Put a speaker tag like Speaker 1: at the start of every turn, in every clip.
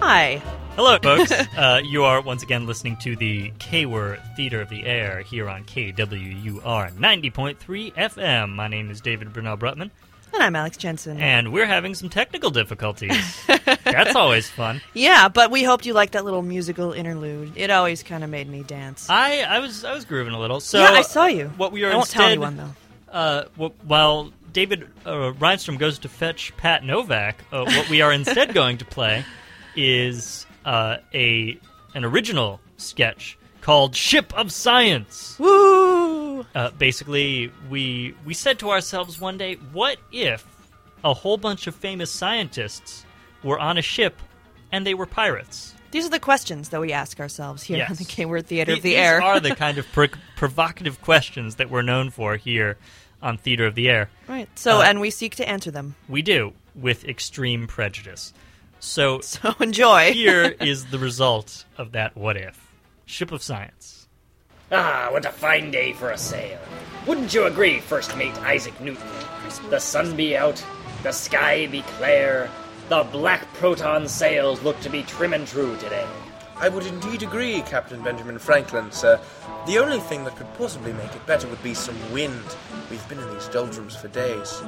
Speaker 1: Hi.
Speaker 2: Hello, folks. uh, you are once again listening to the KWR Theater of the Air here on KWUR 90.3 FM. My name is David Brunel Brutman,
Speaker 1: And I'm Alex Jensen.
Speaker 2: and we're having some technical difficulties. That's always fun.
Speaker 1: yeah, but we hoped you liked that little musical interlude. It always kind of made me dance.
Speaker 2: I, I was I was grooving a little. So
Speaker 1: yeah, I saw you.
Speaker 2: What we are
Speaker 1: I won't
Speaker 2: instead,
Speaker 1: tell anyone though.
Speaker 2: Uh, wh- while David uh, Reinstrom goes to fetch Pat Novak, uh, what we are instead going to play is uh, a an original sketch called "Ship of Science."
Speaker 1: Woo!
Speaker 2: Uh, basically, we we said to ourselves one day, "What if a whole bunch of famous scientists were on a ship and they were pirates?"
Speaker 1: These are the questions that we ask ourselves here on
Speaker 2: Yes.
Speaker 1: the K-Word Theater
Speaker 2: Th-
Speaker 1: of the
Speaker 2: These
Speaker 1: Air.
Speaker 2: are the kind of pro- provocative questions that we're known for here on Theater of the Air.
Speaker 1: right. So,
Speaker 2: uh,
Speaker 1: and we seek to answer them.
Speaker 2: We do with extreme prejudice. So
Speaker 1: So enjoy.
Speaker 2: here is the result of that what if. Ship of Science.
Speaker 3: Ah, what a fine day for a sail. Wouldn't you agree, First Mate Isaac Newton? The sun be out, the sky be clear, the black proton sails look to be trim and true today.
Speaker 4: I would indeed agree, Captain Benjamin Franklin, sir. The only thing that could possibly make it better would be some wind. We've been in these doldrums for days.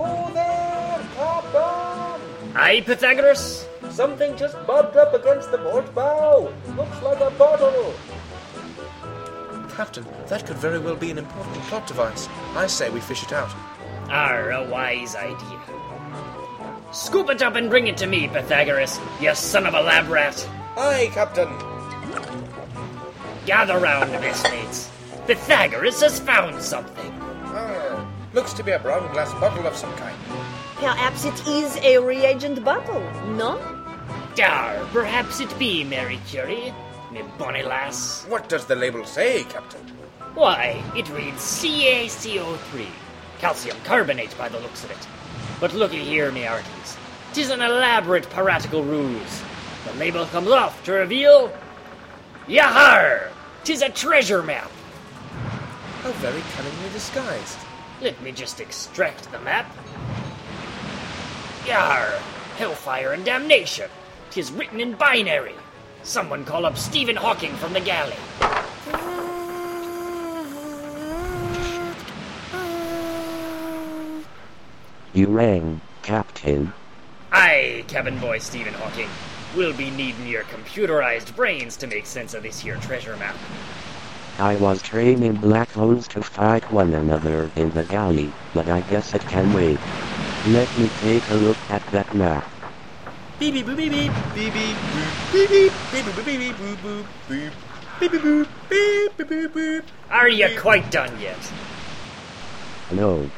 Speaker 5: Oh there, Captain!
Speaker 3: Aye, Pythagoras?
Speaker 5: Something just bobbed up against the port bow. Looks like a bottle.
Speaker 4: Captain, that could very well be an important plot device. I say we fish it out.
Speaker 3: Are Ah, a wise idea. Scoop it up and bring it to me, Pythagoras, you son of a lab rat.
Speaker 4: Aye, Captain.
Speaker 3: Gather round, messmates. Pythagoras has found something.
Speaker 4: Ah, looks to be a brown glass bottle of some kind.
Speaker 6: Perhaps it is a reagent bottle, no?
Speaker 3: Dar, perhaps it be, Mary Curie, me bonny lass.
Speaker 4: What does the label say, Captain?
Speaker 3: Why, it reads CaCO3. Calcium carbonate by the looks of it. But looky here, me hearties. 'Tis an elaborate piratical ruse. The label comes off to reveal. Yahar! Tis a treasure map!
Speaker 4: How very cunningly disguised.
Speaker 3: Let me just extract the map. Yar! Hellfire and damnation! Tis written in binary. Someone call up Stephen Hawking from the galley.
Speaker 7: You rang, Captain.
Speaker 3: Aye, cabin boy Stephen Hawking. We'll be needing your computerized brains to make sense of this here treasure map.
Speaker 7: I was training black holes to fight one another in the galley, but I guess it can wait. Let me take a look at that map.
Speaker 4: Beep beep boop beep beep beep beep boop beep beep beep boop beep beep boop boop beep beep beep boop beep beep beep boop.
Speaker 3: Are you quite done yet?
Speaker 7: No,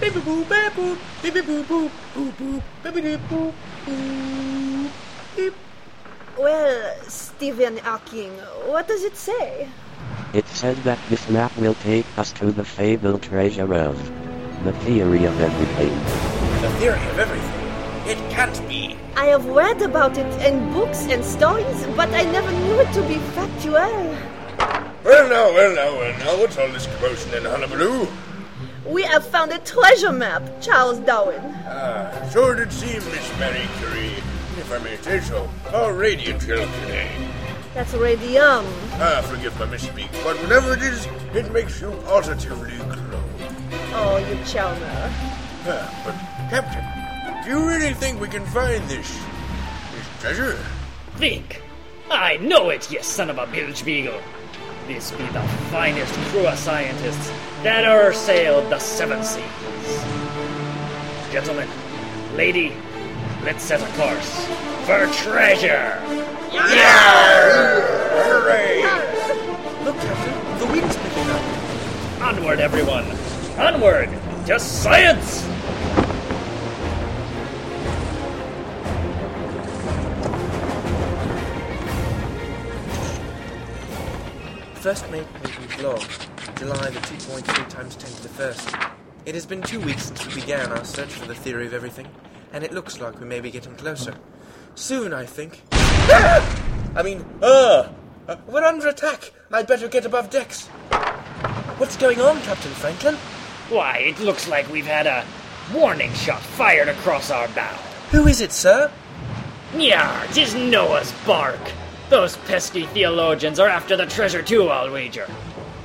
Speaker 4: Beep boop boop beep boop beep beep boop boop boop boop beep beep boop boop beep.
Speaker 6: Well, Stephen Hawking, what does it say?
Speaker 7: it said that this map will take us to the fabled treasure of the theory of everything.
Speaker 4: The theory of everything. It can't be.
Speaker 6: I have read about it in books and stories, but I never knew it to be factual.
Speaker 4: Well now, well now, well now, what's all this commotion in Hullabaloo?
Speaker 6: We have found a treasure map, Charles Darwin.
Speaker 4: Ah, sure did seem, Miss Mary Curie, if I may say so, how radiant you look today.
Speaker 6: That's radium.
Speaker 4: Ah, forgive my misspeak, but whatever it is, it makes you positively glow.
Speaker 6: Oh, you charmer.
Speaker 4: Ah, but, Captain, do you really think we can find this, this treasure?
Speaker 3: Think! I know it, you son of a bilge beagle! This be the finest crew of scientists that e'er sailed the seven seas. Gentlemen, lady, let's set a course for treasure!
Speaker 4: Look, Captain, the wind's picking up.
Speaker 3: Onward, everyone! Onward to science!
Speaker 4: First mate Newton's log, July the 2.3 times 10 to the first. It has been two weeks since we began our search for the theory of everything, and it looks like we may be getting closer. Soon, I think. I mean, uh, uh, we're under attack. I'd better get above decks. What's going on, Captain Franklin?
Speaker 3: Why, it looks like we've had a warning shot fired across our bow.
Speaker 4: Who is it, sir?
Speaker 3: Nyar, tis Noah's bark. Those pesky theologians are after the treasure too, I'll wager.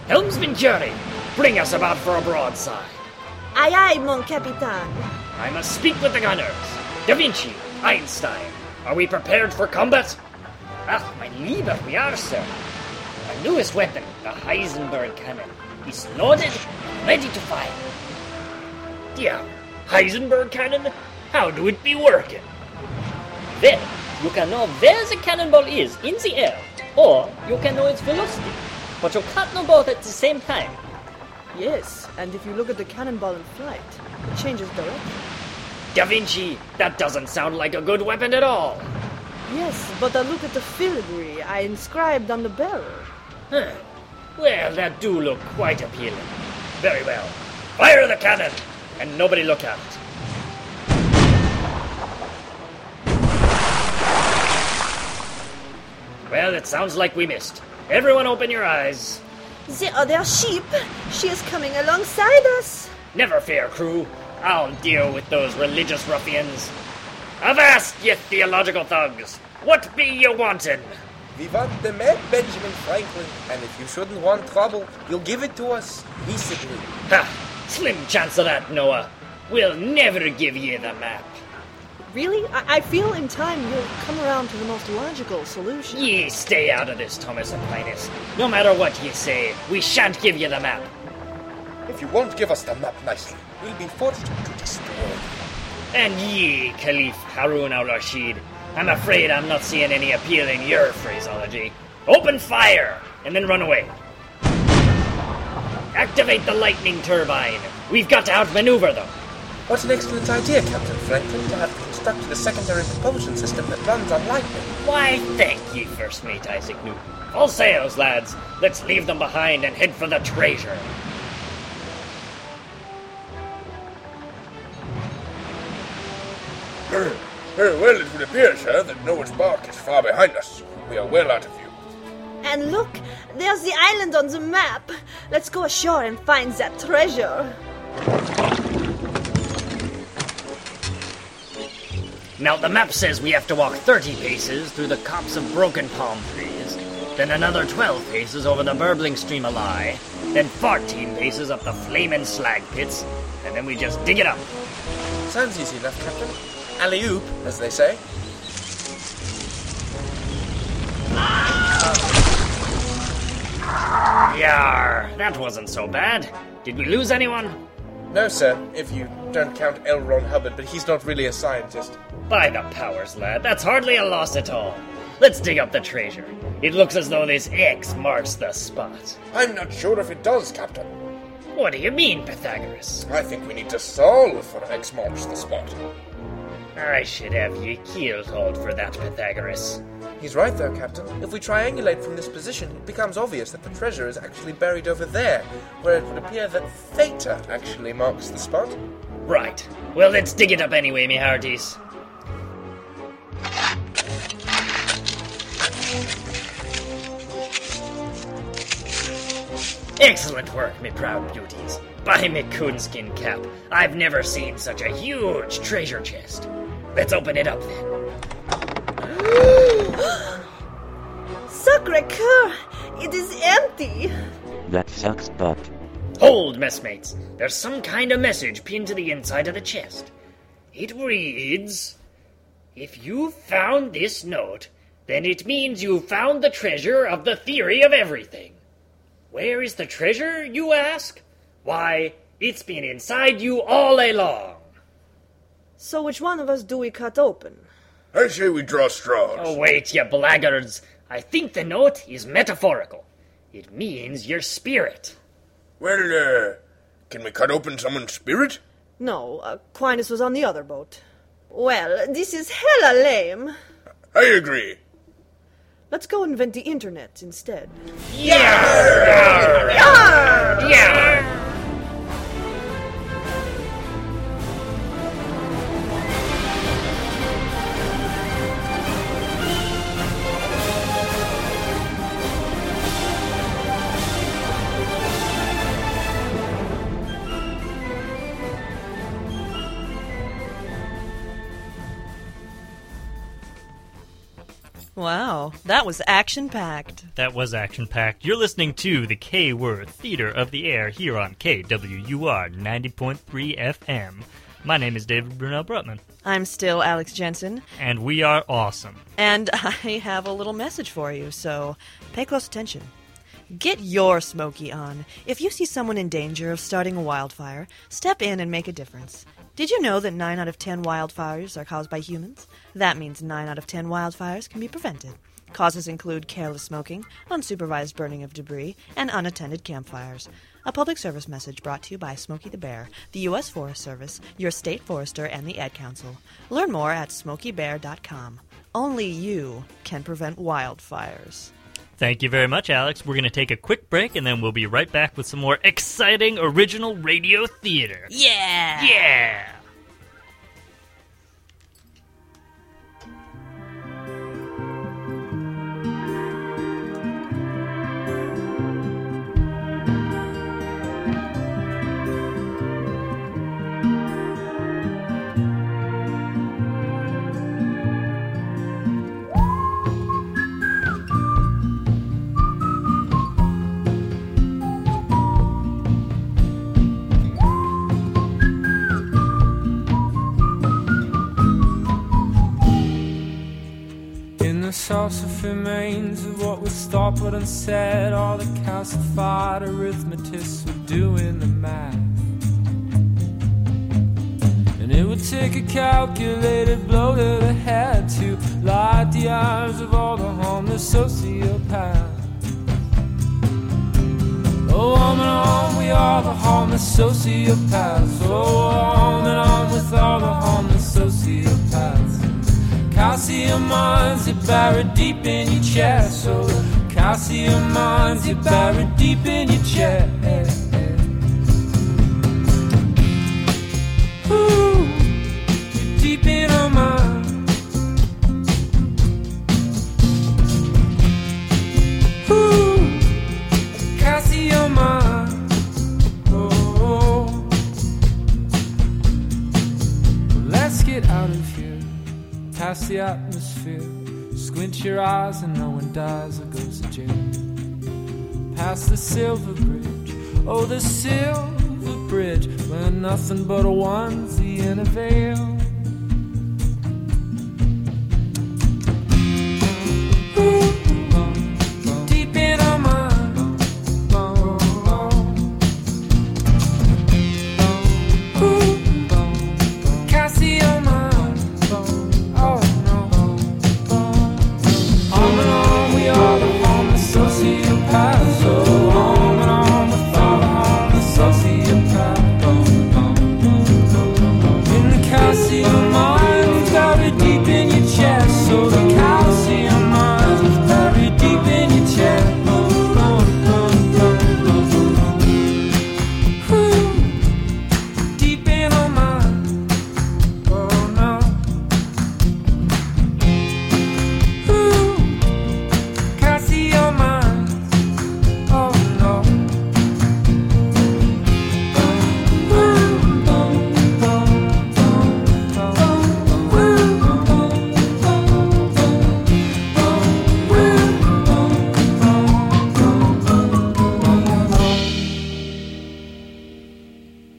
Speaker 3: Helmsman Curie, bring us about for a broadside.
Speaker 6: Aye, aye, mon capitaine.
Speaker 3: I must speak with the gunners. Da Vinci, Einstein, are we prepared for combat? Ah, Ach, mein Lieber, we are, sir. Our newest weapon, the Heisenberg cannon, is loaded and ready to fire. Dear, Heisenberg cannon, how do it be working? Then, you can know where the cannonball is in the air, or you can know its velocity, but you can't know both at the same time.
Speaker 6: Yes, and if you look at the cannonball in flight, it changes direction.
Speaker 3: Da Vinci, that doesn't sound like a good weapon at all.
Speaker 6: Yes, but I look at the filigree I inscribed on the barrel.
Speaker 3: Huh. Well, that do look quite appealing. Very well. Fire the cannon! And nobody look at it. Well, it sounds like we missed. Everyone open your eyes.
Speaker 6: The other ship, she is coming alongside us.
Speaker 3: Never fear, crew. I'll deal with those religious ruffians. Avast, ye theological thugs! What be ye wantin'?
Speaker 5: We want the mad Benjamin Franklin, and if you shouldn't want trouble, you'll give it to us peaceably.
Speaker 3: Ha! Slim chance of that, Noah. We'll never give ye the map.
Speaker 6: Really? I, I feel in time you'll come around to the most logical solution.
Speaker 3: Ye stay out of this, Thomas Aquinas. No matter what ye say, we shan't give ye the map.
Speaker 5: If you won't give us the map nicely, we'll be forced to destroy.
Speaker 3: And ye, Caliph Harun al Rashid, I'm afraid I'm not seeing any appeal in your phraseology. Open fire! And then run away. Activate the lightning turbine. We've got to outmaneuver them.
Speaker 5: What an excellent idea, Captain Franklin, to have constructed a secondary propulsion system that runs on lightning.
Speaker 3: Why, thank ye, First Mate Isaac Newton. All sails, lads. Let's leave them behind and head for the treasure.
Speaker 5: Very well, it would appear, sir, that Noah's bark is far behind us. We are well out of view.
Speaker 6: And look, there's the island on the map. Let's go ashore and find that treasure.
Speaker 3: Now, the map says we have to walk 30 paces through the copse of broken palm trees, then another 12 paces over the burbling stream of Lye, then 14 paces up the flaming slag pits, and then we just dig it up.
Speaker 4: Sounds easy enough, Captain.
Speaker 5: Alley oop, as they say.
Speaker 3: Yar, that wasn't so bad. Did we lose anyone?
Speaker 5: No, sir, if you don't count L. Ron Hubbard, but he's not really a scientist.
Speaker 3: By the powers, lad, that's hardly a loss at all. Let's dig up the treasure. It looks as though this X marks the spot.
Speaker 5: I'm not sure if it does, Captain.
Speaker 3: What do you mean, Pythagoras?
Speaker 5: I think we need to solve for X marks the spot.
Speaker 3: I should have ye keeled hold for that, Pythagoras.
Speaker 4: He's right though, Captain. If we triangulate from this position, it becomes obvious that the treasure is actually buried over there, where it would appear that Theta actually marks the spot.
Speaker 3: Right. Well, let's dig it up anyway, me hearties. Excellent work, me proud beauties. By me coonskin cap, I've never seen such a huge treasure chest. Let's open it up then.
Speaker 6: Sacre coeur! It is empty!
Speaker 7: That sucks butt.
Speaker 3: Hold, messmates. There's some kind of message pinned to the inside of the chest. It reads If you found this note, then it means you found the treasure of the theory of everything. Where is the treasure, you ask? Why, it's been inside you all along.
Speaker 6: So, which one of us do we cut open?
Speaker 5: I say we draw straws.
Speaker 3: Oh, wait, you blackguards. I think the note is metaphorical. It means your spirit.
Speaker 5: Well, uh, can we cut open someone's spirit?
Speaker 6: No, Aquinas was on the other boat. Well, this is hella lame.
Speaker 5: I agree.
Speaker 6: Let's go invent the internet instead.
Speaker 3: Yeah!
Speaker 1: Wow, that was action packed.
Speaker 2: That was action packed. You're listening to the K Word Theater of the Air here on KWUR 90.3 FM. My name is David Brunel Brutman,
Speaker 1: I'm still Alex Jensen,
Speaker 2: and we are awesome.
Speaker 1: and I have a little message for you, so pay close attention. Get your smoky on. If you see someone in danger of starting a wildfire, step in and make a difference. Did you know that 9 out of 10 wildfires are caused by humans? That means 9 out of 10 wildfires can be prevented. Causes include careless smoking, unsupervised burning of debris, and unattended campfires. A public service message brought to you by Smokey the Bear, the U.S. Forest Service, your state forester, and the Ed Council. Learn more at smokybear.com. Only you can prevent wildfires.
Speaker 2: Thank you very much, Alex. We're going to take a quick break, and then we'll be right back with some more exciting original radio theater.
Speaker 1: Yeah!
Speaker 2: Yeah!
Speaker 8: In the sauce of remains of what was thought and said, all the calcified arithmetists were doing the math. And it would take a calculated blow to the head to light the eyes of all the harmless sociopaths. Oh, arm in arm, we are the harmless sociopaths. Oh, arm in arm with all the harmless sociopaths. Calcium mines are buried deep in your chest. Oh, calcium mines are buried deep in your chest. Ooh, you're deep in our minds. Ooh. Calcium Oh, let's get out of here, past the atmosphere. Squint your eyes and no one dies or goes to jail. Past the silver bridge, oh, the silver bridge, where nothing but a onesie and a veil. Ooh, deep in our minds. Oh, Deep in your chest, so the calcium mines buried deep in your chest. Deep in our mind. Oh no. Ooh, can't see your mind. Oh no.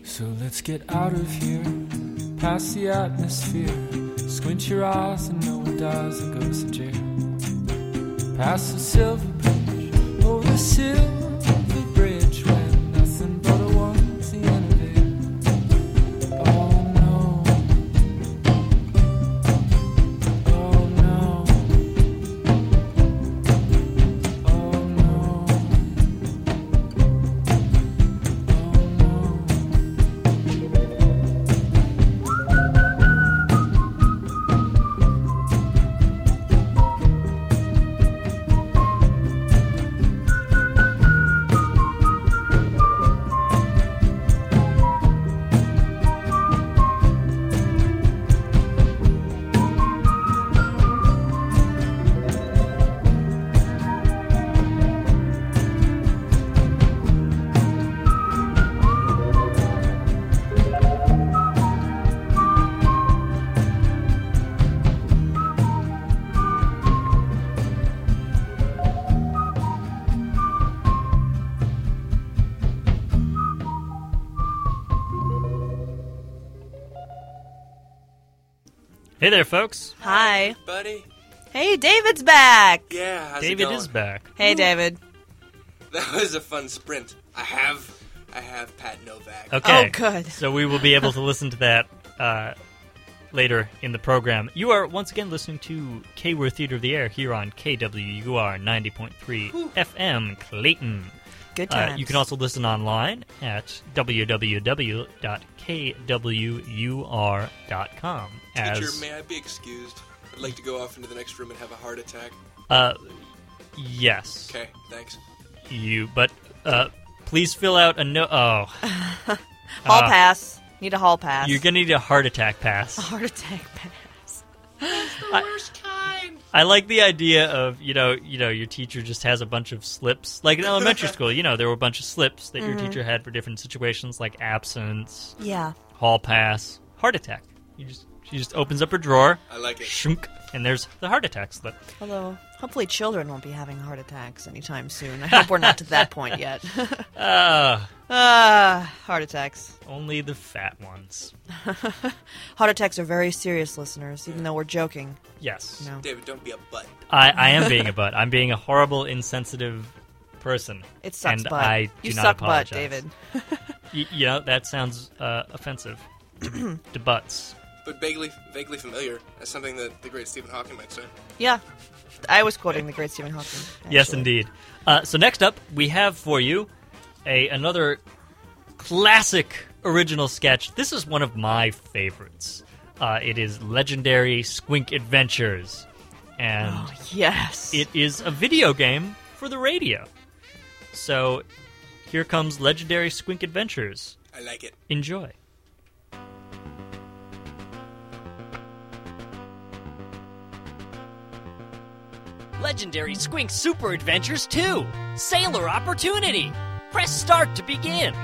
Speaker 8: So let's get out of here, past the atmosphere. Squint your eyes and no one dies or goes to jail. Past the silver bridge, oh the silver bridge, where nothing but a onesie and a veil. Oh no, oh no, oh no, oh no.
Speaker 2: Hey there, folks.
Speaker 1: Hi.
Speaker 5: Buddy?
Speaker 1: Hey, David's back.
Speaker 5: Yeah, how's it
Speaker 2: David
Speaker 5: going?
Speaker 2: is back.
Speaker 1: Hey, David.
Speaker 5: That was a fun sprint. I have, I have Pat Novak.
Speaker 2: Okay.
Speaker 1: Oh, good.
Speaker 2: So we will be able to listen to that uh, later in the program. You are once again listening to Kware Theater of the Air here on KWUR 90.3 FM Clayton.
Speaker 1: Good
Speaker 2: Uh,
Speaker 1: times.
Speaker 2: you can also listen online at www.kwur.com.
Speaker 5: Uh, Teacher,
Speaker 2: as,
Speaker 5: may I be excused? I'd like to go off into the next room and have a heart attack.
Speaker 2: uh, yes.
Speaker 5: Okay, thanks.
Speaker 2: You, but uh, please fill out a no. Oh,
Speaker 1: Hall
Speaker 2: uh,
Speaker 1: pass. Need a hall pass.
Speaker 2: you're gonna need a heart attack pass.
Speaker 1: heart attack pass.
Speaker 2: I like the idea of you know you know your teacher just has a bunch of slips like in elementary school you know there were a bunch of slips that your teacher had for different situations like absence,
Speaker 1: Mm-hmm. Yeah.
Speaker 2: hall pass, heart attack. You just she just opens up her drawer,
Speaker 5: I like it.
Speaker 2: shunk, and there's the heart attack slip.
Speaker 1: Although, hopefully, children won't be having heart attacks anytime soon. I hope we're not to that point yet.
Speaker 2: Ah,
Speaker 1: Ah, heart attacks.
Speaker 2: only the fat ones.
Speaker 1: Heart attacks are very serious, listeners, even though we're joking.
Speaker 2: Yes,
Speaker 1: No.
Speaker 5: David, don't be a butt.
Speaker 2: I, I am being a butt. I'm being a horrible, insensitive person.
Speaker 1: It sucks
Speaker 2: and
Speaker 1: butt.
Speaker 2: I do
Speaker 1: you
Speaker 2: not
Speaker 1: suck
Speaker 2: apologize.
Speaker 1: butt, David.
Speaker 2: Y- you know that sounds uh, offensive to, to butts.
Speaker 5: But vaguely, vaguely familiar as something that the great Stephen Hawking might say.
Speaker 1: Yeah. I was quoting the great Stephen Hawking.
Speaker 2: Yes,
Speaker 1: actually.
Speaker 2: indeed. Uh, so next up, we have for you a another classic original sketch. This is one of my favorites. Uh, it is legendary Squink Adventures, and
Speaker 1: Oh, Yes.
Speaker 2: it is a video game for the radio. So here comes legendary Squink Adventures.
Speaker 5: I like it.
Speaker 2: Enjoy.
Speaker 9: Legendary Squink Super Adventures 2 Sailor Opportunity. Press start to begin.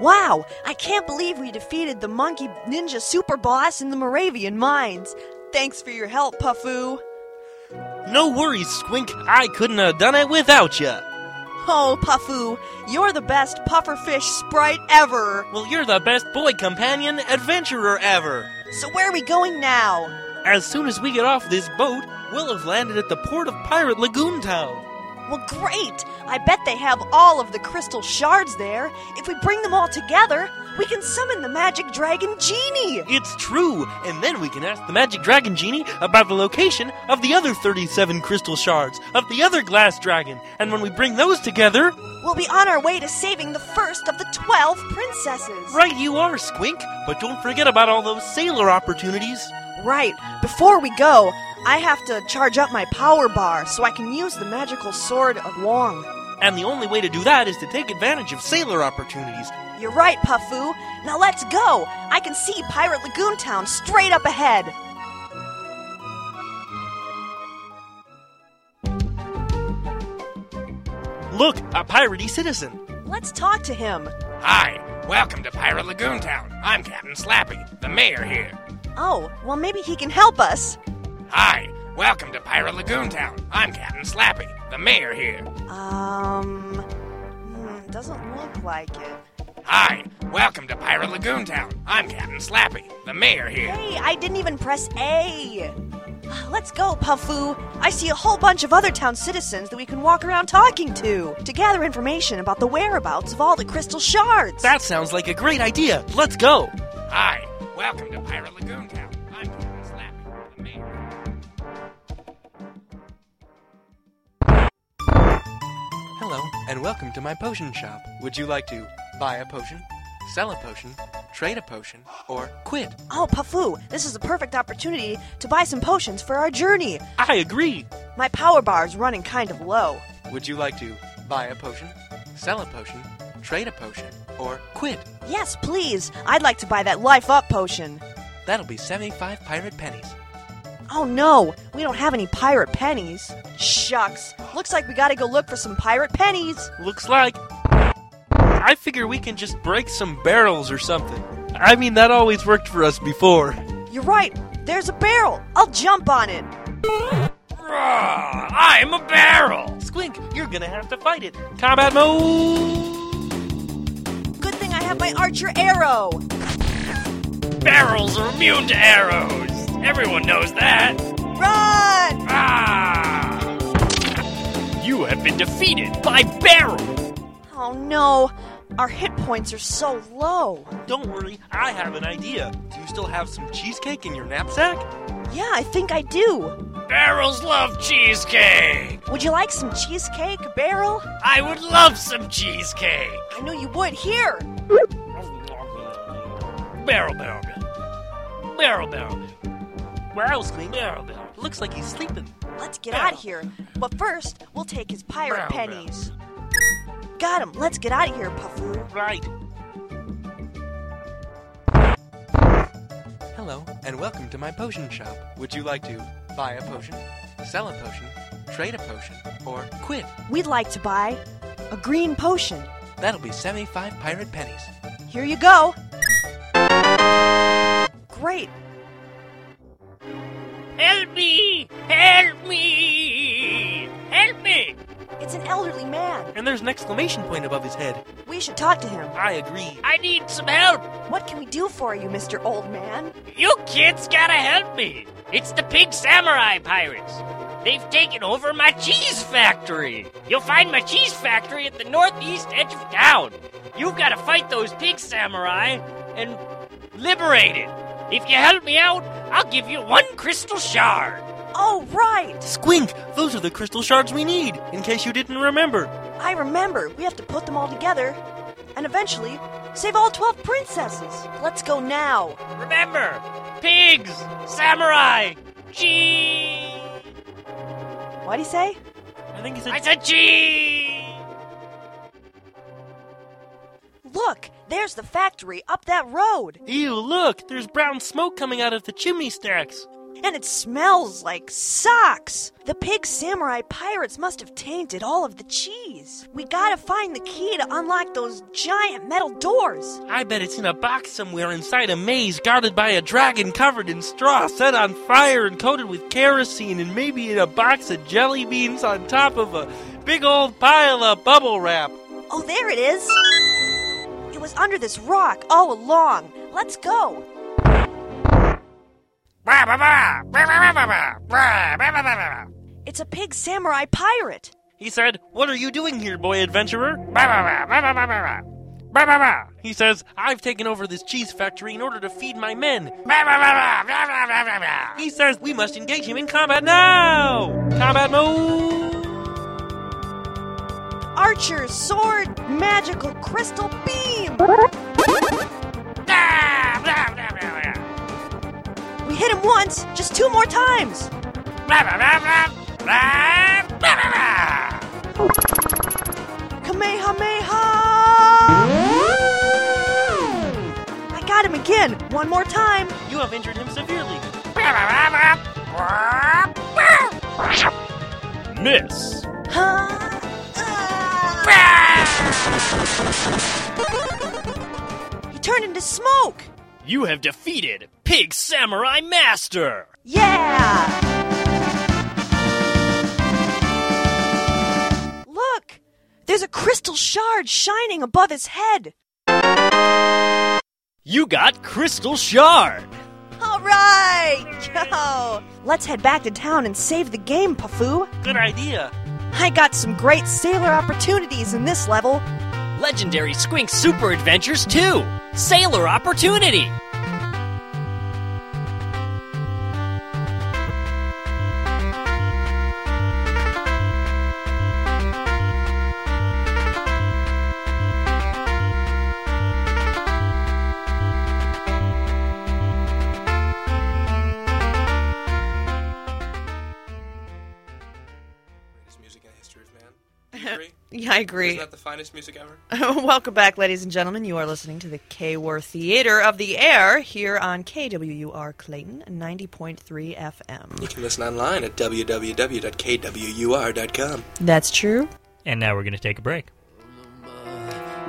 Speaker 1: Wow, I can't believe we defeated the monkey ninja super boss in the Moravian mines. Thanks for your help, Puffu.
Speaker 10: No worries, Squink. I couldn't have done it without you.
Speaker 1: Oh, Puffu, you're the best pufferfish sprite ever.
Speaker 10: Well, you're the best boy companion adventurer ever.
Speaker 1: So where are we going now?
Speaker 10: As soon as we get off this boat, we'll have landed at the port of Pirate Lagoon Town.
Speaker 1: Well, great. I bet they have all of the crystal shards there. If we bring them all together, we can summon the magic dragon genie.
Speaker 10: It's true, and then we can ask the Magic Dragon Genie about the location of the other 37 crystal shards of the other glass dragon. And when we bring those together,
Speaker 1: We'll be on our way to saving the first of the 12 princesses.
Speaker 10: right you are, Squink. But don't forget about all those sailor opportunities.
Speaker 1: Right. Before we go, I have to charge up my power bar so I can use the magical sword of Wong.
Speaker 10: And the only way to do that is to take advantage of sailor opportunities.
Speaker 1: You're right, Puffu. Now let's go. I can see Pirate Lagoon Town straight up ahead.
Speaker 10: Look, a piratey citizen.
Speaker 1: Let's talk to him.
Speaker 11: Hi, welcome to Pirate Lagoon Town. I'm Captain Slappy, the mayor here.
Speaker 1: Oh, well, maybe he can help us.
Speaker 11: Hi, welcome to Pirate Lagoon Town. I'm Captain Slappy, the mayor here.
Speaker 1: Um, hmm, doesn't look like it.
Speaker 11: Hi, welcome to Pirate Lagoon Town. I'm Captain Slappy, the mayor here.
Speaker 1: Hey, I didn't even press A. Let's go, Puffu. I see a whole bunch of other town citizens that we can walk around talking to to gather information about the whereabouts of all the crystal shards.
Speaker 10: That sounds like a great idea. Let's go.
Speaker 11: Hi, welcome to Pirate Lagoon Town. I'm Captain Slappy, the mayor.
Speaker 10: Hello, and welcome to my potion shop. Would you like to buy a potion, sell a potion, trade a potion, or quit?
Speaker 1: Oh, Puffu, this is the perfect opportunity to buy some potions for our journey.
Speaker 10: I agree.
Speaker 1: My power bar is running kind of low.
Speaker 10: Would you like to buy a potion, sell a potion, trade a potion, or quit?
Speaker 1: Yes, please. I'd like to buy that life up potion.
Speaker 10: That'll be 75 pirate pennies.
Speaker 1: Oh no, we don't have any pirate pennies. Shucks, looks like we gotta go look for some pirate pennies.
Speaker 10: Looks like. I figure we can just break some barrels or something. I mean, that always worked for us before.
Speaker 1: You're right, there's a barrel. I'll jump on it.
Speaker 11: Rawr, I'm a barrel.
Speaker 10: Squink, you're gonna have to fight it. Combat mode!
Speaker 1: Good thing have my archer arrow.
Speaker 3: Barrels are immune to arrows. Everyone knows that.
Speaker 1: Run!
Speaker 3: You have been defeated by barrel.
Speaker 1: Oh no, our hit points are so low.
Speaker 10: Don't worry, I have an idea. Do you still have some cheesecake in your knapsack?
Speaker 1: Yeah, I think I do.
Speaker 3: Barrels love cheesecake.
Speaker 1: Would you like some cheesecake, Barrel?
Speaker 3: I would love some cheesecake.
Speaker 1: I know you would. Here.
Speaker 3: Barrel, barrel, barrel, barrel.
Speaker 10: Wow, Squeak. Barrel, barrel. Looks like he's sleeping.
Speaker 1: Let's get out of here. But first, we'll take his pirate
Speaker 10: Barrel, barrel.
Speaker 1: pennies. Got him. Let's get out of here, Pufferoo.
Speaker 10: Right. Hello, and welcome to my potion shop. Would you like to buy a potion, sell a potion, trade a potion, or quit?
Speaker 1: We'd like to buy a green potion.
Speaker 10: That'll be 75 pirate pennies.
Speaker 1: Here you go. Great.
Speaker 3: Help me! Help me! Help me!
Speaker 1: It's an elderly man.
Speaker 10: And there's an exclamation point above his head.
Speaker 1: We should talk to him.
Speaker 10: I agree.
Speaker 3: I need some help.
Speaker 1: What can we do for you, Mr. Old Man?
Speaker 3: You kids gotta help me. It's the Pig Samurai Pirates. They've taken over my cheese factory. You'll find my cheese factory at the northeast edge of town. You've gotta fight those Pig Samurai and liberate it. If you help me out, I'll give you one crystal shard.
Speaker 1: Oh, right!
Speaker 10: Squink! Those are the crystal shards we need, in case you didn't remember.
Speaker 1: I remember. We have to put them all together and eventually save all 12 princesses. Let's go now.
Speaker 3: Remember, pigs, samurai, cheese.
Speaker 1: What'd he say?
Speaker 10: I think he
Speaker 3: I said cheese.
Speaker 1: Look, there's the factory up that road.
Speaker 10: Ew, look! There's brown smoke coming out of the chimney stacks.
Speaker 1: And it smells like socks. The pig samurai pirates must have tainted all of the cheese. We gotta find the key to unlock those giant metal doors.
Speaker 10: I bet it's in a box somewhere inside a maze guarded by a dragon covered in straw, set on fire and coated with kerosene, and maybe in a box of jelly beans on top of a big old pile of bubble wrap.
Speaker 1: Oh, there it is. It was under this rock all along. Let's go.
Speaker 3: Bah, bah, bah. Bah, bah, bah, bah, bah. Bah, bah, bah, bah, bah.
Speaker 1: It's a pig samurai pirate.
Speaker 10: He said, What are you doing here, boy adventurer?
Speaker 3: Bah, bah, bah, bah, bah, bah, bah, bah. Bah, bah, bah.
Speaker 10: He says, I've taken over this cheese factory in order to feed my men.
Speaker 3: Bah, bah, bah, bah. Bah, bah, bah, bah, bah.
Speaker 10: He says, We must engage him in combat now! Combat mode!
Speaker 1: Archer, sword, magical crystal beam.
Speaker 3: Bah, bah, bah, bah, bah.
Speaker 1: We hit him once, just two more times.
Speaker 3: Bah, bah, bah, bah. Bah, bah, bah, bah.
Speaker 1: Kamehameha! I got him again, one more time.
Speaker 10: You have injured him severely.
Speaker 3: Bah, bah, bah, bah. Bah, bah.
Speaker 2: Miss.
Speaker 1: Huh? Ah! He turned into smoke.
Speaker 11: You have defeated Pig Samurai Master!
Speaker 1: Yeah! Look! There's a crystal shard shining above his head.
Speaker 11: You got Crystal Shard!
Speaker 1: All right! Yo! Let's head back to town and save the game, Pafoo.
Speaker 10: Good idea.
Speaker 1: I got some great sailor opportunities in this level.
Speaker 11: Legendary Squink Super Adventures 2! Sailor Opportunity!
Speaker 12: Greatest music in the history of man. You Agree?
Speaker 13: Yeah, I agree.
Speaker 12: Isn't that the finest music ever?
Speaker 13: Welcome back, ladies and gentlemen. You are listening to the KWR Theater of the Air here on KWUR Clayton 90.3 FM.
Speaker 12: You can listen online at www.kwur.com.
Speaker 13: That's true.
Speaker 2: And now we're going to take a break.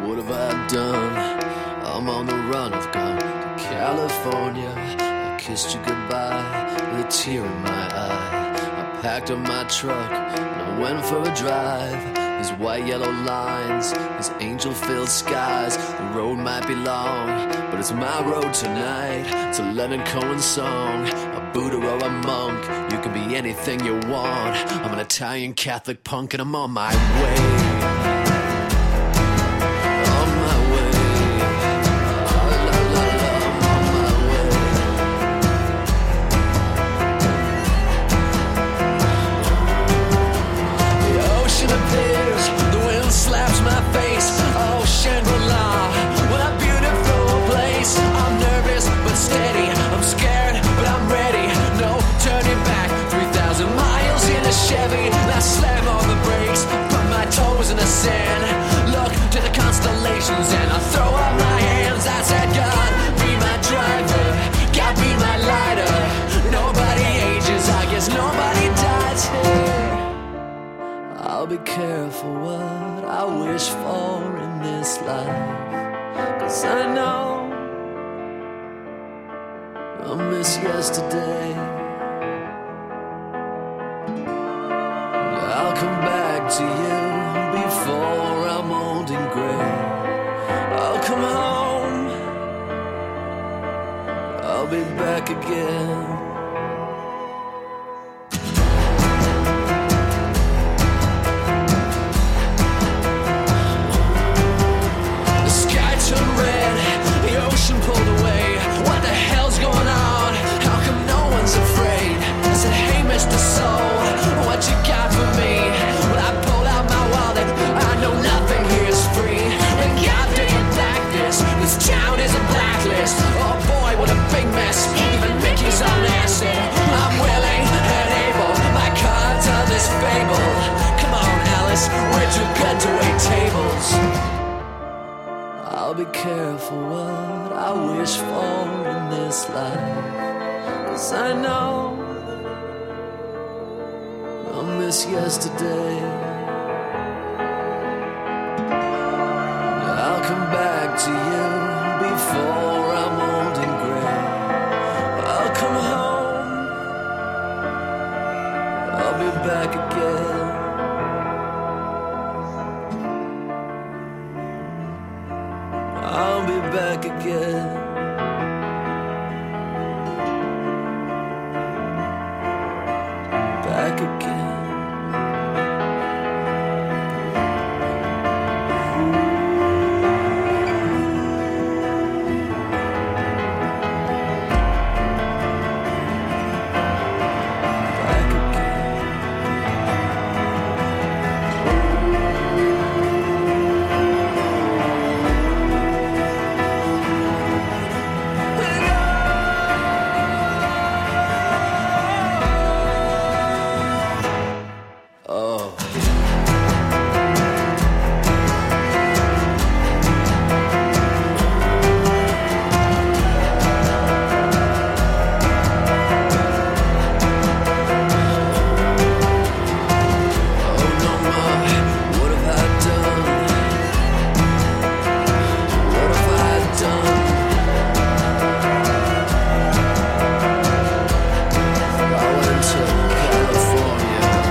Speaker 14: What have I done? I'm on the run. I've gone to California. I kissed you goodbye with a tear in my eye. I packed up my truck and I went for a drive.
Speaker 15: His white yellow lines, his angel filled skies. The road might be long, but it's my road tonight. It's a Leonard Cohen song, a Buddha or a monk. You can be anything you want. I'm an Italian Catholic punk, and I'm on my way. On my way. Oh, la, la, la, I'm on my way. The ocean appears, the wind slaps my face. Oh, Shangri La, what a beautiful place. I'm nervous but steady, I'm scared but I'm ready. No turning back, 3,000 miles in a Chevy. And I slam on the brakes, put my toes in the sand. Look to the constellations and I throw up my hands. I said, God, be my driver, God, be my lighter. Nobody ages, I guess nobody dies here. I'll be careful what I wish for in this life. Cause I know I'll miss yesterday. I'll come back to you before I'm old and gray. I'll come home. I'll be back again. The sky turned red, the ocean pulled away. What the hell's going on? How come no one's afraid? I said, Hey, Mr. Soul, what you got for me? Well, I pulled out my wallet. I know nothing here is free. And goddamn blackness, this town is a blacklist. Oh boy, what a big mess. Even Mickey's on acid. I'm willing and able. My cards on this fable. Come on, Alice, we're too good to wait tables. I'll be careful what I wish for in this life. Cause I know I'll miss yesterday. I'll come back to you before I'm old and gray. I'll come home. I'll be back again. I'll be back again. Back again. Oh. California.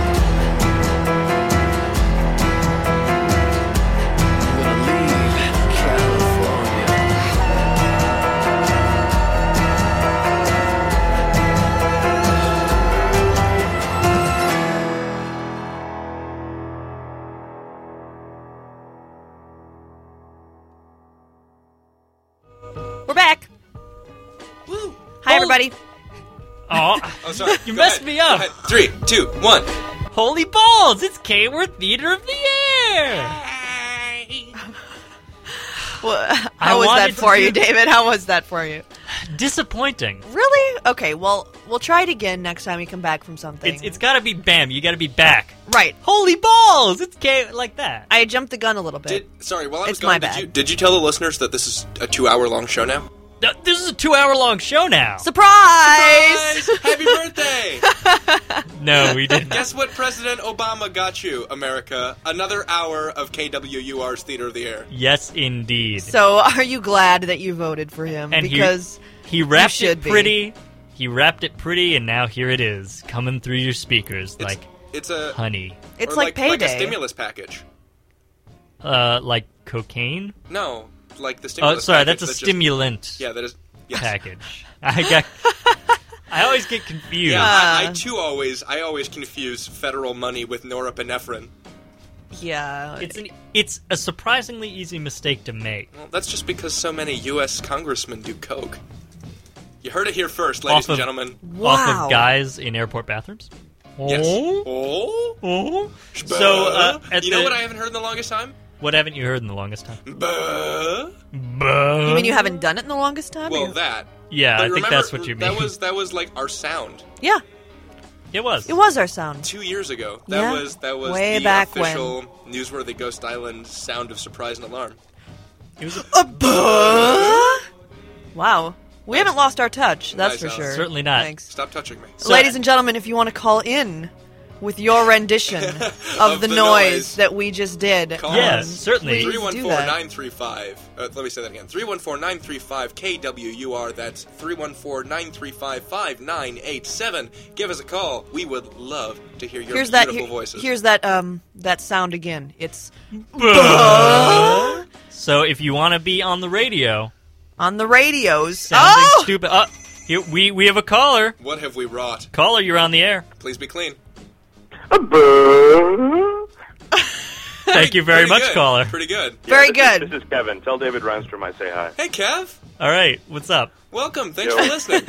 Speaker 1: We're back. Hi, everybody.
Speaker 2: Oh,
Speaker 1: Oh, sorry.
Speaker 2: You
Speaker 1: Go
Speaker 2: messed
Speaker 1: ahead.
Speaker 2: me
Speaker 1: Go
Speaker 2: up.
Speaker 1: ahead.
Speaker 2: Three, two, one. Holy balls! It's Kworth Theater of the
Speaker 5: Ah.
Speaker 2: Air.
Speaker 1: Well, how was that
Speaker 2: wanted to
Speaker 1: for you,
Speaker 2: do-
Speaker 1: David? How was that for you?
Speaker 2: Disappointing.
Speaker 1: Really? Okay. Well, we'll try it again next time we come back from something.
Speaker 2: It's, it's got to be bam. You got to be back.
Speaker 1: right.
Speaker 2: Holy balls! It's K like that.
Speaker 1: I jumped the gun a little bit.
Speaker 4: Sorry, while I was
Speaker 1: It's
Speaker 4: gone,
Speaker 1: my
Speaker 4: did
Speaker 1: bad.
Speaker 4: you did you tell the listeners that this is a two-hour-long show now?
Speaker 2: Th- This is a two-hour-long show now.
Speaker 1: Surprise!
Speaker 4: Happy birthday!
Speaker 2: No, we didn't.
Speaker 4: Guess what President Obama got you, America? Another hour of KWUR's Theater of the Air.
Speaker 2: Yes, indeed.
Speaker 1: So, are you glad that you voted for him?
Speaker 2: and he-
Speaker 1: because
Speaker 2: he, wrapped
Speaker 1: you should
Speaker 2: it
Speaker 1: be.
Speaker 2: pretty. He wrapped it pretty, and now here it is coming through your speakers like
Speaker 4: It's a
Speaker 2: honey.
Speaker 1: It's
Speaker 4: or
Speaker 1: like
Speaker 4: like a
Speaker 1: payday.
Speaker 4: stimulus package.
Speaker 2: Uh, like cocaine?
Speaker 12: No, like the
Speaker 2: Oh,
Speaker 12: stimulus.
Speaker 2: sorry,
Speaker 12: package
Speaker 2: that's a
Speaker 12: that just-
Speaker 2: stimulant
Speaker 12: yeah, that is yes.
Speaker 2: package. I got. I always get confused.
Speaker 12: Yeah, I, I too always I always confuse federal money with norepinephrine.
Speaker 1: Yeah.
Speaker 2: It's an, it's a surprisingly easy mistake to make.
Speaker 12: Well, that's just because so many U.S. congressmen do coke. You heard it here first, ladies
Speaker 2: off
Speaker 12: and
Speaker 2: of,
Speaker 12: gentlemen.
Speaker 2: Off of guys in airport bathrooms.
Speaker 12: Yes.
Speaker 2: Oh.
Speaker 12: Oh.
Speaker 2: Oh. So, uh, at
Speaker 12: you know
Speaker 2: the-
Speaker 12: what I haven't heard in the longest time?
Speaker 2: What haven't you heard in the longest time?
Speaker 12: Buh.
Speaker 1: You
Speaker 2: uh,
Speaker 1: mean you haven't done it in the longest time?
Speaker 12: Well,
Speaker 1: Or-
Speaker 12: that.
Speaker 2: Yeah,
Speaker 12: But
Speaker 2: I think
Speaker 12: remember,
Speaker 2: that's what you
Speaker 12: That
Speaker 2: mean.
Speaker 12: was that was like our sound
Speaker 1: Yeah.
Speaker 2: It was.
Speaker 1: It was our sound.
Speaker 12: two years ago. That
Speaker 1: Yeah.
Speaker 12: was that was
Speaker 1: Way
Speaker 12: the
Speaker 1: back when.
Speaker 12: official newsworthy Ghost Island sound of surprise and alarm.
Speaker 2: It was a,
Speaker 1: Wow. We haven't lost our touch, that's
Speaker 12: Nice,
Speaker 1: for
Speaker 12: Alex.
Speaker 1: sure. Thanks.
Speaker 12: Stop touching me.
Speaker 1: Ladies and gentlemen, if you want to call in with your rendition of,
Speaker 12: Of
Speaker 1: the,
Speaker 12: the
Speaker 1: noise,
Speaker 12: noise.
Speaker 1: that we just did,
Speaker 12: Call
Speaker 1: um,
Speaker 12: us.
Speaker 1: please do
Speaker 12: 314
Speaker 1: that.
Speaker 12: 935. Uh, let me say that again. 314 935 KWUR. That's 314 935 5987. Give us a call. We would love to hear your
Speaker 1: here's that
Speaker 12: beautiful
Speaker 1: here-
Speaker 12: voices.
Speaker 1: here's that um that sound again. It's
Speaker 2: so if you want to be on the radio,
Speaker 1: on the radios, Oh!
Speaker 2: sounding stupid. Uh, here, we we have a caller.
Speaker 12: What have we wrought?
Speaker 2: Caller, you're on the air.
Speaker 12: Please be clean.
Speaker 2: Thank you very
Speaker 16: Pretty
Speaker 2: much,
Speaker 16: good.
Speaker 2: caller.
Speaker 12: Pretty good.
Speaker 1: Very
Speaker 16: good. this is Kevin. Tell David Reinstrom I say hi.
Speaker 12: Hey, Kev.
Speaker 2: All right, what's up?
Speaker 12: Welcome. Thanks
Speaker 16: Yo.
Speaker 12: for listening.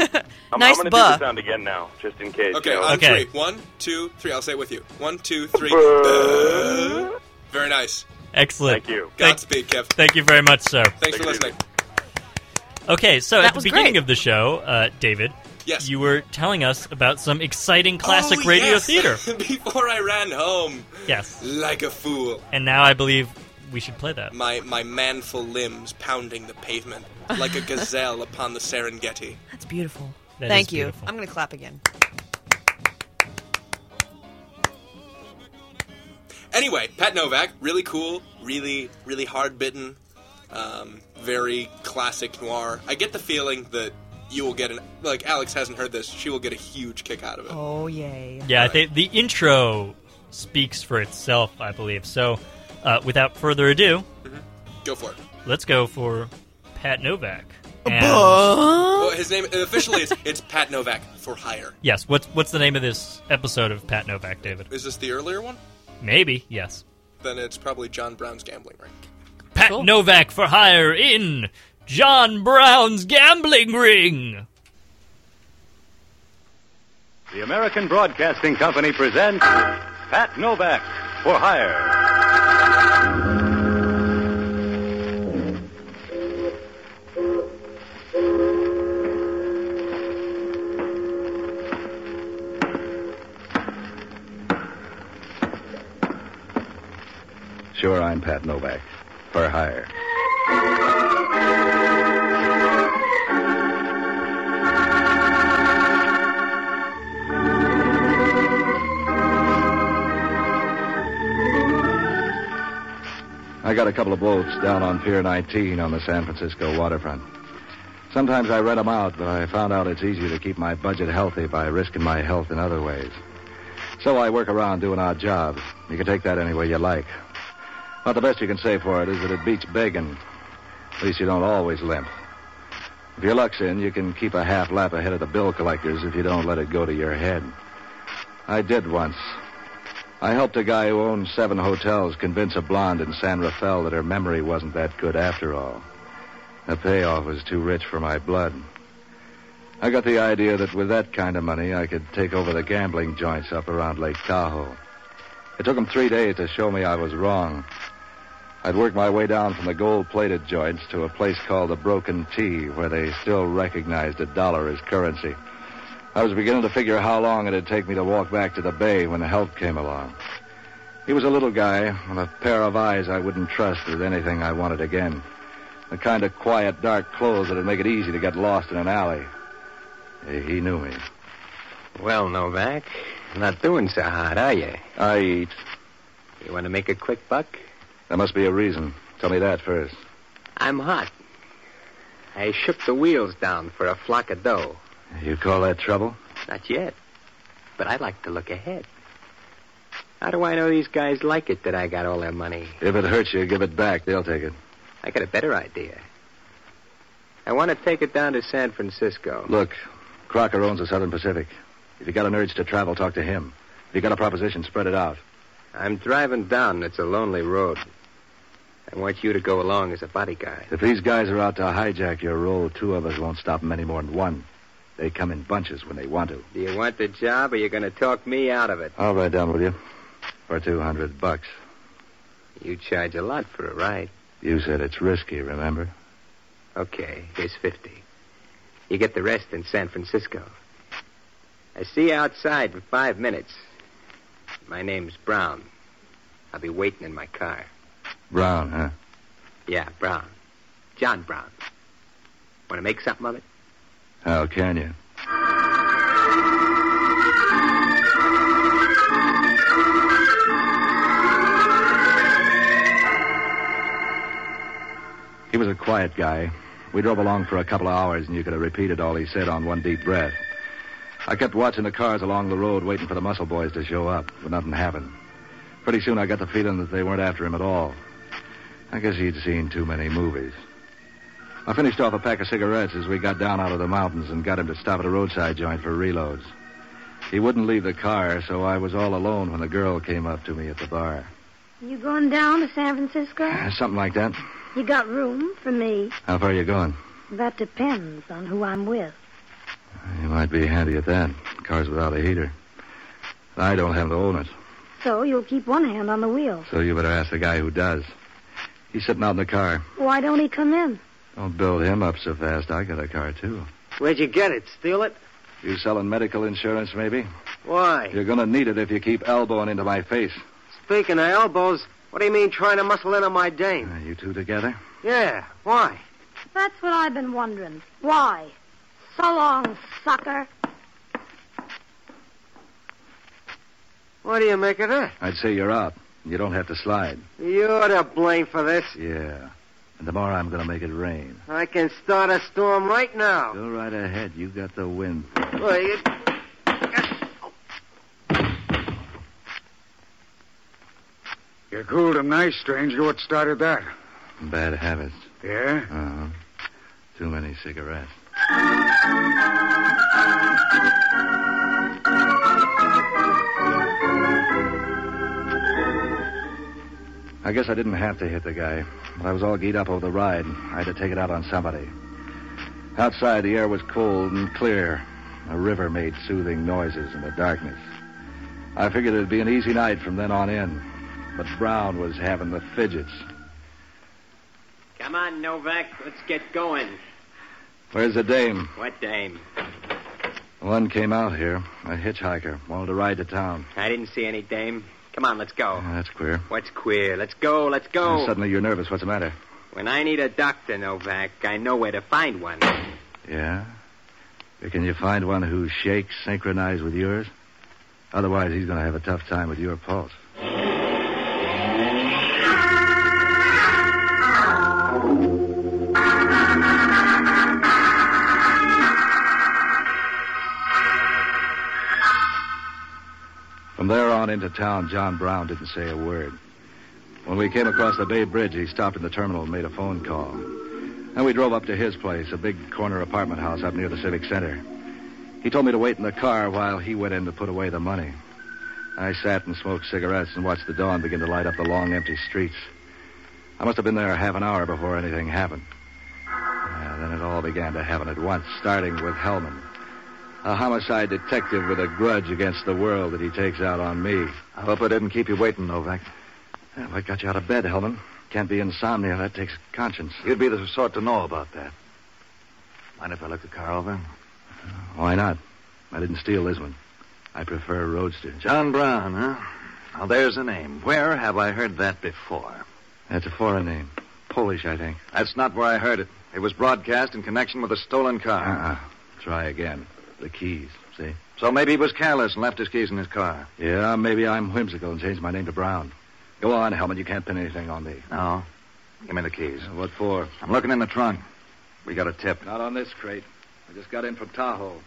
Speaker 16: I'm,
Speaker 12: Nice
Speaker 16: I'm gonna do
Speaker 12: buh.
Speaker 16: the sound again now, just in case.
Speaker 12: Okay,
Speaker 16: you know.
Speaker 12: on three. One, two, three. I'll say it with you. One, two, three. Buh. Very nice.
Speaker 2: Excellent. Thank
Speaker 16: you.
Speaker 12: Godspeed, Kev.
Speaker 2: Thank you very much, sir.
Speaker 12: Thanks for listening.
Speaker 2: Okay, so
Speaker 12: That
Speaker 2: at the
Speaker 12: was
Speaker 2: beginning
Speaker 12: great.
Speaker 2: of the show, uh, David,
Speaker 12: yes.
Speaker 2: you were telling us about some exciting classic
Speaker 12: Oh,
Speaker 2: radio
Speaker 12: yes.
Speaker 2: theater.
Speaker 12: Before I ran home.
Speaker 2: Yes.
Speaker 12: Like a fool.
Speaker 2: And now I believe we should play that.
Speaker 12: My my manful limbs pounding the pavement like a gazelle upon the Serengeti.
Speaker 1: That's beautiful.
Speaker 12: That is
Speaker 1: Thank you.
Speaker 12: beautiful.
Speaker 1: I'm going to clap again.
Speaker 12: Anyway, Pat Novak, really cool, really really hard bitten, um, very classic noir. I get the feeling that you will get an like Alex hasn't heard this. She will get a huge kick out of it.
Speaker 1: Oh yay.
Speaker 2: Yeah, I think the intro speaks for itself, I believe. So, uh, without further ado,
Speaker 12: Go for it.
Speaker 2: let's go for Pat Novak.
Speaker 12: Well, his name officially it's, it's Pat Novak for hire.
Speaker 2: Yes, what's what's the name of this episode of Pat Novak, David?
Speaker 12: Is this the earlier one?
Speaker 2: Maybe, yes.
Speaker 12: Then it's probably John Brown's gambling ring.
Speaker 2: Pat Novak for hire in John Brown's gambling ring.
Speaker 17: The American Broadcasting Company presents Pat Novak for Hire.
Speaker 18: Sure, I'm Pat Novak. For hire.
Speaker 17: I got a couple of boats down on Pier 19 on the San Francisco waterfront. Sometimes I rent them out, but I found out it's easier to keep my budget healthy by risking my health in other ways. So I work around doing odd jobs. You can take that any way you like. About the best you can say for it is that it beats begging. At least you don't always limp. If your luck's in, you can keep a half lap ahead of the bill collectors if you don't let it go to your head. I did once. I helped a guy who owned seven hotels convince a blonde in San Rafael that her memory wasn't that good after all. The payoff was too rich for my blood. I got the idea that with that kind of money, I could take over the gambling joints up around Lake Tahoe. It took 'em three days to show me I was wrong. I'd worked my way down from the gold plated joints to a place called the Broken Tea, where they still recognized a dollar as currency. I was beginning to figure how long it'd take me to walk back to the bay when the help came along. He was a little guy with a pair of eyes I wouldn't trust with anything I wanted again. The kind of quiet, dark clothes that'd make it easy to get lost in an alley. Eh, He knew me.
Speaker 19: Well, Novak, not doing so hot, are you?
Speaker 17: I eat.
Speaker 19: You want to make a quick buck?
Speaker 17: There must be a reason. Tell me that first.
Speaker 19: I'm hot. I shipped the wheels down for a flock of dough.
Speaker 17: You call that trouble?
Speaker 19: Not yet. But I like to look ahead. How do I know these guys like it that I got all their money?
Speaker 17: If it hurts you, give it back. They'll take it.
Speaker 19: I got a better idea. I want to take it down to San Francisco.
Speaker 17: Look, Crocker owns the Southern Pacific. If you got an urge to travel, talk to him. If you got a proposition, spread it out.
Speaker 19: I'm driving down. It's a lonely road. I want you to go along as a bodyguard.
Speaker 17: If these guys are out to hijack your road, two of us won't stop them any more than one. They come in bunches when they want to.
Speaker 19: Do you want the job, or you going to talk me out of it?
Speaker 17: I'll ride down with you for 200 bucks.
Speaker 19: You charge a lot for a ride.
Speaker 17: You said it's risky, remember?
Speaker 19: Okay, here's 50. You get the rest in San Francisco. I see you outside in five minutes. My name's Brown. I'll be waiting in my car.
Speaker 17: Brown, huh?
Speaker 19: Yeah, Brown. John Brown. Want to make something of it?
Speaker 17: How can you? He was a quiet guy. We drove along for a couple of hours, and you could have repeated all he said on one deep breath. I kept watching the cars along the road, waiting for the muscle boys to show up, but nothing happened. Pretty soon I got the feeling that they weren't after him at all. I guess he'd seen too many movies. I finished off a pack of cigarettes as we got down out of the mountains and got him to stop at a roadside joint for reloads. He wouldn't leave the car, so I was all alone when the girl came up to me at the bar. Uh,
Speaker 20: You going down to San Francisco?
Speaker 17: Something like that.
Speaker 20: You got room for me?
Speaker 17: How far are you going?
Speaker 20: That depends on who I'm with.
Speaker 17: You might be handy at that. Car's without a heater. I don't have the owners,
Speaker 20: So you'll keep one hand on the wheel.
Speaker 17: so you better ask the guy who does. He's sitting out in the car.
Speaker 20: Why don't he come in?
Speaker 17: Don't build him up so fast. I got a car, too.
Speaker 19: Where'd you get it? Steal it?
Speaker 17: You selling medical insurance, maybe?
Speaker 19: Why?
Speaker 17: You're going to need it if you keep elbowing into my face.
Speaker 19: Speaking of elbows, what do you mean trying to muscle in on my dame?
Speaker 17: Are you two together?
Speaker 19: Yeah, why?
Speaker 20: That's what I've been wondering. Why? So long, sucker.
Speaker 19: What do you make of that?
Speaker 17: I'd say you're out. You don't have to slide.
Speaker 19: You're to blame for this.
Speaker 17: Yeah. And tomorrow I'm going to make it rain.
Speaker 19: I can start a storm right now.
Speaker 17: Go right ahead. You got the wind.
Speaker 19: Well, you-
Speaker 21: You cooled him nice, stranger. What started that? eh?
Speaker 17: Bad habits.
Speaker 21: Yeah?
Speaker 17: Uh-huh. Too many cigarettes. I guess I didn't have to hit the guy, but I was all geared up over the ride. I had to take it out on somebody. Outside, the air was cold and clear. A river made soothing noises in the darkness. I figured it'd be an easy night from then on in, but Brown was having the fidgets.
Speaker 19: Come on, Novak. Let's get going.
Speaker 17: Where's the dame?
Speaker 19: What dame?
Speaker 17: One came out here, a hitchhiker, wanted to ride to town.
Speaker 19: I didn't see any dame. Come on, let's go.
Speaker 17: Yeah, that's queer.
Speaker 19: What's queer? Let's go, let's go.
Speaker 17: Uh-huh. And suddenly you're nervous. What's the matter?
Speaker 19: When I need a doctor, Novak, I know where to find one.
Speaker 17: Yeah? But Can you find one whose shakes synchronize with yours? Otherwise, he's going to have a tough time with your pulse. From there on into town, John Brown didn't say a word. When we came across the Bay Bridge, he stopped in the terminal and made a phone call. Then we drove up to his place, a big corner apartment house up near the Civic Center. He told me to wait in the car while he went in to put away the money. I sat and smoked cigarettes and watched the dawn begin to light up the long, empty streets. I must have been there half an hour before anything happened. And then it all began to happen at once, starting with Hellman, a homicide detective with a grudge against the world that he takes out on me. I hope I didn't keep you waiting, Novak. Yeah, What got you out of bed, Hellman? Can't be insomnia. That takes conscience. You'd be the sort to know about that.
Speaker 18: Mind if I look the car over?
Speaker 17: Uh, Why not? I didn't steal this one. I prefer a roadster.
Speaker 18: John Brown, huh? Now, there's a name. Where have I heard that before?
Speaker 17: That's a foreign name. Polish, I think.
Speaker 18: That's not where I heard it. It was broadcast in connection with a stolen car.
Speaker 17: Uh-uh. Try again. The keys, see?
Speaker 18: So maybe he was careless and left his keys in his car.
Speaker 17: Yeah, maybe I'm whimsical and change my name to Brown. Go on, Hellman. You can't pin anything on me.
Speaker 18: No. Give me the keys.
Speaker 17: What for?
Speaker 18: I'm looking in the trunk. We got a tip.
Speaker 17: Not on this crate. I just got in from Tahoe.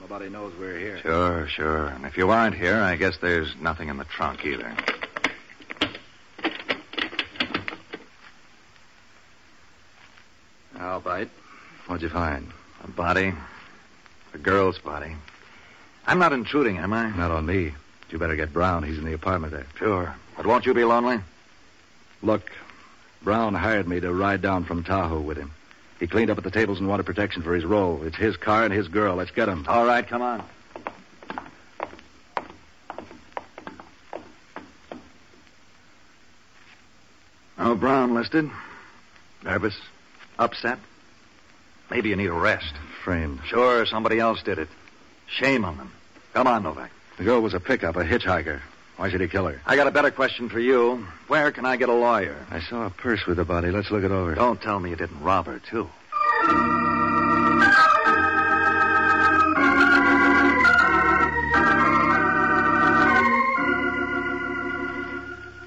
Speaker 17: Nobody knows we're here.
Speaker 22: Sure, sure. And if you aren't here, I guess there's nothing in the trunk either.
Speaker 17: I'll bite.
Speaker 22: What'd you find? A body. A girl's body. I'm not intruding, am I?
Speaker 17: Not on me. You better get Brown. He's in the apartment there.
Speaker 22: Sure. But won't you be lonely?
Speaker 17: Look, Brown hired me to ride down from Tahoe with him. He cleaned up at the tables and wanted protection for his role. It's his car and his girl. Let's get him.
Speaker 22: All right, come on. Oh, Brown listed. Nervous. Upset. Maybe you need a rest.
Speaker 17: Framed.
Speaker 22: Sure, somebody else did it. Shame on them. Come on, Novak.
Speaker 17: The girl was a pickup, a hitchhiker. Why should he kill her?
Speaker 22: I got a better question for you. Where can I get a lawyer?
Speaker 17: I saw a purse with the body. Let's look it over.
Speaker 22: Don't tell me you didn't rob her, too.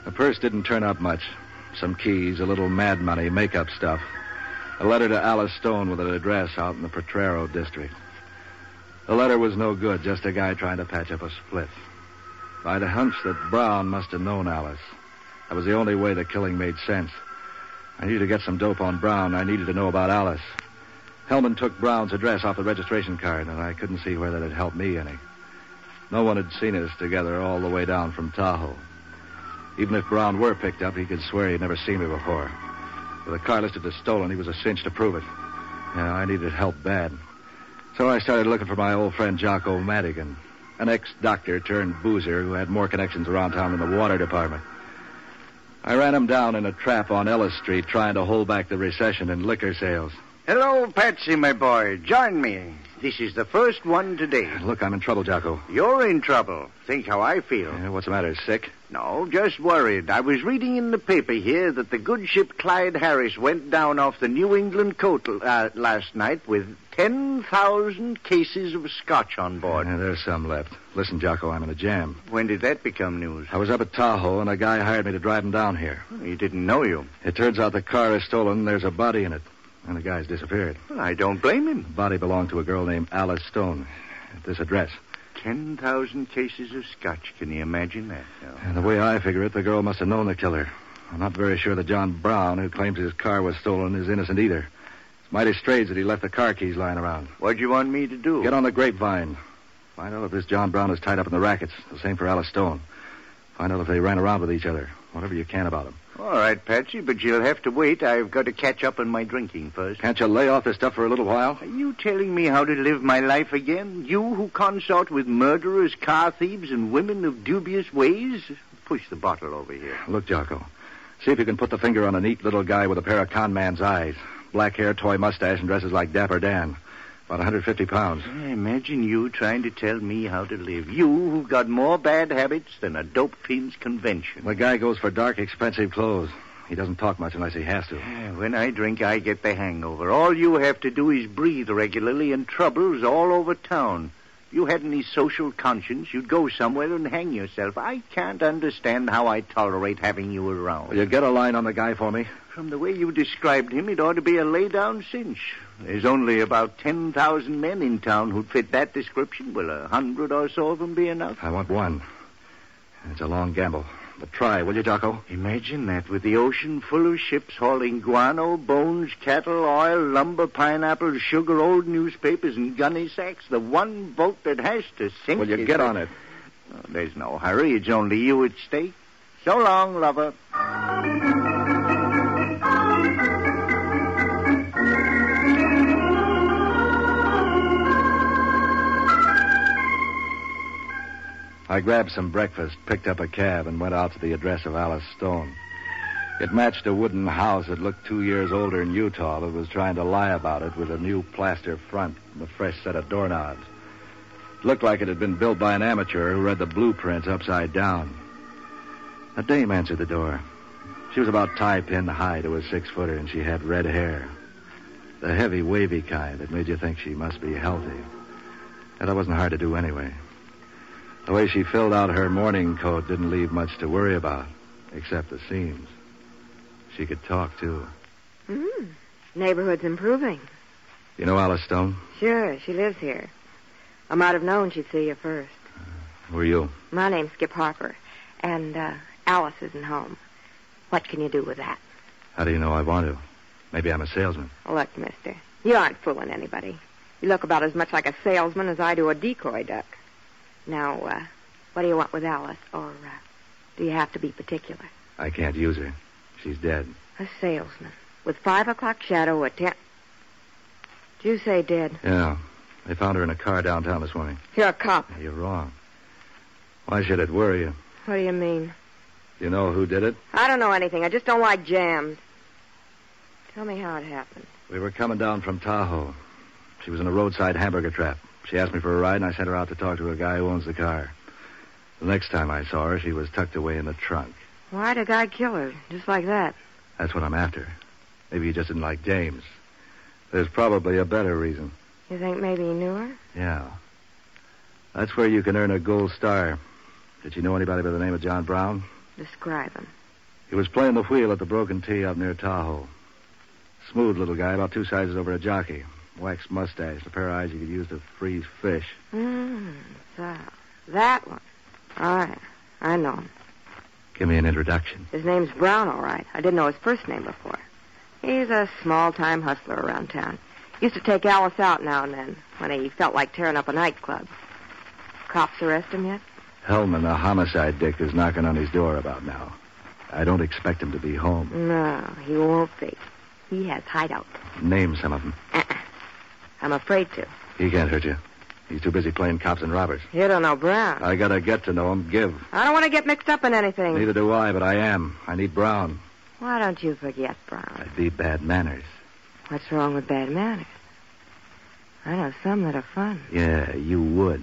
Speaker 17: The purse didn't turn up much. Some keys, a little mad money, make-up stuff. A letter to Alice Stone with an address out in the Potrero district. The letter was no good, just a guy trying to patch up a split. I had a hunch that Brown must have known Alice. That was the only way the killing made sense. I needed to get some dope on Brown. I needed to know about Alice. Hellman took Brown's address off the registration card, and I couldn't see whether that had helped me any. No one had seen us together all the way down from Tahoe. Even if Brown were picked up, he could swear he'd never seen me before. With the car listed as stolen, he was a cinch to prove it. Yeah, I needed help bad. So I started looking for my old friend Jocko Madigan, an ex doctor turned boozer who had more connections around town than the water department. I ran him down in a trap on Ellis Street trying to hold back the recession in liquor sales.
Speaker 21: Hello, Patsy, my boy. Join me. This is the first one today.
Speaker 17: Look, I'm in trouble, Jocko.
Speaker 21: You're in trouble. Think how I feel.
Speaker 17: Yeah, what's the matter? Sick?
Speaker 21: No, just worried. I was reading in the paper here that the good ship Clyde Harris went down off the New England coast uh, last night with 10,000 cases of scotch on board.
Speaker 17: Yeah, there's some left. Listen, Jocko, I'm in a jam.
Speaker 21: When did that become news?
Speaker 17: I was up at Tahoe, and a guy hired me to drive him down here.
Speaker 21: Well, he didn't know you.
Speaker 17: It turns out the car is stolen, and there's a body in it. And the guy's disappeared.
Speaker 21: Well, I don't blame him.
Speaker 17: The body belonged to a girl named Alice Stone at this address.
Speaker 21: 10,000 cases of scotch. Can you imagine that? No.
Speaker 17: And the way I figure it, the girl must have known the killer. I'm not very sure that John Brown, who claims his car was stolen, is innocent either. It's mighty strange that he left the car keys lying around.
Speaker 21: What'd you want me to do?
Speaker 17: Get on the grapevine. Find out if this John Brown is tied up in the rackets. The same for Alice Stone. Find out if they ran around with each other. Whatever you can about them.
Speaker 21: All right, Patsy, but you'll have to wait. I've got to catch up on my drinking first.
Speaker 17: Can't you lay off this stuff for a little while?
Speaker 21: Are you telling me how to live my life again? You who consort with murderers, car thieves, and women of dubious ways? Push the bottle over here.
Speaker 17: Look, Jocko. See if you can put the finger on a neat little guy with a pair of con man's eyes. Black hair, toy mustache, and dresses like Dapper Dan. About 150 pounds.
Speaker 21: I imagine you trying to tell me how to live. You who've got more bad habits than a dope fiend's convention.
Speaker 17: The guy goes for dark, expensive clothes. He doesn't talk much unless he has to.
Speaker 21: When I drink, I get the hangover. All you have to do is breathe regularly, and trouble's all over town. You had any social conscience, you'd go somewhere and hang yourself. I can't understand how I tolerate having you around.
Speaker 17: Will you get a line on the guy for me?
Speaker 21: From the way you described him, it ought to be a lay down cinch. There's only about 10,000 men in town who'd fit that description. Will a hundred or so of them be enough?
Speaker 17: I want one. It's a long gamble. But try, will you, Jocko?
Speaker 21: Imagine that, with the ocean full of ships hauling guano, bones, cattle, oil, lumber, pineapples, sugar, old newspapers, and gunny sacks. The one boat that has to sink.
Speaker 17: Will you get on it?
Speaker 21: Oh, there's no hurry. It's only you at stake. So long, lover.
Speaker 17: I grabbed some breakfast, picked up a cab, and went out to the address of Alice Stone. It matched a wooden house that looked two years older in Utah that was trying to lie about it with a new plaster front and a fresh set of doorknobs. It looked like it had been built by an amateur who read the blueprints upside down. A dame answered the door. She was about tie pin high to a six footer, and she had red hair. The heavy, wavy kind that made you think she must be healthy. And that wasn't hard to do anyway. The way she filled out her morning coat didn't leave much to worry about, except the seams. She could talk, too.
Speaker 7: Mm. Neighborhood's improving.
Speaker 17: You know Alice Stone?
Speaker 7: Sure, she lives here. I might have known she'd see you first.
Speaker 17: Who are you?
Speaker 7: My name's Skip Harper, and uh, Alice isn't home. What can you do with that?
Speaker 17: How do you know I want to? Maybe I'm a salesman.
Speaker 7: Look, mister, you aren't fooling anybody. You look about as much like a salesman as I do a decoy duck. Now, uh, what do you want with Alice, or uh, do you have to be particular?
Speaker 17: I can't use her. She's dead.
Speaker 7: A salesman. With five o'clock shadow, a ten. Did you say dead?
Speaker 17: Yeah. They found her in a car downtown this morning.
Speaker 7: You're a cop.
Speaker 17: You're wrong. Why should it worry you?
Speaker 7: What do you mean?
Speaker 17: Do you know who did it?
Speaker 7: I don't know anything. I just don't like jams. Tell me how it happened.
Speaker 17: We were coming down from Tahoe. She was in a roadside hamburger trap. She asked me for a ride, and I sent her out to talk to a guy who owns the car. The next time I saw her, she was tucked away in the trunk.
Speaker 7: Why'd a guy kill her? Just like that.
Speaker 17: That's what I'm after. Maybe you just didn't like James. There's probably a better reason.
Speaker 7: You think maybe he knew her?
Speaker 17: Yeah. That's where you can earn a gold star. Did you know anybody by the name of John Brown?
Speaker 7: Describe him.
Speaker 17: He was playing the wheel at the Broken Tee out near Tahoe. Smooth little guy, about two sizes over a jockey. Waxed mustache, a pair of eyes you could use to freeze fish.
Speaker 7: Mm, so, that one. All right. I know him.
Speaker 17: Give me an introduction.
Speaker 7: His name's Brown, all right. I didn't know his first name before. He's a small-time hustler around town. Used to take Alice out now and then when he felt like tearing up a nightclub. Cops arrest him yet?
Speaker 17: Hellman, a homicide dick, is knocking on his door about now. I don't expect him to be home.
Speaker 7: No, he won't be. He has hideout.
Speaker 17: Name some of them.
Speaker 7: I'm afraid to.
Speaker 17: He can't hurt you. He's too busy playing cops and robbers.
Speaker 7: You don't know Brown.
Speaker 17: I gotta get to know him. Give.
Speaker 7: I don't want to get mixed up in anything.
Speaker 17: Neither do I, but I am. I need Brown.
Speaker 7: Why don't you forget Brown?
Speaker 17: I'd be bad manners.
Speaker 7: What's wrong with bad manners? I know some that are fun.
Speaker 17: Yeah, you would.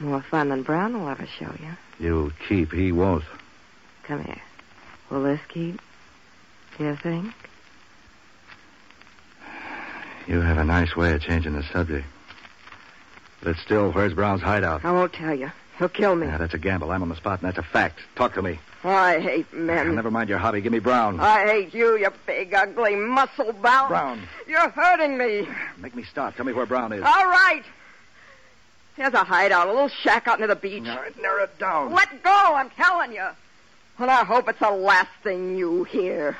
Speaker 7: More fun than Brown will ever show you.
Speaker 17: You'll keep. He won't.
Speaker 7: Come here. Will this keep? Do you think?
Speaker 17: You have a nice way of changing the subject. But still, where's Brown's hideout?
Speaker 7: I won't tell you. He'll kill me. Oh,
Speaker 17: Yeah, that's a gamble. I'm on the spot, and that's a fact. Talk to me.
Speaker 7: I hate men. Oh.
Speaker 17: Never mind your hobby. Give me Brown.
Speaker 7: I hate you, you big, ugly, muscle-bound.
Speaker 17: Brown.
Speaker 7: You're hurting me.
Speaker 17: Make me stop. Tell me where Brown is.
Speaker 7: All right. There's a hideout, a little shack out near the beach.
Speaker 17: Narrow it, narrow it down.
Speaker 7: Let go, I'm telling you. Well, I hope it's the last thing you hear.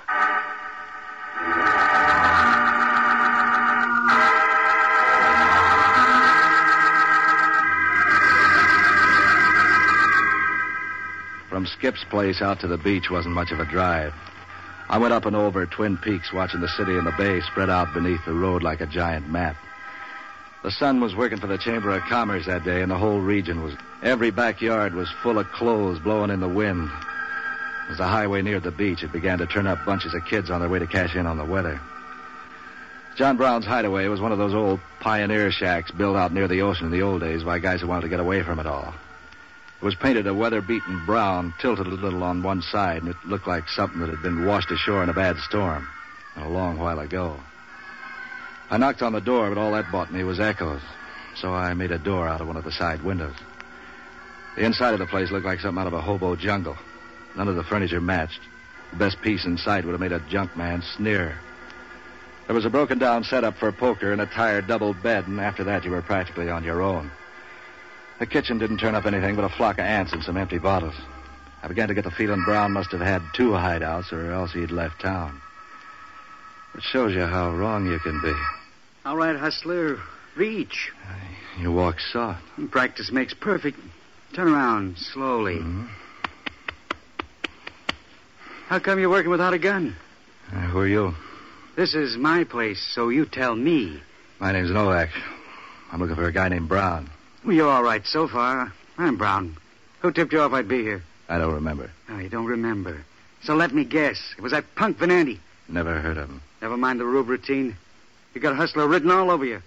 Speaker 17: From Skip's place out to the beach wasn't much of a drive. I went up and over Twin Peaks, watching the city and the bay spread out beneath the road like a giant map. The sun was working for the Chamber of Commerce that day, and the whole region was. Every backyard was full of clothes blowing in the wind. As the highway neared the beach, it began to turn up bunches of kids on their way to cash in on the weather. John Brown's hideaway was one of those old pioneer shacks built out near the ocean in the old days by guys who wanted to get away from it all. It was painted a weather beaten brown, tilted a little on one side, and it looked like something that had been washed ashore in a bad storm and a long while ago. I knocked on the door, but all that bought me was echoes. So I made a door out of one of the side windows. The inside of the place looked like something out of a hobo jungle. None of the furniture matched. The best piece in sight would have made a junk man sneer. There was a broken down setup for poker and a tired double bed, and after that you were practically on your own. The kitchen didn't turn up anything but a flock of ants and some empty bottles. I began to get the feeling Brown must have had two hideouts or else he'd left town. It shows you how wrong you can be.
Speaker 23: All right, hustler. Reach.
Speaker 17: You walk soft.
Speaker 23: Practice makes perfect. Turn around slowly.
Speaker 21: Mm-hmm.
Speaker 23: How come you're working without a gun?
Speaker 17: Uh, who are you?
Speaker 23: This is my place, so you tell me.
Speaker 17: My name's Novak. I'm looking for a guy named Brown.
Speaker 23: Well, you're all right so far. I'm Brown. Who tipped you off I'd be here?
Speaker 17: I don't remember.
Speaker 23: Oh, you don't remember. So let me guess. It was that punk Venanti.
Speaker 17: Never heard of him.
Speaker 23: Never mind the rube routine. You got hustler written all over you.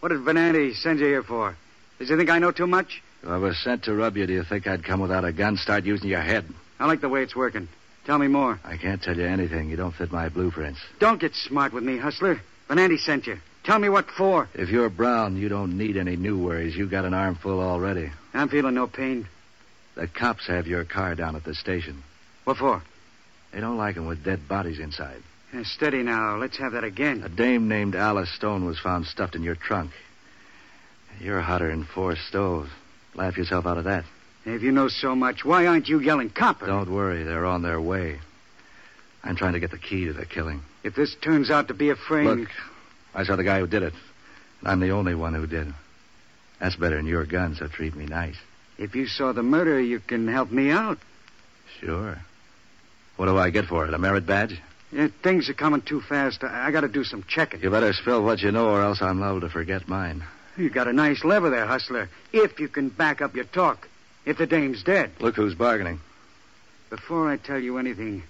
Speaker 23: What did Venanti send you here for? Did you think I know too much?
Speaker 17: If I was sent to rub you, do you think I'd come without a gun? Start using your head.
Speaker 23: I like the way it's working. Tell me more.
Speaker 17: I can't tell you anything. You don't fit my blueprints.
Speaker 23: Don't get smart with me, hustler. Venanti sent you. Tell me what for.
Speaker 17: If you're Brown, you don't need any new worries. You got an armful already.
Speaker 23: I'm feeling no pain.
Speaker 17: The cops have your car down at the station.
Speaker 23: What for?
Speaker 17: They don't like 'em with dead bodies inside.
Speaker 23: Uh, steady now. Let's have that again.
Speaker 17: A dame named Alice Stone was found stuffed in your trunk. You're hotter'n four stoves. Laugh yourself out of that.
Speaker 23: If you know so much, why aren't you yelling copper?
Speaker 17: Don't worry, they're on their way. I'm trying to get the key to the killing.
Speaker 23: If this turns out to be a frame.
Speaker 17: Look, I saw the guy who did it. and I'm the only one who did. That's better than your gun, so treat me nice.
Speaker 23: If you saw the murder, you can help me out.
Speaker 17: Sure. What do I get for it? A merit badge?
Speaker 23: Yeah, things are coming too fast. I, I got to do some checking.
Speaker 17: You better spill what you know, or else I'm liable to forget mine.
Speaker 23: You got a nice lever there, hustler. If you can back up your talk. If the dame's dead.
Speaker 17: Look who's bargaining.
Speaker 23: Before I tell you anything,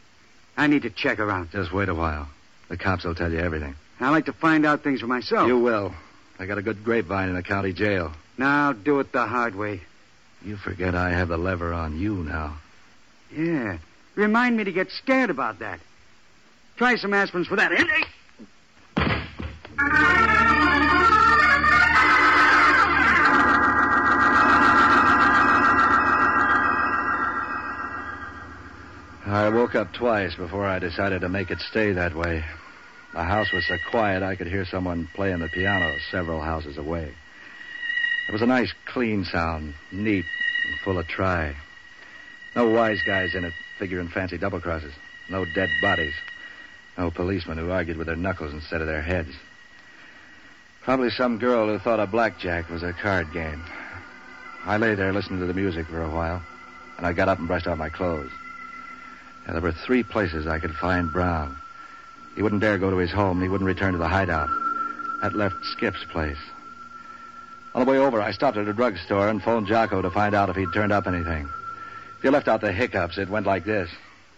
Speaker 23: I need to check her out.
Speaker 17: Just wait a while. The cops will tell you everything.
Speaker 23: I like to find out things for myself.
Speaker 17: You will. I got a good grapevine in the county jail.
Speaker 23: Now do it the hard way.
Speaker 17: You forget I have the lever on you now.
Speaker 23: Yeah. Remind me to get scared about that. Try some aspirins for that.
Speaker 17: I woke up twice before I decided to make it stay that way. The house was so quiet I could hear someone playing the piano several houses away. It was a nice, clean sound, neat and full of try. No wise guys in it figuring fancy double crosses. No dead bodies. No policemen who argued with their knuckles instead of their heads. Probably some girl who thought a blackjack was a card game. I lay there listening to the music for a while, and I got up and brushed off my clothes. Now, there were three places I could find Brown. He wouldn't dare go to his home, and he wouldn't return to the hideout. That left Skip's place. On the way over, I stopped at a drugstore and phoned Jocko to find out if he'd turned up anything. If you left out the hiccups, it went like this.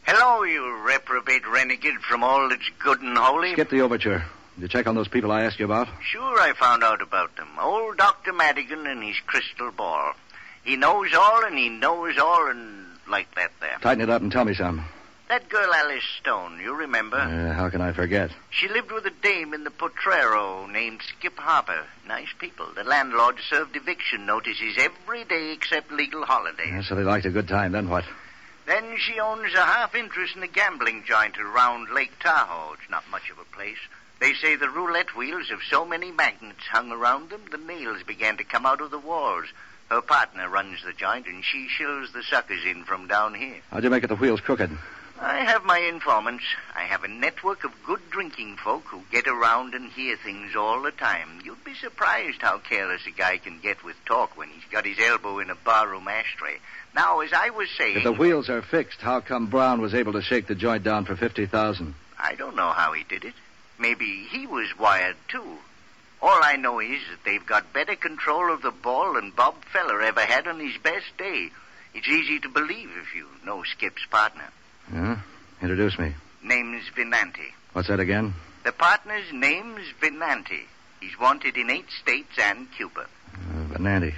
Speaker 21: Hello, you reprobate renegade from all that's good and holy.
Speaker 17: Skip the overture. Did you check on those people I asked you about?
Speaker 21: Sure, I found out about them. Old Dr. Madigan and his crystal ball. He knows all and he knows all and like that there.
Speaker 17: Tighten it up and tell me some.
Speaker 21: That girl Alice Stone, you remember?
Speaker 17: Uh, how can I forget?
Speaker 21: She lived with a dame in the Potrero named Skip Harper. Nice people. The landlord served eviction notices every day except legal holidays.
Speaker 17: Yeah, so they liked a good time, then what?
Speaker 21: Then she owns a half interest in a gambling joint around Lake Tahoe. It's not much of a place. They say the roulette wheels have so many magnets hung around them, the nails began to come out of the walls. Her partner runs the joint, and she shills the suckers in from down here.
Speaker 17: How'd you make it the wheels crooked?
Speaker 21: I have my informants. I have a network of good drinking folk who get around and hear things all the time. You'd be surprised how careless a guy can get with talk when he's got his elbow in a barroom ashtray. Now, as I was saying,
Speaker 17: If the wheels are fixed, how come Brown was able to shake the joint down for 50000
Speaker 21: I don't know how he did it. Maybe he was wired too. All I know is that they've got better control of the ball than Bob Feller ever had on his best day. It's easy to believe if you know Skip's partner.
Speaker 17: Yeah? Introduce me.
Speaker 21: Name's Vinanti.
Speaker 17: What's that again?
Speaker 21: The partner's name's Vinanti. He's wanted in eight states and Cuba.
Speaker 17: Uh, Vananti.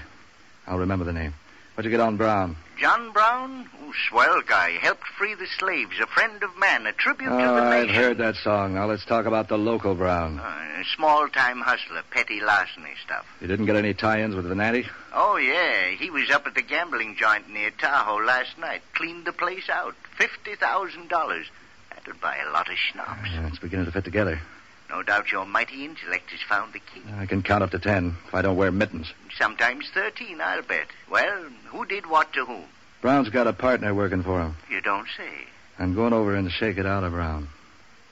Speaker 17: I'll remember the name. What'd you get on Brown?
Speaker 21: John Brown, ooh, swell guy, helped free the slaves, a friend of man, a tribute
Speaker 17: Oh,
Speaker 21: to the
Speaker 17: I've
Speaker 21: nation.
Speaker 17: heard that song. Now let's talk about the local Brown.
Speaker 21: Uh, small-time hustler, petty larceny stuff.
Speaker 17: You didn't get any tie-ins with Vananti?
Speaker 21: Oh, yeah, he was up at the gambling joint near Tahoe last night. Cleaned the place out. $50,000. That'd buy a lot of schnapps.
Speaker 17: Yeah, it's beginning to fit together.
Speaker 21: No doubt your mighty intellect has found the key.
Speaker 17: I can count up to ten if I don't wear mittens.
Speaker 21: Sometimes 13, I'll bet. Well, who did what to whom?
Speaker 17: Brown's got a partner working for him.
Speaker 21: You don't say.
Speaker 17: I'm going over and shake it out of Brown.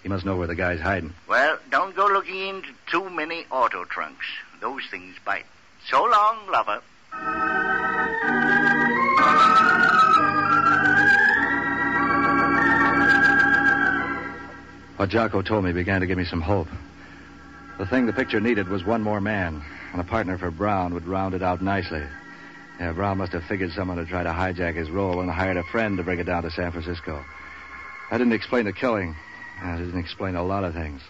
Speaker 17: He must know where the guy's hiding.
Speaker 21: Well, don't go looking into too many auto trunks. Those things bite. So long, lover.
Speaker 17: What Jocko told me began to give me some hope. The thing the picture needed was one more man, and a partner for Brown would round it out nicely. Yeah, Brown must have figured someone to try to hijack his role and hired a friend to bring it down to San Francisco. That didn't explain the killing. That didn't explain a lot of things.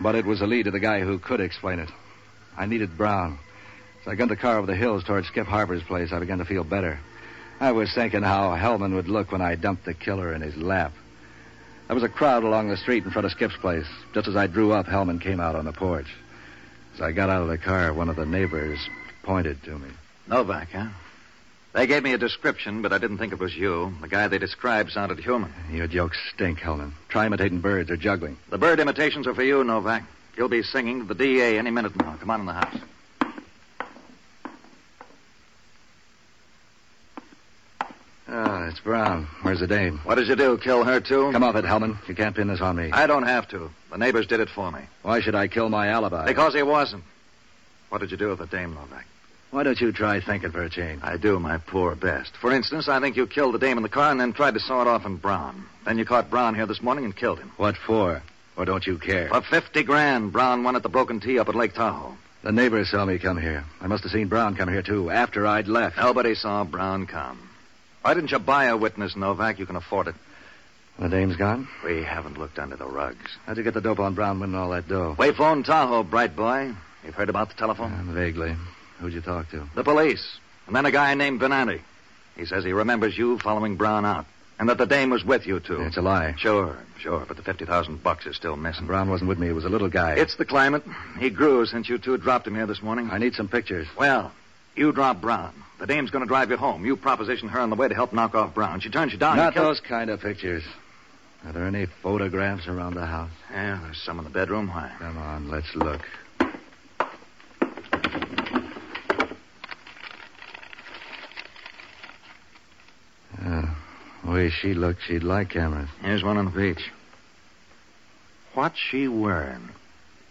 Speaker 17: But it was a lead to the guy who could explain it. I needed Brown. So I gunned the car over the hills toward Skip Harper's place. I began to feel better. I was thinking how Hellman would look when I dumped the killer in his lap. There was a crowd along the street in front of Skip's place. Just as I drew up, Hellman came out on the porch. As I got out of the car, one of the neighbors pointed to me.
Speaker 6: Novak, huh? They gave me a description, but I didn't think it was you. The guy they described sounded human.
Speaker 17: Your jokes stink, Hellman. Try imitating birds or juggling.
Speaker 6: The bird imitations are for you, Novak. You'll be singing to the DA any minute now. Come on in the house.
Speaker 17: Ah, it's Brown. Where's the dame? What did you do? Kill her, too? Come off it, Hellman. You can't pin this on me.
Speaker 18: I don't have to. The neighbors did it for me.
Speaker 17: Why should I kill my alibi?
Speaker 18: Because he wasn't. What did you do with the dame, Novak?
Speaker 17: Why don't you try thinking for a change?
Speaker 18: I do my poor best. For instance, I think you killed the dame in the car and then tried to saw it off on Brown. Then you caught Brown here this morning and killed him.
Speaker 17: What for? Or don't you care?
Speaker 18: For 50 grand, Brown won at the broken tee up at Lake Tahoe.
Speaker 17: The neighbors saw me come here. I must have seen Brown come here, too, after I'd left.
Speaker 18: Nobody saw Brown come. Why didn't you buy a witness, Novak? You can afford it.
Speaker 17: The dame's gone?
Speaker 18: We haven't looked under the rugs.
Speaker 17: How'd you get the dope on Brown winning all that dough?
Speaker 18: Way phone Tahoe, bright boy. You've heard about the telephone?
Speaker 17: Um, vaguely. Who'd you talk to?
Speaker 18: The police. And then a guy named Benanti. He says he remembers you following Brown out. And that the dame was with you, too.
Speaker 17: It's a lie.
Speaker 18: Sure, sure. But the 50000 bucks is still missing.
Speaker 17: Brown wasn't with me. He was a little guy.
Speaker 18: It's the climate. He grew since you two dropped him here this morning.
Speaker 17: I need some pictures.
Speaker 18: Well, you drop Brown. The dame's going to drive you home. You proposition her on the way to help knock off Brown. She turns you down.
Speaker 17: Not
Speaker 18: you
Speaker 17: those kind of pictures. Are there any photographs around the house?
Speaker 18: Yeah, there's some in the bedroom. Why?
Speaker 17: Come on, let's look. Uh, the way she looked, she'd like cameras.
Speaker 18: Here's one on the beach. What's she wearing?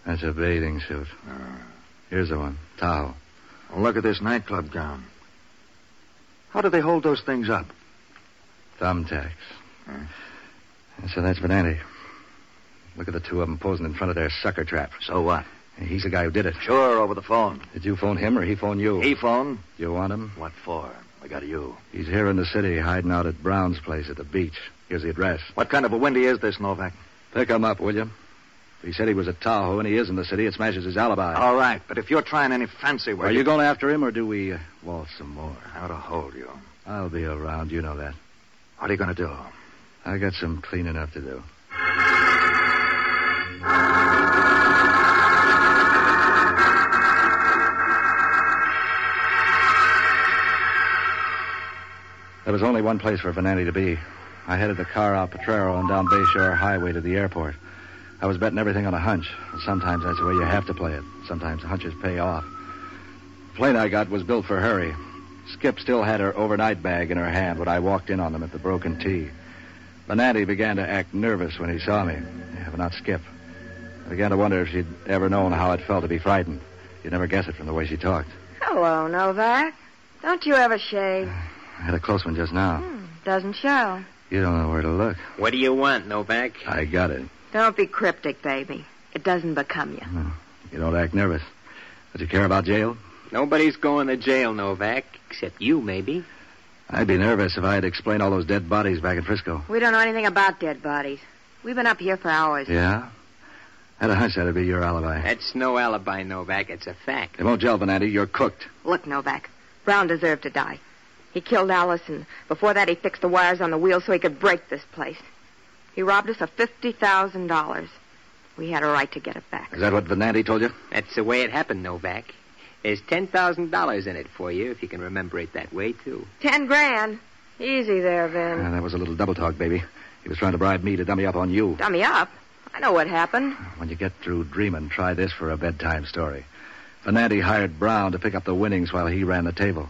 Speaker 17: That's a bathing suit. Uh, Here's the one, Tahoe.
Speaker 18: Well, look at this nightclub gown. How do they hold those things up? Hmm.
Speaker 17: Thumbtacks. Uh. And so that's Benanti. Look at the two of them posing in front of their sucker trap.
Speaker 18: So what?
Speaker 17: He's the guy who did it.
Speaker 18: Sure, over the phone.
Speaker 17: Did you phone him or he phone you?
Speaker 18: He phoned.
Speaker 17: You want him?
Speaker 18: What for? I got you.
Speaker 17: He's here in the city, hiding out at Brown's place at the beach. Here's the address.
Speaker 18: What kind of a windy is this, Novak?
Speaker 17: Pick him up, will you? He said he was at Tahoe, and he is in the city. It smashes his alibi.
Speaker 18: All right, but if you're trying any fancy work...
Speaker 17: Are you, you going after him, or do we uh, waltz some more?
Speaker 18: How to hold you.
Speaker 17: I'll be around. You know that.
Speaker 18: What are you going to do?
Speaker 17: I got some cleaning up to do. There was only one place for Vananti to be. I headed the car out Potrero and down Bayshore Highway to the airport. I was betting everything on a hunch. Sometimes that's the way you have to play it. Sometimes hunches pay off. The plane I got was built for hurry. Skip still had her overnight bag in her hand when I walked in on them at the broken tee. Vananti began to act nervous when he saw me, yeah, but not Skip. I began to wonder if she'd ever known how it felt to be frightened. You'd never guess it from the way she talked.
Speaker 7: Hello, Novak. Don't you ever shave?
Speaker 17: I had a close one just now.
Speaker 7: Hmm, doesn't show.
Speaker 17: You don't know where to look.
Speaker 19: What do you want, Novak?
Speaker 17: I got it.
Speaker 7: Don't be cryptic, baby. It doesn't become you.
Speaker 17: No, you don't act nervous. But you care about jail?
Speaker 19: Nobody's going to jail, Novak, except you, maybe.
Speaker 17: I'd be nervous if I had to explain all those dead bodies back in Frisco.
Speaker 7: We don't know anything about dead bodies. We've been up here for hours.
Speaker 17: Yeah? I had a hunch that'd be your alibi.
Speaker 19: That's no alibi, Novak. It's a fact.
Speaker 17: It won't gel, Benanti. You're cooked.
Speaker 7: Look, Novak. Brown deserved to die. He killed Allison. Before that, he fixed the wires on the wheel so he could break this place. He robbed us of $50,000. We had a right to get it back.
Speaker 17: Is that what Venanti told you?
Speaker 19: That's the way it happened, Novak. There's $10,000 in it for you, if you can remember it that way, too.
Speaker 7: Ten grand? Easy there, Vin.
Speaker 17: Uh, that was a little double talk, baby. He was trying to bribe me to dummy up on you.
Speaker 7: Dummy up? I know what happened.
Speaker 17: When you get through dreaming, try this for a bedtime story. Venanti hired Brown to pick up the winnings while he ran the table.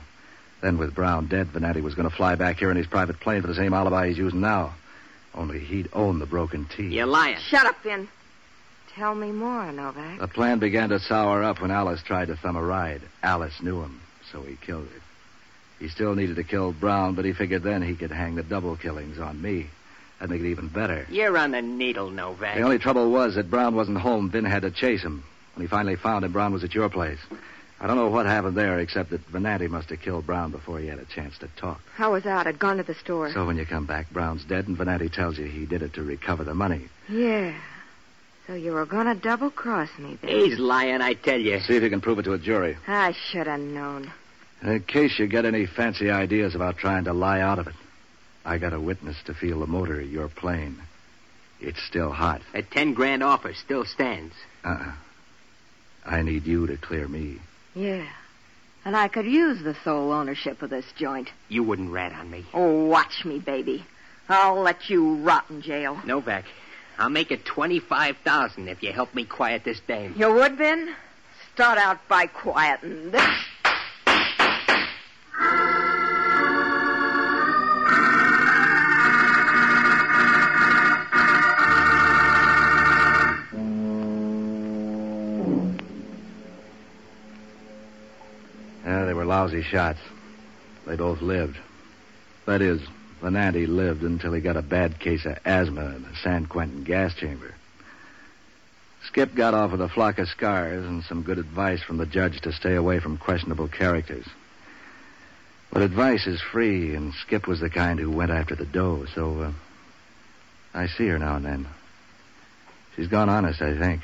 Speaker 17: Then, with Brown dead, Venanti was going to fly back here in his private plane for the same alibi he's using now. Only he'd own the broken teeth.
Speaker 19: You're lying.
Speaker 7: Shut up, Finn. Tell me more, Novak.
Speaker 17: The plan began to sour up when Alice tried to thumb a ride. Alice knew him, so he killed her. He still needed to kill Brown, but he figured then he could hang the double killings on me. That'd make it even better.
Speaker 19: You're on the needle, Novak.
Speaker 17: The only trouble was that Brown wasn't home. Vin had to chase him. When he finally found him, Brown was at your place. I don't know what happened there, except that Venanti must have killed Brown before he had a chance to talk.
Speaker 7: How was that? I'd gone to the store.
Speaker 17: So when you come back, Brown's dead, and Venanti tells you he did it to recover the money.
Speaker 7: Yeah. So you were going to double cross me, then?
Speaker 19: He's lying, I tell you.
Speaker 17: See if you can prove it to a jury.
Speaker 7: I should have known.
Speaker 17: In case you get any fancy ideas about trying to lie out of it, I got a witness to feel the motor of your plane. It's still hot.
Speaker 19: A ten grand offer still stands.
Speaker 17: uh uh-uh. I need you to clear me.
Speaker 7: Yeah. And I could use the sole ownership of this joint.
Speaker 19: You wouldn't rat on me.
Speaker 7: Oh, watch me, baby. I'll let you rot in jail.
Speaker 19: Novak, I'll make it 25000 if you help me quiet this dame.
Speaker 7: You would, Ben? Start out by quieting this.
Speaker 17: Yeah, they were lousy shots. They both lived. That is, Vananti lived until he got a bad case of asthma in the San Quentin gas chamber. Skip got off with a flock of scars and some good advice from the judge to stay away from questionable characters. But advice is free, and Skip was the kind who went after the dough, so uh, I see her now and then. She's gone honest, I think.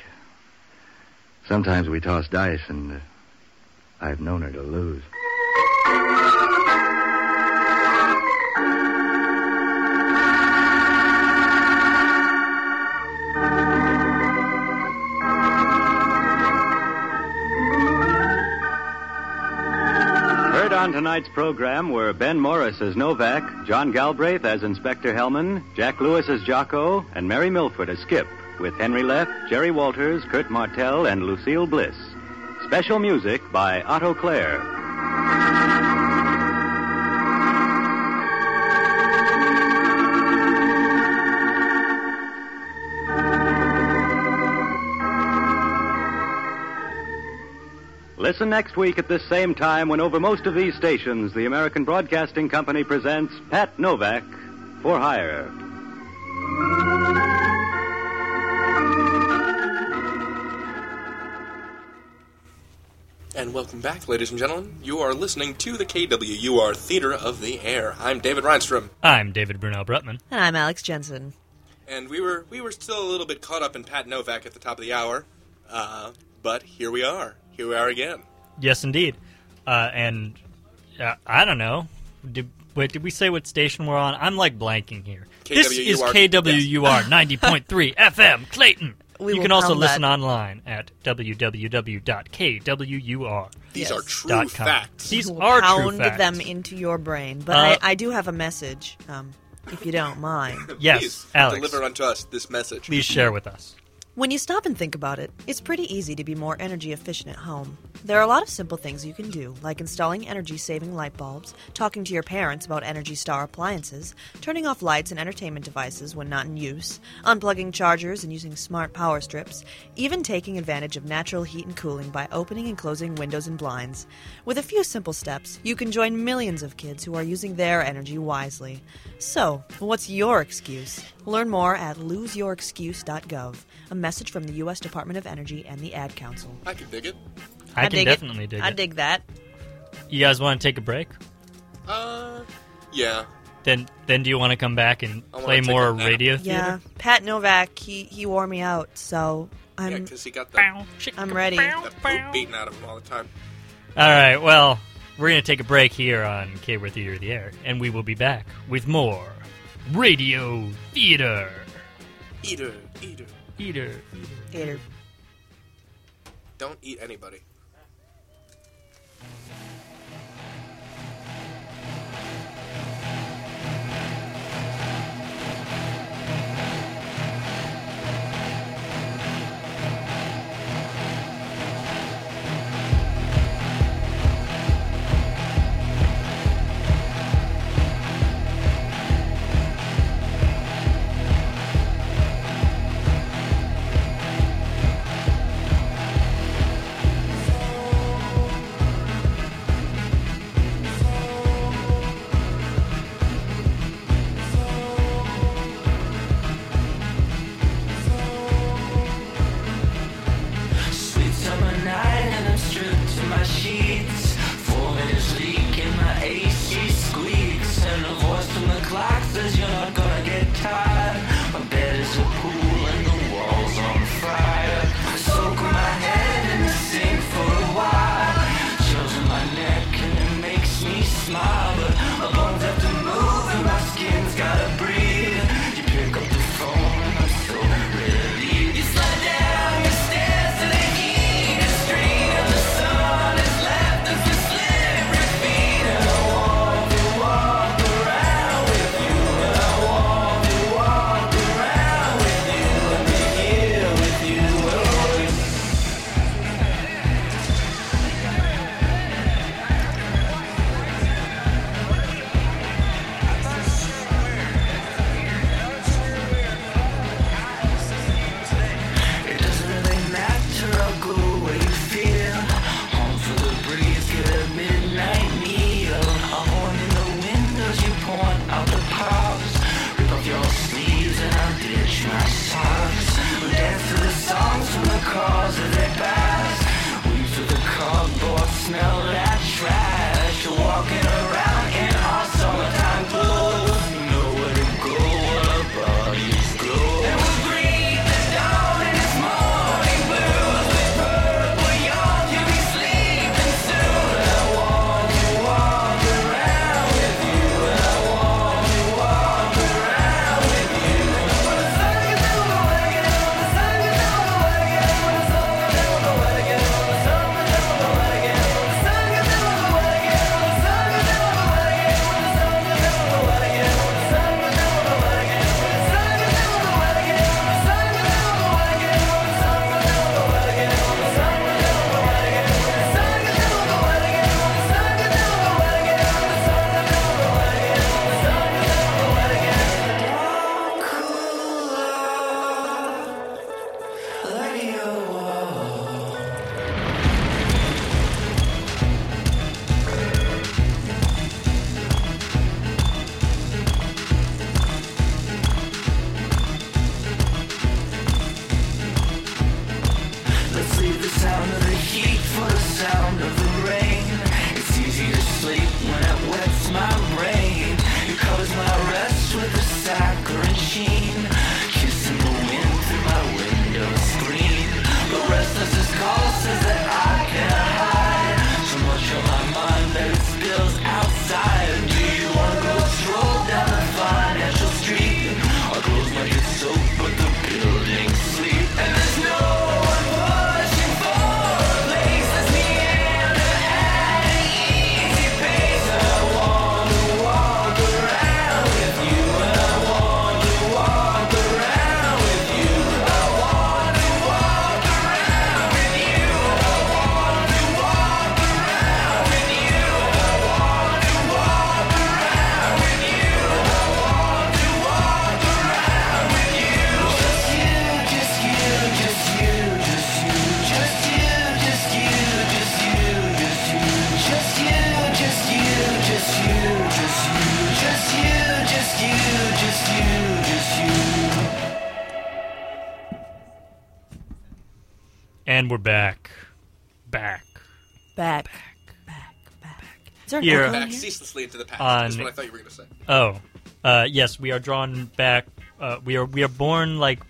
Speaker 17: Sometimes we toss dice, and uh, I've known her to lose.
Speaker 6: Heard on tonight's program were Ben Morris as Novak, John Galbraith as Inspector Hellman, Jack Lewis as Jocko, and Mary Milford as Skip, with Henry Leff, Jerry Walters, Kurt Martell, and Lucille Bliss. Special music by Otto Clare. Listen next week at this same time when, over most of these stations, the American Broadcasting Company presents Pat Novak for Hire.
Speaker 12: And welcome back, ladies and gentlemen. You are listening to the KWUR Theater of the Air. I'm David Reinstrom.
Speaker 2: I'm David Brunel Brutman.
Speaker 1: And I'm Alex Jensen.
Speaker 12: And we were we were still a little bit caught up in Pat Novak at the top of the hour, uh, but here we are. Here we are again.
Speaker 2: Yes, indeed. Uh, and uh, I don't know. Did, wait, did we say what station we're on? I'm like blanking here. This is
Speaker 12: KWUR.
Speaker 2: KWUR
Speaker 12: Yes.
Speaker 2: 90.3 FM, Clayton.
Speaker 12: We
Speaker 2: you
Speaker 12: will
Speaker 2: can also
Speaker 12: pound
Speaker 2: listen
Speaker 12: that.
Speaker 2: online at www.kwur.
Speaker 12: These are true
Speaker 2: dot com.
Speaker 12: facts.
Speaker 2: These
Speaker 1: You will
Speaker 2: are
Speaker 1: pound
Speaker 2: true facts.
Speaker 1: them into your brain. But
Speaker 2: Uh,
Speaker 1: I, I do have a message, um, if you don't mind.
Speaker 2: Yes, Alex.
Speaker 12: Deliver unto us this message.
Speaker 2: Please share with us.
Speaker 1: When you stop and think about it, it's pretty easy to be more energy efficient at home. There are a lot of simple things you can do, like installing energy saving light bulbs, talking to your parents about Energy Star appliances, turning off lights and entertainment devices when not in use, unplugging chargers and using smart power strips, even taking advantage of natural heat and cooling by opening and closing windows and blinds. With a few simple steps, you can join millions of kids who are using their energy wisely. So, what's your excuse? Learn more at loseyourexcuse.gov. A message from the U.S. Department of Energy and the Ad Council.
Speaker 12: I can dig it.
Speaker 2: I, can definitely dig
Speaker 1: I
Speaker 2: it.
Speaker 1: dig that.
Speaker 2: You guys want to take a break?
Speaker 12: Uh, yeah.
Speaker 2: Then, then do you want to come back and
Speaker 12: I wanna
Speaker 2: play
Speaker 12: take
Speaker 2: more
Speaker 12: a nap.
Speaker 2: radio theater?
Speaker 1: Yeah, Pat Novak, he he wore me out, so I'm
Speaker 12: Yeah, because he got the
Speaker 1: I'm ready.
Speaker 12: the poop beaten out of him all the time.
Speaker 2: All right, well, we're going to take a break here on K-Word Theater of the Air, and we will be back with more radio theater.
Speaker 12: Eater, eater,
Speaker 2: eater,
Speaker 1: eater.
Speaker 12: Don't eat anybody.
Speaker 15: Thank smell that trash. Walking around in our summertime clothes. Nowhere to go where our bodies go. And we breathe the dawn in this morning world. With purple yarn, you'll be sleeping soon. And I walk and walk around with you. And I walk and walk around with you. When the sun gets down, I'm waking up. When the sun gets down, I'm waking up. When the sun gets down, I'm waking up. When the sun gets down, I'm waking up. Let's leave the sound of the heat for the sound of the rain. It's easy to sleep when it wets my brain. It covers my rest with a saccharine sheen. Kissing the wind through my window screen. But restlessness calls says that I cannot hide. So much on my mind that it spills outside. Do you wanna go stroll down the financial street? Our clothes might get soaked, but the building sleep. And there's no one pushing for a place that's meander at an easy pace. And I want to walk around with you. And I want to walk around with you. I want to walk around with you. I want to walk around with you. I want to walk around with you. I want to walk around with you. Just you, just you, just you, just you, just you, just you, just you, just you, just you, just you, just you, just you, just you, just you, just you, just you.
Speaker 2: And we're back. Back.
Speaker 1: Back. Is there an
Speaker 2: Here-
Speaker 1: echo in
Speaker 12: Back
Speaker 1: here?
Speaker 12: ceaselessly into the past.
Speaker 2: on-
Speaker 12: That's what I thought you were going to say.
Speaker 2: Oh, uh, yes, we are drawn back. Uh, we are we are born like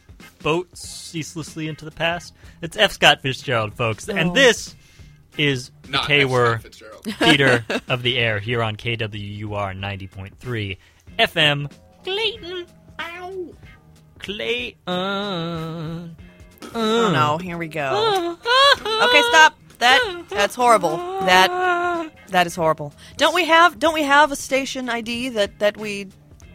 Speaker 2: boats ceaselessly into the past. It's F. Scott Fitzgerald, folks,
Speaker 10: No.
Speaker 2: and this is the
Speaker 10: Not F.
Speaker 2: K
Speaker 10: Scott
Speaker 2: Word
Speaker 10: Fitzgerald.
Speaker 2: Theater of the Air here on KWUR ninety point three FM Clayton. Ow. Clay. Uh,
Speaker 1: Oh no, here we go. okay, stop. That that's horrible. That that is horrible. Don't we have don't we have a station ID that that we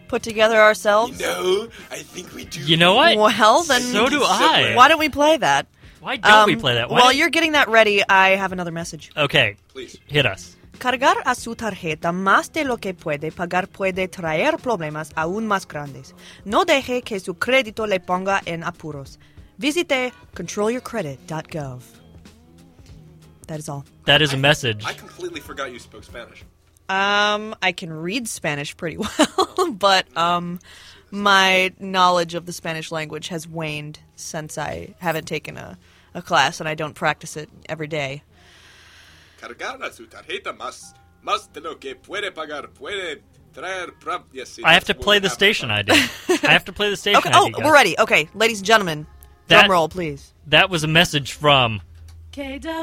Speaker 1: put together ourselves?
Speaker 12: No, I think we do.
Speaker 2: You know what?
Speaker 1: Well, then
Speaker 2: so do I.
Speaker 1: Why don't we play that? Um,
Speaker 2: Why don't we play that? Why
Speaker 1: While
Speaker 2: don't-
Speaker 1: you're getting that ready, I have another message.
Speaker 2: Okay,
Speaker 12: please
Speaker 2: hit us.
Speaker 1: Cargar a su tarjeta más de lo que puede pagar puede traer problemas aún más grandes. No deje que su crédito le ponga en apuros. Visite controlyourcredit.gov. That is all.
Speaker 2: That is a message.
Speaker 12: I completely forgot you spoke Spanish.
Speaker 1: Um, I can read Spanish pretty well, but um, my knowledge of the Spanish language has waned since I haven't taken a, a class and I don't practice it every day.
Speaker 12: Cargar a su tarjeta más, más de lo que puede pagar, puede traer prob- Yes, see,
Speaker 2: I have
Speaker 12: that's
Speaker 2: to
Speaker 12: what
Speaker 2: play
Speaker 12: we
Speaker 2: the
Speaker 12: have.
Speaker 2: station ID. I have to play the station
Speaker 1: Okay.
Speaker 2: ID.
Speaker 1: Oh,
Speaker 2: guys.
Speaker 1: we're ready. Okay, ladies and gentlemen,
Speaker 2: That-
Speaker 1: drum roll, please.
Speaker 2: That was a message from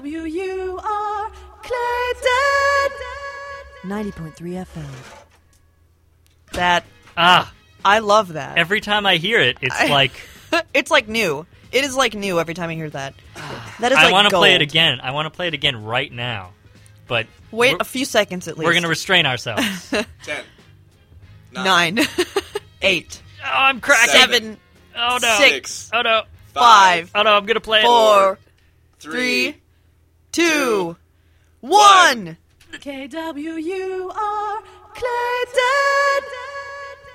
Speaker 1: KWUR Clayton 90.3 FM. That
Speaker 2: ah,
Speaker 1: I love that.
Speaker 2: Every time I hear it, it's
Speaker 1: Uh, I-
Speaker 2: like
Speaker 1: it's like new. It is like new every time I hear that. That is
Speaker 2: I
Speaker 1: like
Speaker 2: want to play it
Speaker 1: gold.
Speaker 2: again. I want to play it again right now, but
Speaker 1: Wait a few seconds at least.
Speaker 2: we're going to restrain ourselves.
Speaker 12: Ten.
Speaker 1: Nine. Eight.
Speaker 2: Oh, I'm cracking.
Speaker 1: Seven.
Speaker 2: Oh no.
Speaker 1: Six.
Speaker 2: Oh no.
Speaker 1: Five.
Speaker 2: Oh no, I'm gonna play it.
Speaker 1: Four.
Speaker 12: Three.
Speaker 1: three two. One. KWUR Clayton.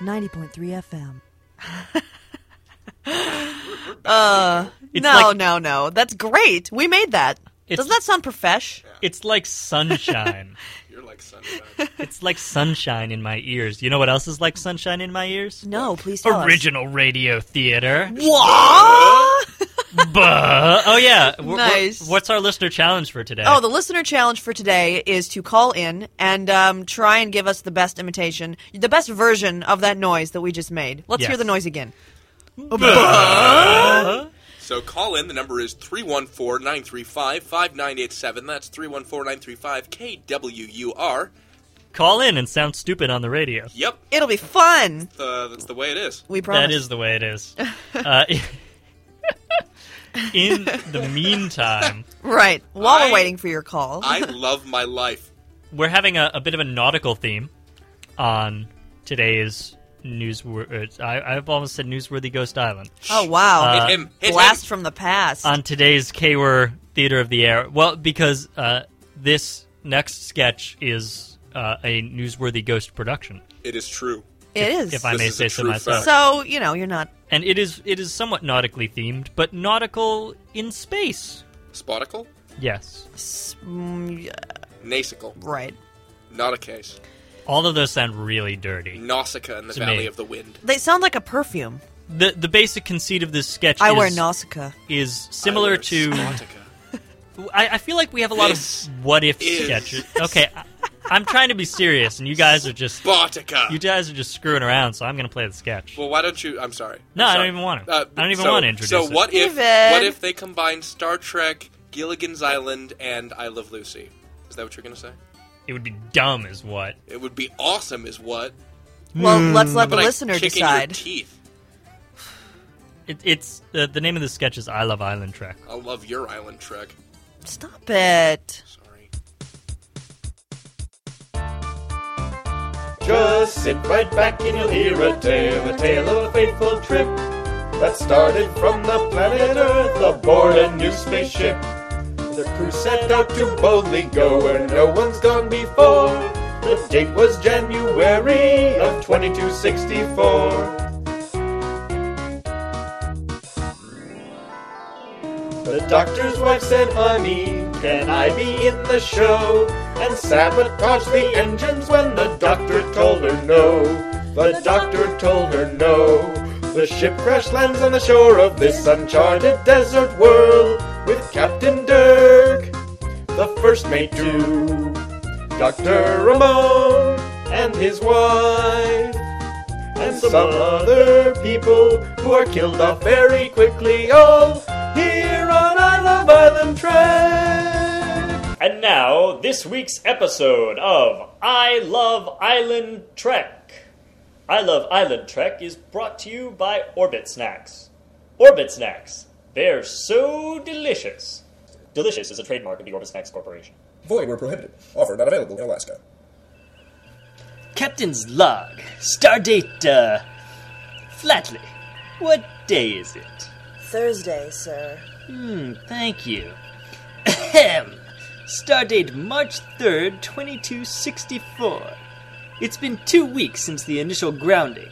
Speaker 1: 90.3 FM. uh,
Speaker 2: It's
Speaker 1: no,
Speaker 2: like-
Speaker 1: no, no. That's great. We made that. Doesn't that sound profesh?
Speaker 2: It's like sunshine.
Speaker 12: You're like sunshine.
Speaker 2: it's like sunshine in my ears. You know what else is like sunshine in my ears?
Speaker 1: No, please tell us.
Speaker 2: Original radio theater.
Speaker 1: What?
Speaker 2: Buh. Oh yeah. W- w-
Speaker 1: Nice.
Speaker 2: what's our listener challenge for today?
Speaker 1: Oh, the listener challenge for today is to call in and um, try and give us the best imitation, the best version of that noise that we just made. Let's hear
Speaker 12: Yes.
Speaker 1: the noise again.
Speaker 2: Oh,
Speaker 12: So call in. The number is 314 935 5987. That's 314 935 KWUR.
Speaker 2: Call in and sound stupid on the radio.
Speaker 12: Yep.
Speaker 1: It'll be fun.
Speaker 12: Uh, that's the way it is.
Speaker 1: We
Speaker 2: That is the way it is. Uh, in the meantime,
Speaker 1: Right. While we're waiting for your call.
Speaker 12: I love my life.
Speaker 2: we're having a, a bit of a nautical theme on today's newsworthy. I, I've almost said newsworthy ghost island.
Speaker 1: oh, wow.
Speaker 2: Uh,
Speaker 1: Blast from the past.
Speaker 2: on today's K-Word Theater of the Air. Well, because uh, this next sketch is uh, a newsworthy ghost production.
Speaker 12: It is true.
Speaker 1: it is.
Speaker 2: if I may say so myself.
Speaker 1: So, you know, you're not.
Speaker 2: and it is it is somewhat nautically themed, but nautical in space.
Speaker 12: Spotical?
Speaker 2: Yes,
Speaker 12: Nasical.
Speaker 1: Mm. Right.
Speaker 12: Not a case.
Speaker 2: all of those sound really dirty.
Speaker 12: Nausicaa in the
Speaker 2: To
Speaker 12: Valley
Speaker 2: me.
Speaker 12: of the Wind.
Speaker 1: They sound like a perfume.
Speaker 2: The the basic conceit of this sketch
Speaker 1: I
Speaker 2: is,
Speaker 1: wear Nausicaa.
Speaker 2: is similar to I, I feel like we have a lot of what if
Speaker 12: is-
Speaker 2: sketches. Okay, I, I'm trying to be serious, and you guys are just
Speaker 12: Spotica.
Speaker 2: You guys are just screwing around, so I'm going to play the sketch.
Speaker 12: Well, why don't you? I'm sorry.
Speaker 2: No,
Speaker 12: I'm
Speaker 2: I don't
Speaker 12: sorry. Uh,
Speaker 2: even want to. I don't even
Speaker 12: so-
Speaker 2: want to introduce
Speaker 12: So
Speaker 2: it.
Speaker 12: what if
Speaker 2: David.
Speaker 12: what if they combine Star Trek, Gilligan's Island, and I Love Lucy? Is that what you're gonna say?
Speaker 2: It would be dumb, is what.
Speaker 12: It would be awesome, is what.
Speaker 1: Well, let's let
Speaker 12: But
Speaker 1: the
Speaker 12: like
Speaker 1: listener
Speaker 12: kicking
Speaker 1: decide.
Speaker 12: Your teeth.
Speaker 2: It, it's the the name of the sketch is "I Love Island Trek."
Speaker 12: I love your island trek.
Speaker 1: Stop it.
Speaker 15: Just sit right back and you'll hear a tale, a tale of a fateful trip that started from the planet Earth aboard a new spaceship. The crew set out to boldly go where no one's gone before. The date was January of 2264. The doctor's wife said, Honey, can I be in the show? And sabotaged the engines when the doctor told her no. The doctor told her no. The ship crash lands on the shore of this uncharted desert world with Captain Dirk, the first mate too, Dr. Ramon, and his wife and some other people who are killed off very quickly. oh. All here on I Love Island Trek.
Speaker 11: And now, this week's episode of I Love Island Trek. I Love Island Trek is brought to you by Orbit Snacks. Orbit Snacks, they're so delicious. Delicious is a trademark of the Orbit Snacks Corporation.
Speaker 5: Void where prohibited. Offer not available in Alaska.
Speaker 11: Captain's log. Stardate, uh. Flatley. What day is it?
Speaker 24: Thursday, sir.
Speaker 11: Hmm, thank you. Ahem. Stardate March 3rd, 2264. It's been two weeks since the initial grounding.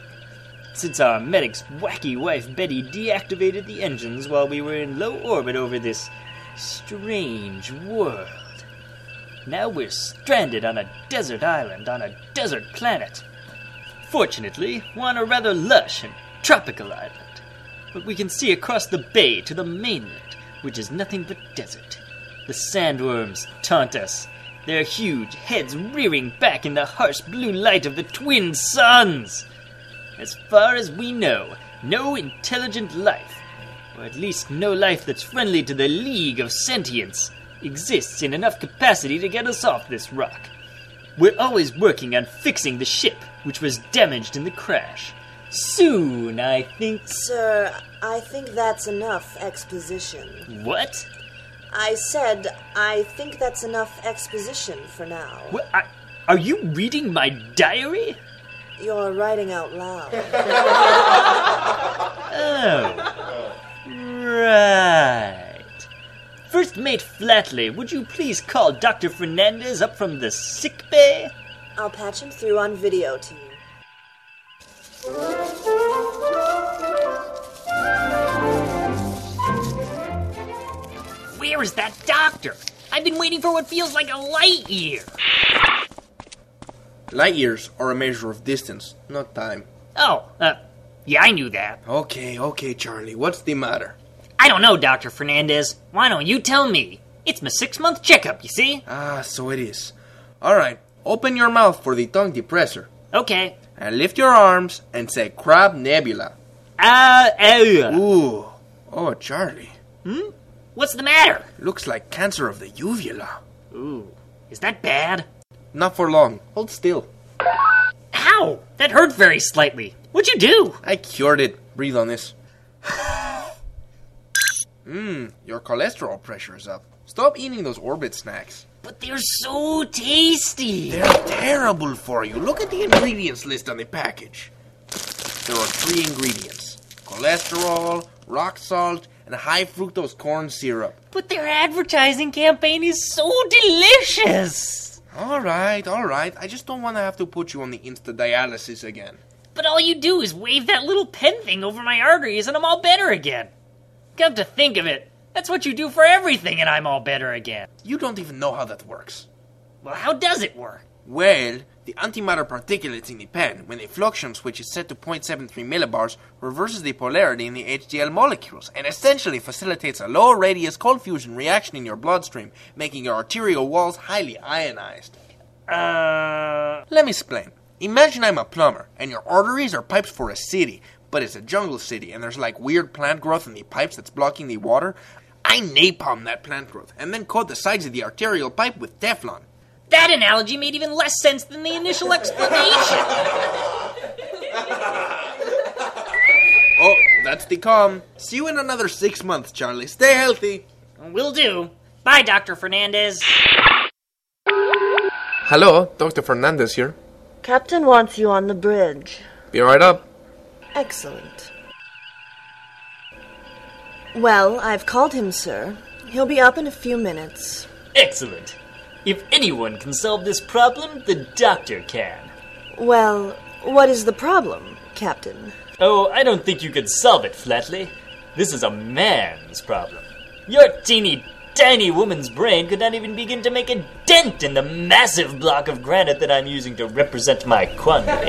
Speaker 11: Since our medic's wacky wife Betty deactivated the engines while we were in low orbit over this strange world. Now we're stranded on a desert island on a desert planet. Fortunately, we're on a rather lush and tropical island but we can see across the bay to the mainland, which is nothing but desert. The sandworms taunt us, their huge heads rearing back in the harsh blue light of the twin suns. As far as we know, no intelligent life, or at least no life that's friendly to the League of Sentience, exists in enough capacity to get us off this rock. We're always working on fixing the ship, which was damaged in the crash. Soon, I think.
Speaker 25: Sir, I think that's enough exposition.
Speaker 11: What?
Speaker 25: I said, I think that's enough exposition for now.
Speaker 11: What? I, are you reading my diary?
Speaker 25: You're writing out loud.
Speaker 11: Oh. Right. First Mate Flatley, would you please call Dr. Fernandez up from the sick bay?
Speaker 25: I'll patch him through on video to you.
Speaker 11: Where is that doctor? I've been waiting for what feels like a light year.
Speaker 4: Light years are a measure of distance, not time.
Speaker 11: Oh, uh, yeah, I knew that.
Speaker 4: Okay, okay, Charlie, what's the matter?
Speaker 5: I don't know, Dr. Fernandez. Why don't you tell me? It's my six month checkup, you see?
Speaker 4: Ah, so it is. All right, open your mouth for the tongue depressor.
Speaker 5: Okay.
Speaker 4: And lift your arms and say Crab Nebula.
Speaker 5: Ah, uh,
Speaker 4: Ooh. Oh, Charlie.
Speaker 5: Hmm? What's the matter?
Speaker 4: Looks like cancer of the uvula.
Speaker 5: Ooh. Is that bad?
Speaker 4: Not for long. Hold still.
Speaker 5: Ow! That hurt very slightly. What'd you do?
Speaker 4: I cured it. Breathe on this. Mmm, your cholesterol pressure is up. Stop eating those orbit snacks.
Speaker 5: But they're so tasty.
Speaker 4: They're terrible for you. Look at the ingredients list on the package. There are three ingredients cholesterol, rock salt, and high fructose corn syrup.
Speaker 5: But their advertising campaign is so delicious.
Speaker 4: All right, all right. I just don't want to have to put you on the insta dialysis again.
Speaker 5: But all you do is wave that little pen thing over my arteries and I'm all better again. Come to think of it, that's what you do for everything and I'm all better again.
Speaker 4: You don't even know how that works.
Speaker 5: Well, how does it work?
Speaker 4: Well, the antimatter particulates in the pen, when the fluxion switch is set to 0.73 millibars, reverses the polarity in the HDL molecules and essentially facilitates a low radius cold fusion reaction in your bloodstream, making your arterial walls highly ionized.
Speaker 5: Uh.
Speaker 4: Let me explain. Imagine I'm a plumber, and your arteries are pipes for a city, but it's a jungle city, and there's like weird plant growth in the pipes that's blocking the water. I napalm that plant growth and then coat the sides of the arterial pipe with Teflon.
Speaker 5: That analogy made even less sense than the initial explanation.
Speaker 4: oh, that's the calm. See you in another six months, Charlie. Stay healthy.
Speaker 5: Will do. Bye, Dr. Fernandez.
Speaker 4: Hello, Dr. Fernandez here.
Speaker 26: Captain wants you on the bridge.
Speaker 4: Be right up.
Speaker 26: Excellent. Well, I've called him, sir. He'll be up in a few minutes.
Speaker 11: Excellent. If anyone can solve this problem, the doctor can.
Speaker 26: Well, what is the problem, Captain?
Speaker 11: Oh, I don't think you could solve it, Flatley. This is a man's problem. Your teeny tiny woman's brain could not even begin to make a dent in the massive block of granite that I'm using to represent my quandary.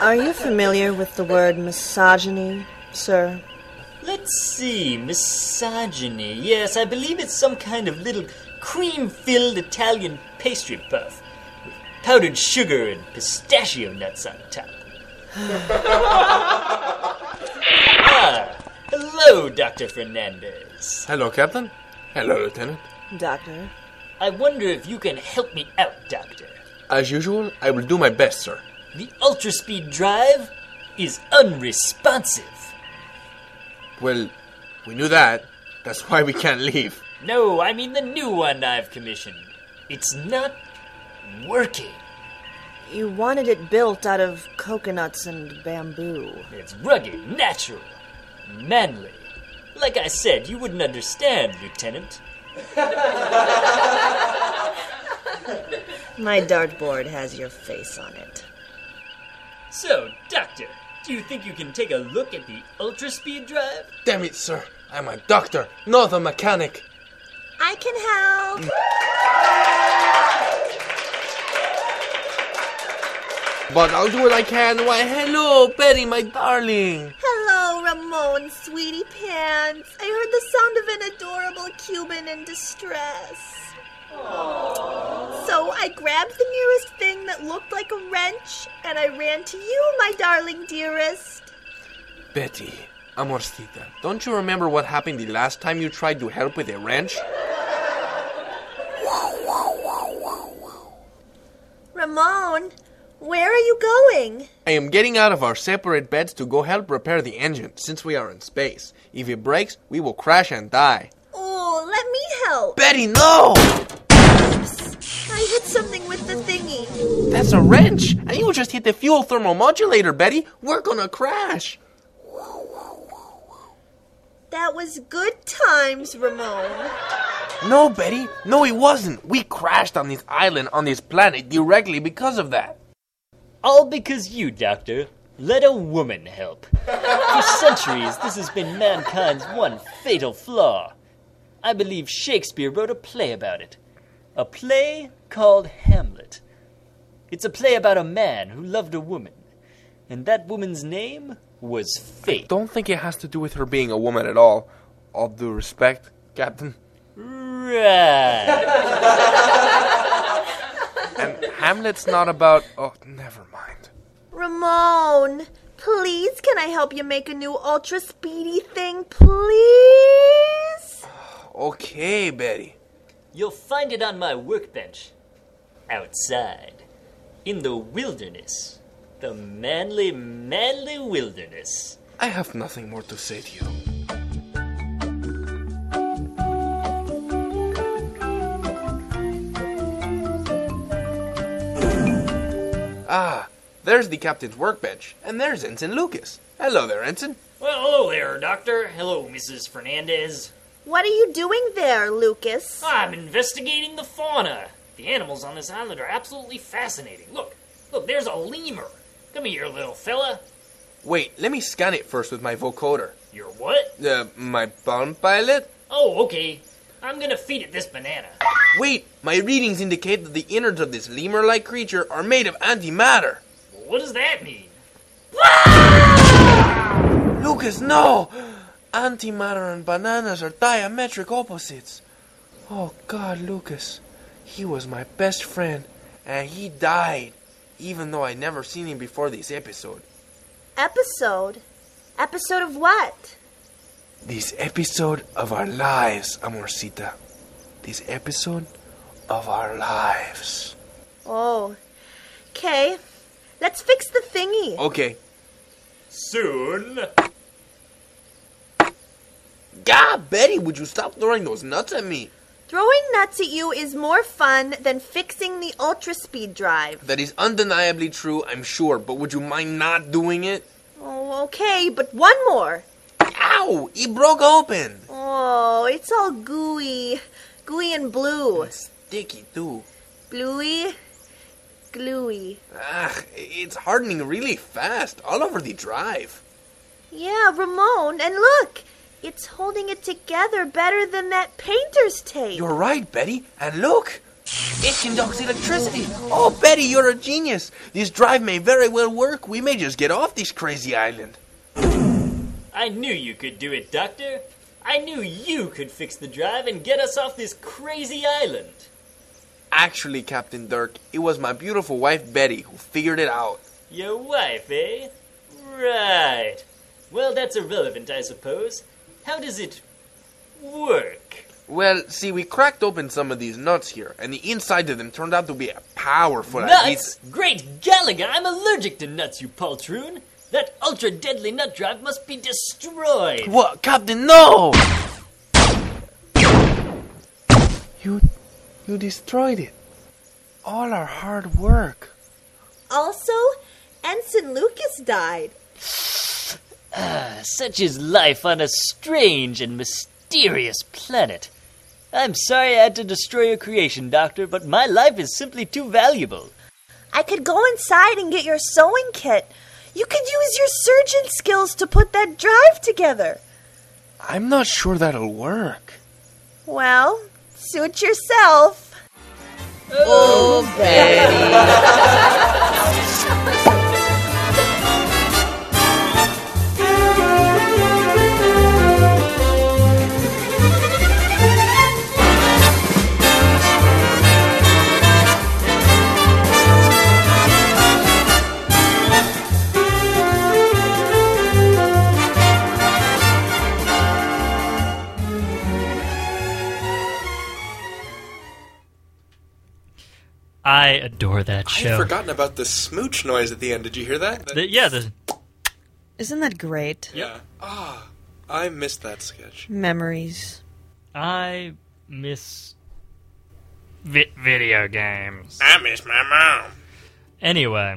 Speaker 26: Are you familiar with the word misogyny, sir?
Speaker 11: Let's see, misogyny. Yes, I believe it's some kind of little cream filled Italian pastry puff with powdered sugar and pistachio nuts on top. ah, hello, Dr. Fernandez.
Speaker 4: Hello, Captain. Hello, Lieutenant.
Speaker 26: Doctor?
Speaker 11: I wonder if you can help me out, Doctor.
Speaker 4: As usual, I will do my best, sir.
Speaker 11: The ultra speed drive is unresponsive.
Speaker 4: Well, we knew that. That's why we can't leave.
Speaker 11: No, I mean the new one I've commissioned. It's not working.
Speaker 26: You wanted it built out of coconuts and bamboo.
Speaker 11: It's rugged, natural, manly. Like I said, you wouldn't understand, Lieutenant.
Speaker 26: My dartboard has your face on it.
Speaker 11: So, Doctor, do you think you can take a look at the ultra speed drive?
Speaker 4: Damn it, sir. I'm a doctor, not a mechanic.
Speaker 26: I can help.
Speaker 4: But I'll do what I can. Why, hello, Betty, my darling.
Speaker 9: Hello, Ramon, sweetie pants. I heard the sound of an adorable Cuban in distress.
Speaker 15: 어.
Speaker 9: So I grabbed the nearest thing that looked like a wrench and I ran to you, my darling dearest.
Speaker 4: Betty, amorcita, don't you remember what happened the last time you tried to help with a wrench?
Speaker 9: Ramon, where are you going?
Speaker 4: I am getting out of our separate beds to go help repair the engine, since we are in space. If it breaks, we will crash and die.
Speaker 9: Oh, let me help.
Speaker 4: Betty, no!
Speaker 9: I hit something with the thingy.
Speaker 4: That's a wrench, and you just hit the fuel thermomodulator, Betty. We're gonna crash.
Speaker 9: That was good times, Ramon.
Speaker 4: No, Betty, no, it wasn't. We crashed on this island, on this planet, directly because of that.
Speaker 11: All because you, Doctor, let a woman help. For centuries, this has been mankind's one fatal flaw. I believe Shakespeare wrote a play about it. A play called Hamlet. It's a play about a man who loved a woman, and that woman's name was Faith.
Speaker 4: Don't think it has to do with her being a woman at all. All due respect, Captain. And Hamlet's not about. Oh, never mind.
Speaker 9: Ramon, please, can I help you make a new ultra speedy thing, please?
Speaker 4: Okay, Betty.
Speaker 11: You'll find it on my workbench. Outside. In the wilderness. The manly, manly wilderness.
Speaker 4: I have nothing more to say to you. Ah, there's the captain's workbench, and there's Ensign Lucas. Hello there, Ensign.
Speaker 11: Well, hello there, Doctor. Hello, Mrs. Fernandez.
Speaker 9: What are you doing there, Lucas?
Speaker 4: Ah,
Speaker 11: I'm investigating the fauna. The animals on this island are absolutely fascinating. Look, look, there's a lemur. Come here, little fella.
Speaker 4: Wait, let me scan it first with my vocoder.
Speaker 11: Your what?
Speaker 4: Uh, my bomb pilot?
Speaker 11: Oh, okay. I'm gonna feed it this banana.
Speaker 4: Wait, my readings indicate that the innards of this lemur like creature are made of antimatter.
Speaker 11: What does that mean?
Speaker 4: Lucas, no! Antimatter and bananas are diametric opposites. Oh, God, Lucas. He was my best friend, and he died, even though I'd never seen him before this episode.
Speaker 9: Episode? Episode of what?
Speaker 4: This episode of our lives, Amorcita. This episode of our lives.
Speaker 9: Oh. Okay. Let's fix the thingy.
Speaker 4: Okay.
Speaker 11: Soon.
Speaker 4: God, Betty, would you stop throwing those nuts at me?
Speaker 9: Throwing nuts at you is more fun than fixing the ultra speed drive.
Speaker 4: That is undeniably true, I'm sure, but would you mind not doing it?
Speaker 9: Oh, okay, but one more.
Speaker 4: Ow! Oh, It broke open!
Speaker 9: Oh, it's all gooey. Gooey and blue.
Speaker 4: sticky, too.
Speaker 9: Bluey. Gluey.
Speaker 4: Ah, it's hardening really fast, all over the drive.
Speaker 9: Yeah, Ramon, and look! It's holding it together better than that painter's tape.
Speaker 4: You're right, Betty, and look! It conducts electricity! Oh, Betty, you're a genius! This drive may very well work. We may just get off this crazy island.
Speaker 11: I knew you could do it, Doctor. I knew you could fix the drive and get us off this crazy island.
Speaker 4: Actually, Captain Dirk, it was my beautiful wife, Betty, who figured it out.
Speaker 11: Your wife, eh? Right. Well, that's irrelevant, I suppose. How does it work?
Speaker 4: Well, see, we cracked open some of these nuts here, and the inside of them turned out to be a powerful
Speaker 11: Nuts! Great Gallagher, I'm allergic to nuts, you poltroon! That ultra deadly nut drive must be destroyed!
Speaker 4: What, Captain? No! You, you destroyed it. All our hard work.
Speaker 9: Also, Ensign Lucas died.
Speaker 11: Ah, such is life on a strange and mysterious planet. I'm sorry I had to destroy your creation, Doctor, but my life is simply too valuable.
Speaker 9: I could go inside and get your sewing kit. You could use your surgeon skills to put that drive together.
Speaker 4: I'm not sure that'll work.
Speaker 9: Well, suit yourself.
Speaker 15: Oh,
Speaker 2: I adore that
Speaker 12: I
Speaker 2: show.
Speaker 12: would forgotten about the smooch noise at the end. Did you hear that?
Speaker 2: The- yeah, the,
Speaker 1: Isn't that great?
Speaker 12: Yeah. Ah, I missed that sketch.
Speaker 1: Memories.
Speaker 2: I miss vi- video games.
Speaker 12: I miss my mom.
Speaker 2: Anyway,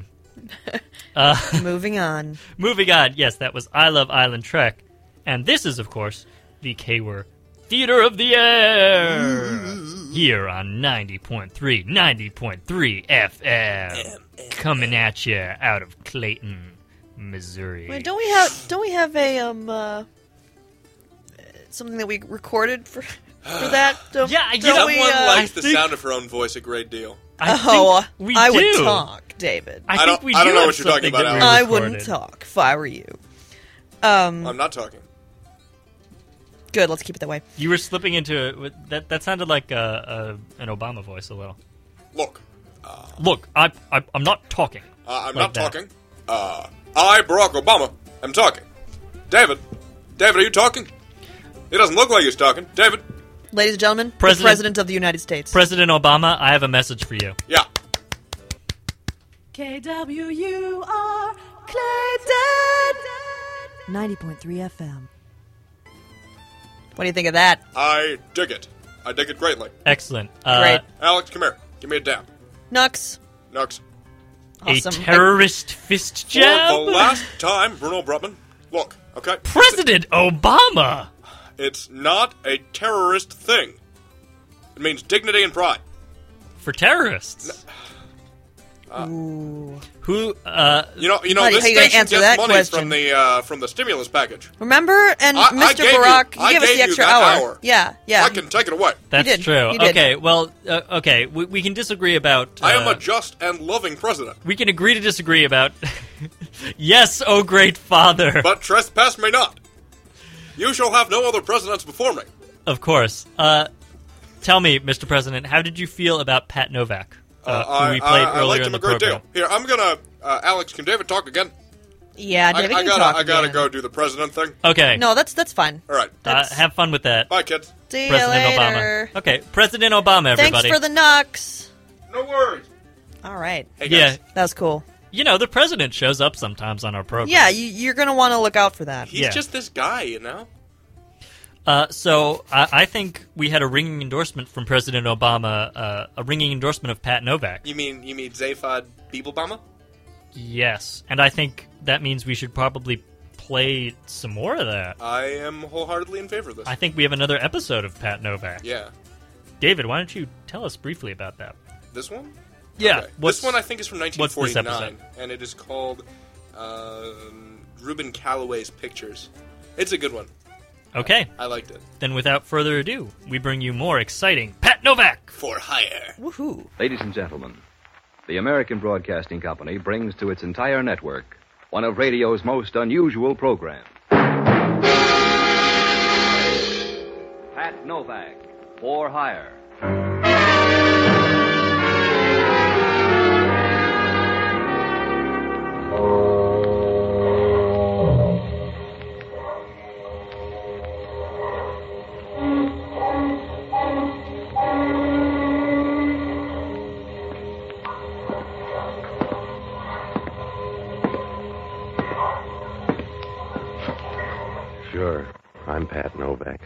Speaker 2: uh,
Speaker 1: moving on.
Speaker 2: Moving on. Yes, that was I Love Island Trek, and this is, of course, the K-word Theater of the Air here on 90.3, 90.3 FM, coming at you out of Clayton, Missouri.
Speaker 1: Wait, don't we have don't we have a um uh, something that we recorded for for that? Don't,
Speaker 2: yeah, I
Speaker 1: don't we,
Speaker 12: Someone
Speaker 1: uh,
Speaker 12: likes the sound of her own voice a great deal.
Speaker 1: oh,
Speaker 2: we
Speaker 1: I
Speaker 2: do.
Speaker 1: would talk, David.
Speaker 12: I I think don't- we I don't do know have what you're talking something about, that we
Speaker 1: I
Speaker 12: recorded.
Speaker 1: wouldn't talk if I were you. Um,
Speaker 12: I'm not talking.
Speaker 1: Good. Let's keep it that way.
Speaker 2: You were slipping into it. with- That that sounded like uh uh an Obama voice a little.
Speaker 12: Look.
Speaker 2: Look, I, I I'm not talking.
Speaker 12: Uh, I'm
Speaker 2: like
Speaker 12: not
Speaker 2: that.
Speaker 12: talking. Uh, I, Barack Obama, am talking. David, David, are you talking? It doesn't look like he's talking. David,
Speaker 1: Ladies and gentlemen, the
Speaker 2: President-
Speaker 1: president of the United States.
Speaker 2: President Obama, I have a message for you.
Speaker 12: Yeah.
Speaker 27: KWUR Clayton 90.3 FM.
Speaker 1: What do you think of that?
Speaker 12: I dig it. I dig it greatly.
Speaker 2: Excellent. Uh,
Speaker 1: Great.
Speaker 12: Alex, come here. Give me a dab.
Speaker 1: Nux.
Speaker 12: Nux.
Speaker 1: Awesome.
Speaker 2: A terrorist fist jab.
Speaker 12: For the last time, Bruno Brutman, look, okay?
Speaker 2: President Obama.
Speaker 12: It's not a terrorist thing. It means dignity and pride.
Speaker 2: for terrorists. Who? Uh,
Speaker 12: Uh, You know, you know,
Speaker 1: How do you-
Speaker 12: this
Speaker 1: how you gonna
Speaker 12: station
Speaker 1: answer
Speaker 12: gets
Speaker 1: that
Speaker 12: money
Speaker 1: question?
Speaker 12: from the uh, from the stimulus package.
Speaker 1: Remember? And
Speaker 12: I- I
Speaker 1: Mr.
Speaker 12: gave you-
Speaker 1: Barack,
Speaker 12: I
Speaker 1: you
Speaker 12: gave
Speaker 1: gave us the
Speaker 12: you
Speaker 1: extra
Speaker 12: that
Speaker 1: hour.
Speaker 12: hour.
Speaker 1: Yeah, yeah.
Speaker 12: I can take it away.
Speaker 2: That's
Speaker 1: did.
Speaker 2: true.
Speaker 1: You did.
Speaker 2: Okay. Well. Uh, okay. We, we can disagree about. Uh,
Speaker 12: I am a just and loving president.
Speaker 2: we can agree to disagree about. yes, oh great father.
Speaker 12: But trespass me not. You shall have no other presidents before me.
Speaker 2: Of course. Uh, tell me, Mr. President, how did you feel about Pat Novak, uh,
Speaker 12: I,
Speaker 2: who we played
Speaker 12: I, I
Speaker 2: earlier
Speaker 12: liked
Speaker 2: in
Speaker 12: him
Speaker 2: the
Speaker 12: a great
Speaker 2: program?
Speaker 12: deal. Here, I'm gonna. Uh, Alex, can David talk again?
Speaker 1: Yeah,
Speaker 12: I,
Speaker 1: David,
Speaker 12: I
Speaker 1: you
Speaker 12: gotta,
Speaker 1: can talk
Speaker 12: I gotta
Speaker 1: again.
Speaker 12: go do the president thing.
Speaker 2: Okay.
Speaker 1: No, that's that's fine.
Speaker 12: All right.
Speaker 2: Uh,
Speaker 1: That's-
Speaker 2: have fun with that.
Speaker 12: Bye, kids.
Speaker 1: See
Speaker 2: President
Speaker 1: you later.
Speaker 2: Obama. Okay, President Obama, everybody.
Speaker 1: Thanks for the Nux.
Speaker 12: No worries.
Speaker 1: All right.
Speaker 2: yeah,
Speaker 1: That was cool.
Speaker 2: you know the president shows up sometimes on our program.
Speaker 1: Yeah, you, you're going to want to look out for that.
Speaker 12: He's just this guy, you know.
Speaker 2: Uh, so I, I think we had a ringing endorsement from President Obama, uh, a ringing endorsement of Pat Novak.
Speaker 12: You mean you mean Zaphod Beeblebama?
Speaker 2: Yes, and I think that means we should probably play some more of that.
Speaker 12: I am wholeheartedly in favor of this.
Speaker 2: I think we have another episode of Pat Novak.
Speaker 12: Yeah.
Speaker 2: David, why don't you tell us briefly about that?
Speaker 12: This one?
Speaker 2: Yeah,
Speaker 12: Okay.
Speaker 2: what's-
Speaker 12: This one I think is from
Speaker 2: what's this
Speaker 12: 1949, and it is called um, Reuben Calloway's Pictures. It's a good one.
Speaker 2: Okay.
Speaker 12: I liked it.
Speaker 2: Then, without further ado, we bring you more exciting Pat Novak
Speaker 12: for hire.
Speaker 1: Woohoo!
Speaker 6: Ladies and gentlemen, the American Broadcasting Company brings to its entire network one of radio's most unusual programs. Pat Novak, for hire.
Speaker 16: Sure. I'm Pat Novak.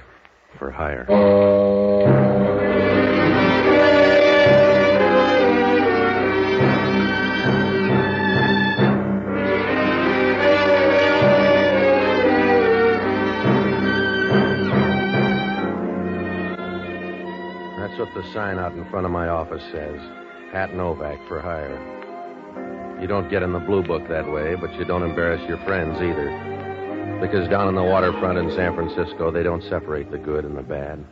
Speaker 16: For hire. That's what the sign out in front of my office says. Pat Novak for hire. You don't get in the blue book that way, but you don't embarrass your friends either. Because down on the waterfront in San Francisco, they don't separate the good and the bad.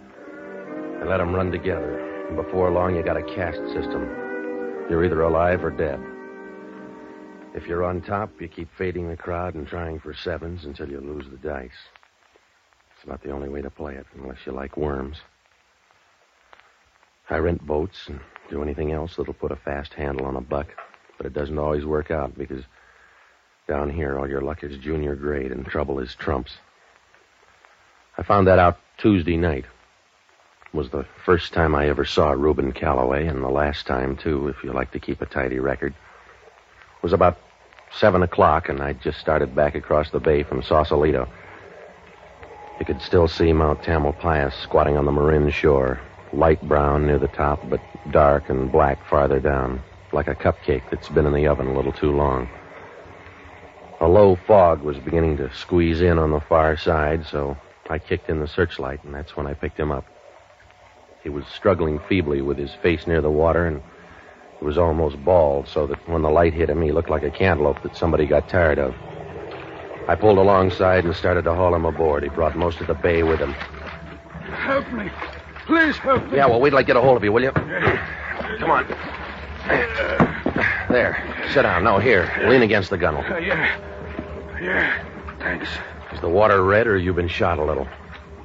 Speaker 16: They let 'em run together. And before long, you got a caste system. You're either alive or dead. If you're on top, you keep fading the crowd and trying for sevens until you lose the dice. It's about the only way to play it, unless you like worms. I rent boats and do anything else that'll put a fast handle on a buck, but it doesn't always work out because down here, all your luck is junior grade, and trouble is trumps. I found that out Tuesday night. Was the first time I ever saw Reuben Calloway, and the last time, too, if you like to keep a tidy record. It was about 7 o'clock, and I just started back across the bay from Sausalito. You could still see Mount Tamalpais squatting on the Marin shore, light brown near the top, but dark and black farther down, like a cupcake that's been in the oven a little too long. A low fog was beginning to squeeze in on the far side, so I kicked in the searchlight, and that's when I picked him up. He was struggling feebly with his face near the water, and he was almost bald, so that when the light hit him, he looked like a cantaloupe that somebody got tired of. I pulled alongside and started to haul him aboard. He brought most of the bay with him.
Speaker 20: Help me.
Speaker 28: Please help me.
Speaker 16: Yeah, well, wait till I get a hold of you, will you?
Speaker 28: Come on.
Speaker 16: There. Sit down. No, here. Lean against the gunnel.
Speaker 28: Uh, yeah. Yeah. Thanks.
Speaker 16: Is the water red or you been shot a little?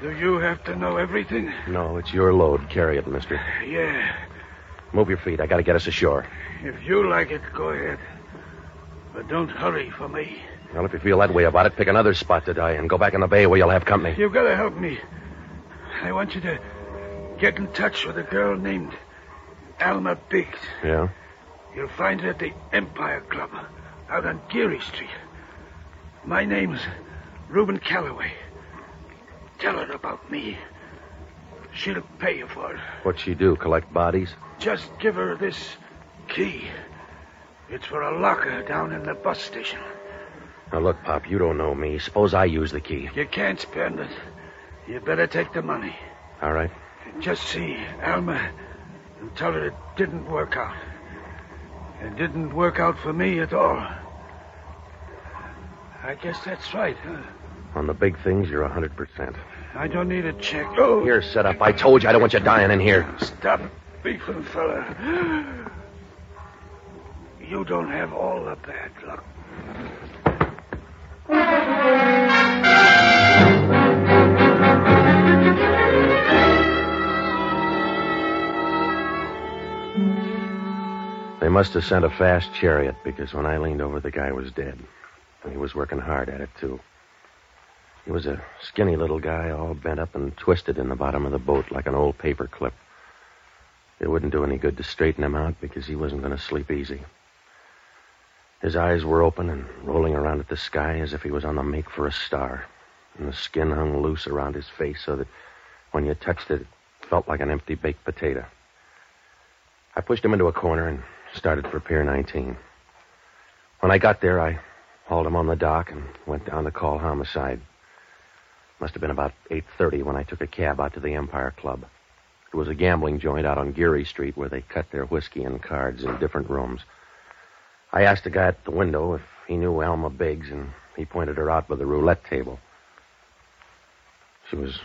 Speaker 28: Do you have to know everything?
Speaker 16: No, it's your load. Carry it, mister.
Speaker 28: Yeah.
Speaker 16: Move your feet. I gotta get us ashore.
Speaker 28: If you like it, go ahead. But don't hurry for me.
Speaker 16: Well, if you feel that way about it, pick another spot to die and go back in the bay where you'll have company.
Speaker 28: You've got to help me. I want you to get in touch with a girl named Alma Biggs.
Speaker 16: Yeah?
Speaker 28: You'll find her at the Empire Club out on Geary Street. My name's Reuben Calloway. Tell her about me. She'll pay you for it.
Speaker 16: What'd she do? Collect bodies?
Speaker 28: Just give her this key. It's for a locker down in the bus station.
Speaker 16: Now, look, Pop, you don't know me. Suppose I use the key.
Speaker 28: You can't spend it. You better take the money.
Speaker 16: All right.
Speaker 28: Just see Alma and tell her it didn't work out. It didn't work out for me at all. I guess that's right, huh?
Speaker 16: On the big things, you're 100%.
Speaker 28: I don't need a check. Oh,
Speaker 16: Here, sit up. I told you I don't want you dying in here.
Speaker 28: stop beefing, fella. You don't have all the bad luck.
Speaker 16: They must have sent a fast chariot because when I leaned over, the guy was dead. And he was working hard at it, too. He was a skinny little guy, all bent up and twisted in the bottom of the boat like an old paper clip. It wouldn't do any good to straighten him out because he wasn't going to sleep easy. His eyes were open and rolling around at the sky as if he was on the make for a star. And the skin hung loose around his face so that when you touched it, it felt like an empty baked potato. I pushed him into a corner and started for Pier 19. When I got there, I hauled him on the dock and went down to call homicide. Must have been about 8:30 when I took a cab out to the Empire Club. It was a gambling joint out on Geary Street where they cut their whiskey and cards in different rooms. I asked the guy at the window if he knew Alma Biggs, and he pointed her out by the roulette table. She was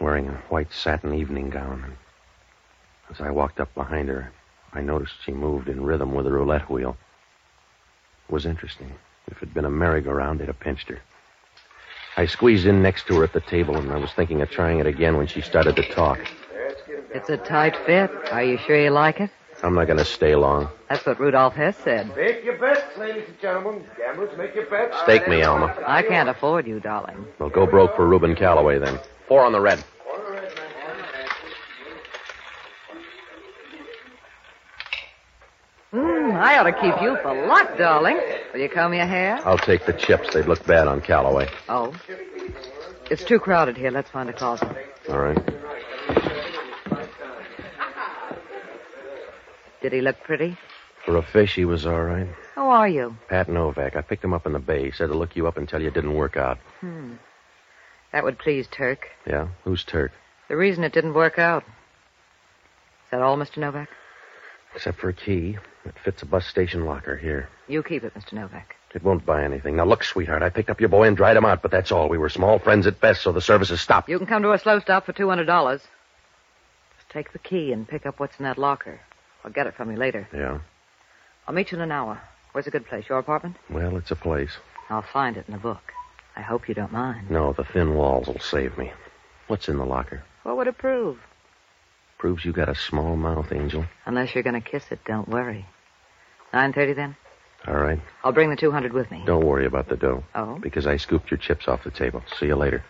Speaker 16: wearing a white satin evening gown, and as I walked up behind her, I noticed she moved in rhythm with the roulette wheel. It was interesting. If it'd been a merry-go-round, they'd have pinched her. I squeezed in next to her at the table, and I was thinking of trying it again when she started to talk.
Speaker 20: It's a tight fit. Are you sure you like it?
Speaker 16: I'm not going to stay long.
Speaker 20: That's what Rudolph Hess said.
Speaker 18: Make your bets, ladies and gentlemen. Gamblers, make your bets.
Speaker 16: Stake me, Alma.
Speaker 20: I can't afford you, darling.
Speaker 16: Well, go broke for Reuben Calloway then. Four on the red.
Speaker 20: Mm, I ought to keep you for luck, darling. Will you comb your hair?
Speaker 16: I'll take the chips. They'd look bad on Calloway.
Speaker 20: Oh. It's too crowded here. Let's find a closet.
Speaker 16: All right.
Speaker 20: Did he look pretty?
Speaker 16: For a fish, he was all right.
Speaker 20: How are you?
Speaker 16: Pat Novak. I picked him up in the bay. He said to look you up and tell you it didn't work out.
Speaker 20: Hmm. That would please Turk.
Speaker 16: Yeah? Who's Turk?
Speaker 20: The reason it didn't work out. Is that all, Mr. Novak?
Speaker 16: Except for a key. It fits a bus station locker here.
Speaker 20: You keep it, Mr. Novak.
Speaker 16: It won't buy anything. Now, look, sweetheart, I picked up your boy and dried him out, but that's all. We were small friends at best, so the services stopped.
Speaker 20: You can come to a slow stop for two hundred dollars. Just take the key and pick up what's in that locker. I'll get it from you later.
Speaker 16: Yeah?
Speaker 20: I'll meet you in an hour. Where's a good place? Your apartment?
Speaker 16: Well, it's a place.
Speaker 20: I'll find it in the book. I hope you don't mind.
Speaker 16: No, the thin walls will save me. What's in the locker?
Speaker 20: What would it prove?
Speaker 16: Proves you got a small mouth, Angel.
Speaker 20: Unless you're going to kiss it, don't worry. Nine thirty then.
Speaker 16: All right.
Speaker 20: I'll bring the two hundred with me.
Speaker 16: Don't worry about the dough.
Speaker 20: Oh.
Speaker 16: Because I scooped your chips off the table. See you later.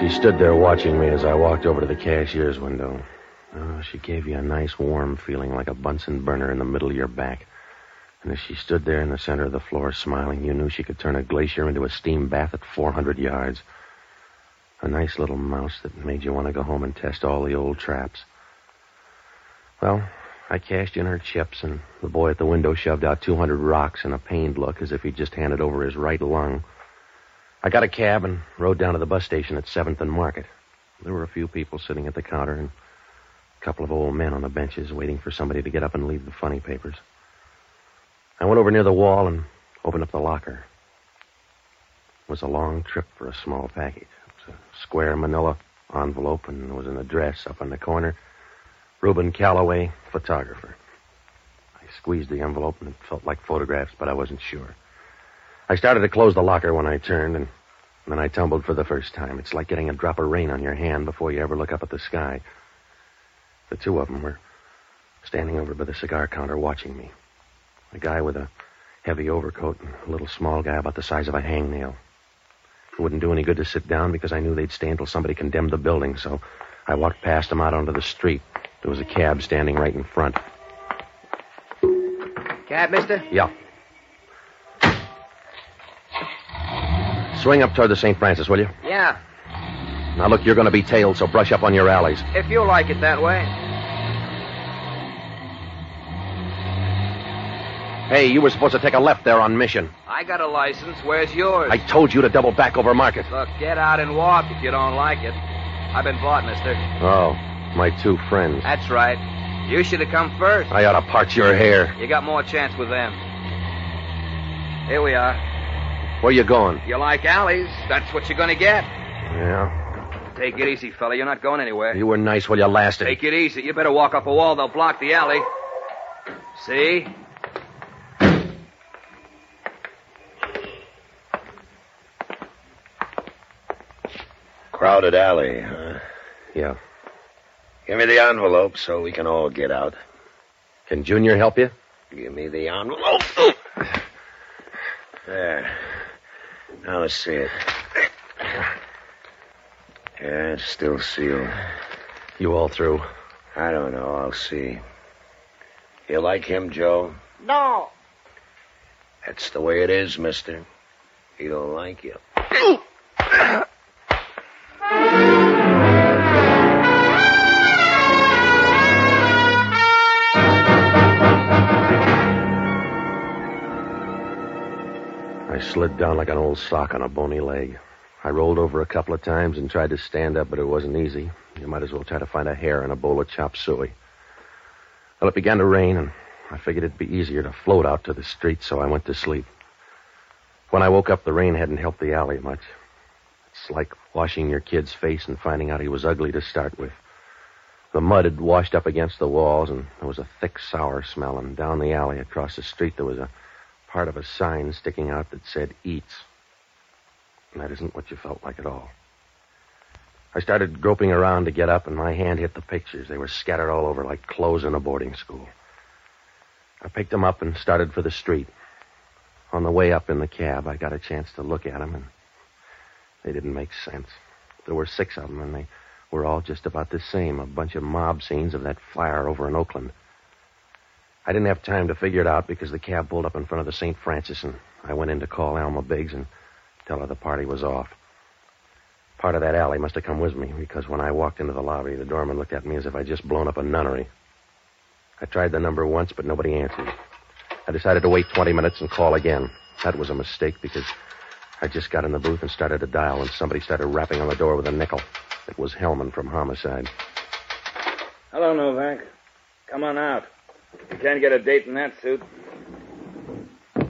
Speaker 16: She stood there watching me as I walked over to the cashier's window. Oh, she gave you a nice warm feeling like a Bunsen burner in the middle of your back. And as she stood there in the center of the floor smiling, you knew she could turn a glacier into a steam bath at 400 yards. A nice little mouse that made you want to go home and test all the old traps. Well, I cashed in her chips, and the boy at the window shoved out 200 rocks in a pained look as if he'd just handed over his right lung. I got a cab and rode down to the bus station at 7th and Market. There were a few people sitting at the counter and a couple of old men on the benches waiting for somebody to get up and leave the funny papers. I went over near the wall and opened up the locker. It was a long trip for a small package. It was a square manila envelope and there was an address up in the corner Reuben Calloway, photographer. I squeezed the envelope and it felt like photographs, but I wasn't sure. I started to close the locker when I turned, and then I tumbled for the first time. It's like getting a drop of rain on your hand before you ever look up at the sky. The two of them were standing over by the cigar counter watching me. A guy with a heavy overcoat and a little small guy about the size of a hangnail. It wouldn't do any good to sit down because I knew they'd stay until somebody condemned the building, so I walked past them out onto the street. There was a cab standing right in front.
Speaker 19: Cab, mister?
Speaker 16: Yeah. Swing up toward the St. Francis, will you?
Speaker 19: Yeah,
Speaker 16: Now look, you're going to be tailed, so brush up on your alleys.
Speaker 19: if you like it that way.
Speaker 16: Hey, you were supposed to take a left there on Mission.
Speaker 19: I got a license. Where's yours?
Speaker 16: I told you to double back over Market.
Speaker 19: Look, get out and walk if you don't like it. I've been bought, mister.
Speaker 16: Oh, my two friends.
Speaker 19: That's right. You should have come first.
Speaker 16: I ought to part your hair.
Speaker 19: You got more chance with them. Here we are.
Speaker 16: Where you going?
Speaker 19: You like alleys, that's what you're gonna get.
Speaker 16: Yeah.
Speaker 19: Take it easy, fella. You're not going anywhere.
Speaker 16: You were nice while you lasted.
Speaker 19: Take it easy. You better walk up a wall. They'll block the alley. See?
Speaker 18: Crowded alley, huh?
Speaker 16: Yeah.
Speaker 18: Give me the envelope so we can all get out.
Speaker 16: Can Junior help you?
Speaker 18: Give me the envelope. There. Now let's see it. Yeah, it's still sealed.
Speaker 16: You all through?
Speaker 18: I don't know. I'll see. You like him, Joe?
Speaker 21: No.
Speaker 18: That's the way it is, mister. He don't like you.
Speaker 16: I slid down like an old sock on a bony leg. I rolled over a couple of times and tried to stand up, but it wasn't easy. You might as well try to find a hair in a bowl of chop suey. Well, it began to rain, and I figured it'd be easier to float out to the street, so I went to sleep. When I woke up, the rain hadn't helped the alley much. It's like washing your kid's face and finding out he was ugly to start with. The mud had washed up against the walls, and there was a thick, sour smell, and down the alley across the street there was a part of a sign sticking out that said eats. And that isn't what you felt like at all. I started groping around to get up, and my hand hit the pictures. They were scattered all over like clothes in a boarding school. I picked them up and started for the street. On the way up in the cab, I got a chance to look at them, and they didn't make sense. There were six of them, and they were all just about the same a bunch of mob scenes of that fire over in Oakland. I didn't have time to figure it out because the cab pulled up in front of the St. Francis, and I went in to call Alma Biggs and tell her the party was off. Part of that alley must have come with me because when I walked into the lobby, the doorman looked at me as if I'd just blown up a nunnery. I tried the number once, but nobody answered. I decided to wait 20 minutes and call again. That was a mistake because I just got in the booth and started to dial when somebody started rapping on the door with a nickel. It was Hellman from Homicide.
Speaker 22: Hello, Novak. Come on out. You can't get a date in that suit.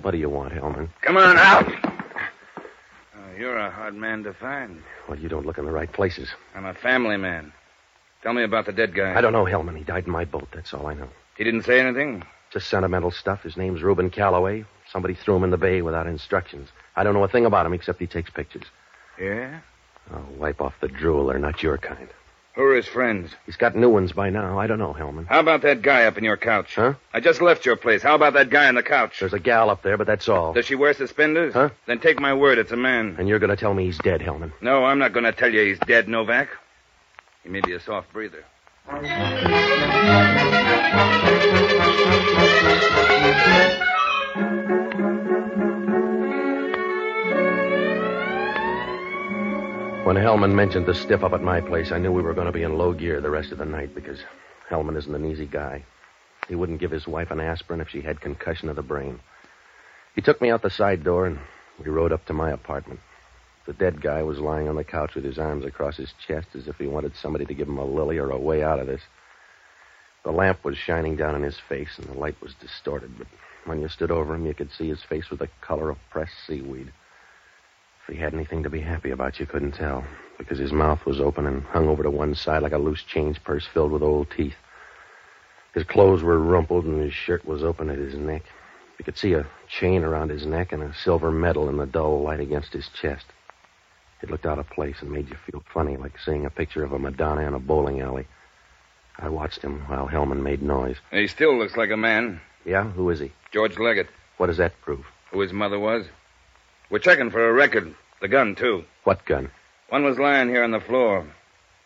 Speaker 16: What do you want, Hellman?
Speaker 22: Come on out! Oh, you're a hard man to find.
Speaker 16: Well, you don't look in the right places.
Speaker 22: I'm a family man. Tell me about the dead guy.
Speaker 16: I don't know Hellman. He died in my boat. That's all I know.
Speaker 22: He didn't say anything?
Speaker 16: Just sentimental stuff. His name's Reuben Calloway. Somebody threw him in the bay without instructions. I don't know a thing about him except he takes pictures.
Speaker 22: Yeah?
Speaker 16: Oh, wipe off the drool. They're not your kind.
Speaker 22: Who are his friends?
Speaker 16: He's got new ones by now. I don't know, Hellman.
Speaker 22: How about that guy up in your couch?
Speaker 16: Huh?
Speaker 22: I just left your place. How about that guy on the couch?
Speaker 16: There's a gal up there, but that's all.
Speaker 22: Does she wear suspenders?
Speaker 16: Huh?
Speaker 22: Then take my word, it's a man.
Speaker 16: And you're going to tell me he's dead, Hellman.
Speaker 22: No, I'm not going to tell you he's dead, Novak. He may be a soft breather.
Speaker 16: When Hellman mentioned the stiff up at my place, I knew we were going to be in low gear the rest of the night because Hellman isn't an easy guy. He wouldn't give his wife an aspirin if she had concussion of the brain. He took me out the side door and we rode up to my apartment. The dead guy was lying on the couch with his arms across his chest as if he wanted somebody to give him a lily or a way out of this. The lamp was shining down on his face and the light was distorted, but When you stood over him, you could see his face was the color of pressed seaweed. If he had anything to be happy about, you couldn't tell, because his mouth was open and hung over to one side like a loose change purse filled with old teeth. His clothes were rumpled and his shirt was open at his neck. You could see a chain around his neck and a silver medal in the dull light against his chest. It looked out of place and made you feel funny, like seeing a picture of a Madonna in a bowling alley. I watched him while Hellman made noise.
Speaker 7: He still looks like a man.
Speaker 16: Yeah? Who is he?
Speaker 7: George Leggett,
Speaker 16: What does that prove?
Speaker 7: who his mother was. We're checking for a record. The gun, too.
Speaker 16: What gun?
Speaker 7: One was lying here on the floor.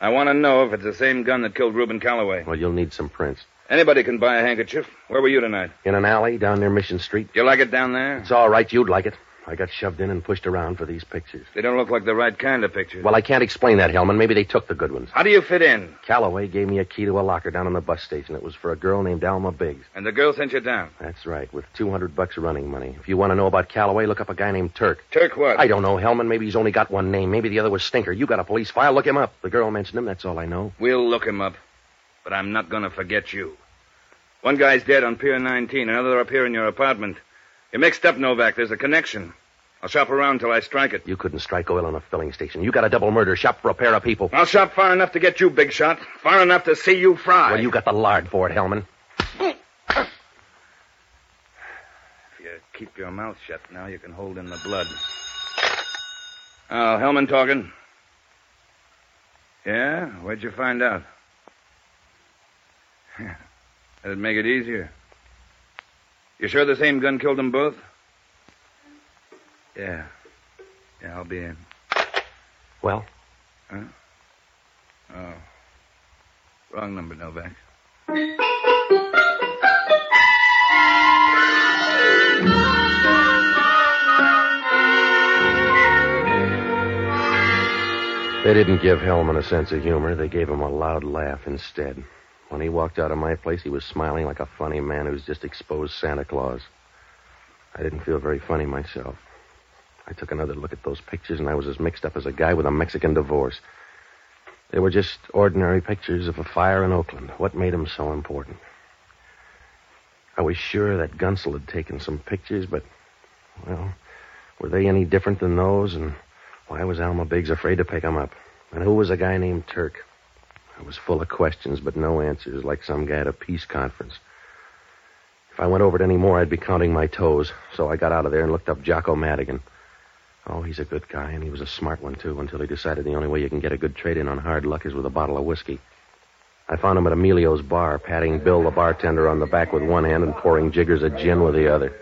Speaker 7: I want to know if it's the same gun that killed Reuben Calloway.
Speaker 16: Well, you'll need some prints.
Speaker 7: Anybody can buy a handkerchief. Where were you tonight?
Speaker 16: In an alley down near Mission Street.
Speaker 7: You like it down there?
Speaker 16: It's all right. You'd like it. I got shoved in and pushed around for these pictures.
Speaker 7: They don't look like the right kind of pictures.
Speaker 16: Well, I can't explain that, Hellman. Maybe they took the good ones.
Speaker 7: How do you fit in?
Speaker 16: Calloway gave me a key to a locker down in the bus station. It was for a girl named Alma Biggs.
Speaker 7: And the girl sent you down.
Speaker 16: That's right, with 200 bucks running money. If you want to know about Calloway, look up a guy named Turk.
Speaker 7: Turk what?
Speaker 16: I don't know, Hellman. Maybe he's only got one name. Maybe the other was Stinker. You got a police file. Look him up. The girl mentioned him. That's all I know.
Speaker 7: We'll look him up. But I'm not going to forget you. One guy's dead on Pier 19, another up here in your apartment. You're mixed up, Novak. There's a connection. I'll shop around till I strike it.
Speaker 16: You couldn't strike oil on a filling station. You got a double murder. Shop for a pair of people.
Speaker 7: I'll shop far enough to get you, Big Shot. Far enough to see you fry.
Speaker 16: Well, you got the lard for it, Hellman.
Speaker 7: If you keep your mouth shut now, you can hold in the blood. Oh, Hellman talking. Yeah? Where'd you find out? That'd make it easier. You sure the same gun killed them both? Yeah. Yeah, I'll be in.
Speaker 16: Well?
Speaker 7: Huh? Oh. Wrong number, Novak.
Speaker 16: They didn't give Hellman a sense of humor. They gave him a loud laugh instead. When he walked out of my place, he was smiling like a funny man who's just exposed Santa Claus. I didn't feel very funny myself. I took another look at those pictures, and I was as mixed up as a guy with a Mexican divorce. They were just ordinary pictures of a fire in Oakland. What made 'em so important? I was sure that Gunsel had taken some pictures, but, well, were they any different than those? And why was Alma Biggs afraid to pick 'em up? And who was a guy named Turk? I was full of questions, but no answers, like some guy at a peace conference. If I went over it any more, I'd be counting my toes, so I got out of there and looked up Jocko Madigan. Oh, he's a good guy, and he was a smart one, too, until he decided the only way you can get a good trade in on hard luck is with a bottle of whiskey. I found him at Emilio's bar, patting Bill, the bartender, on the back with one hand and pouring Jiggers a gin with the other.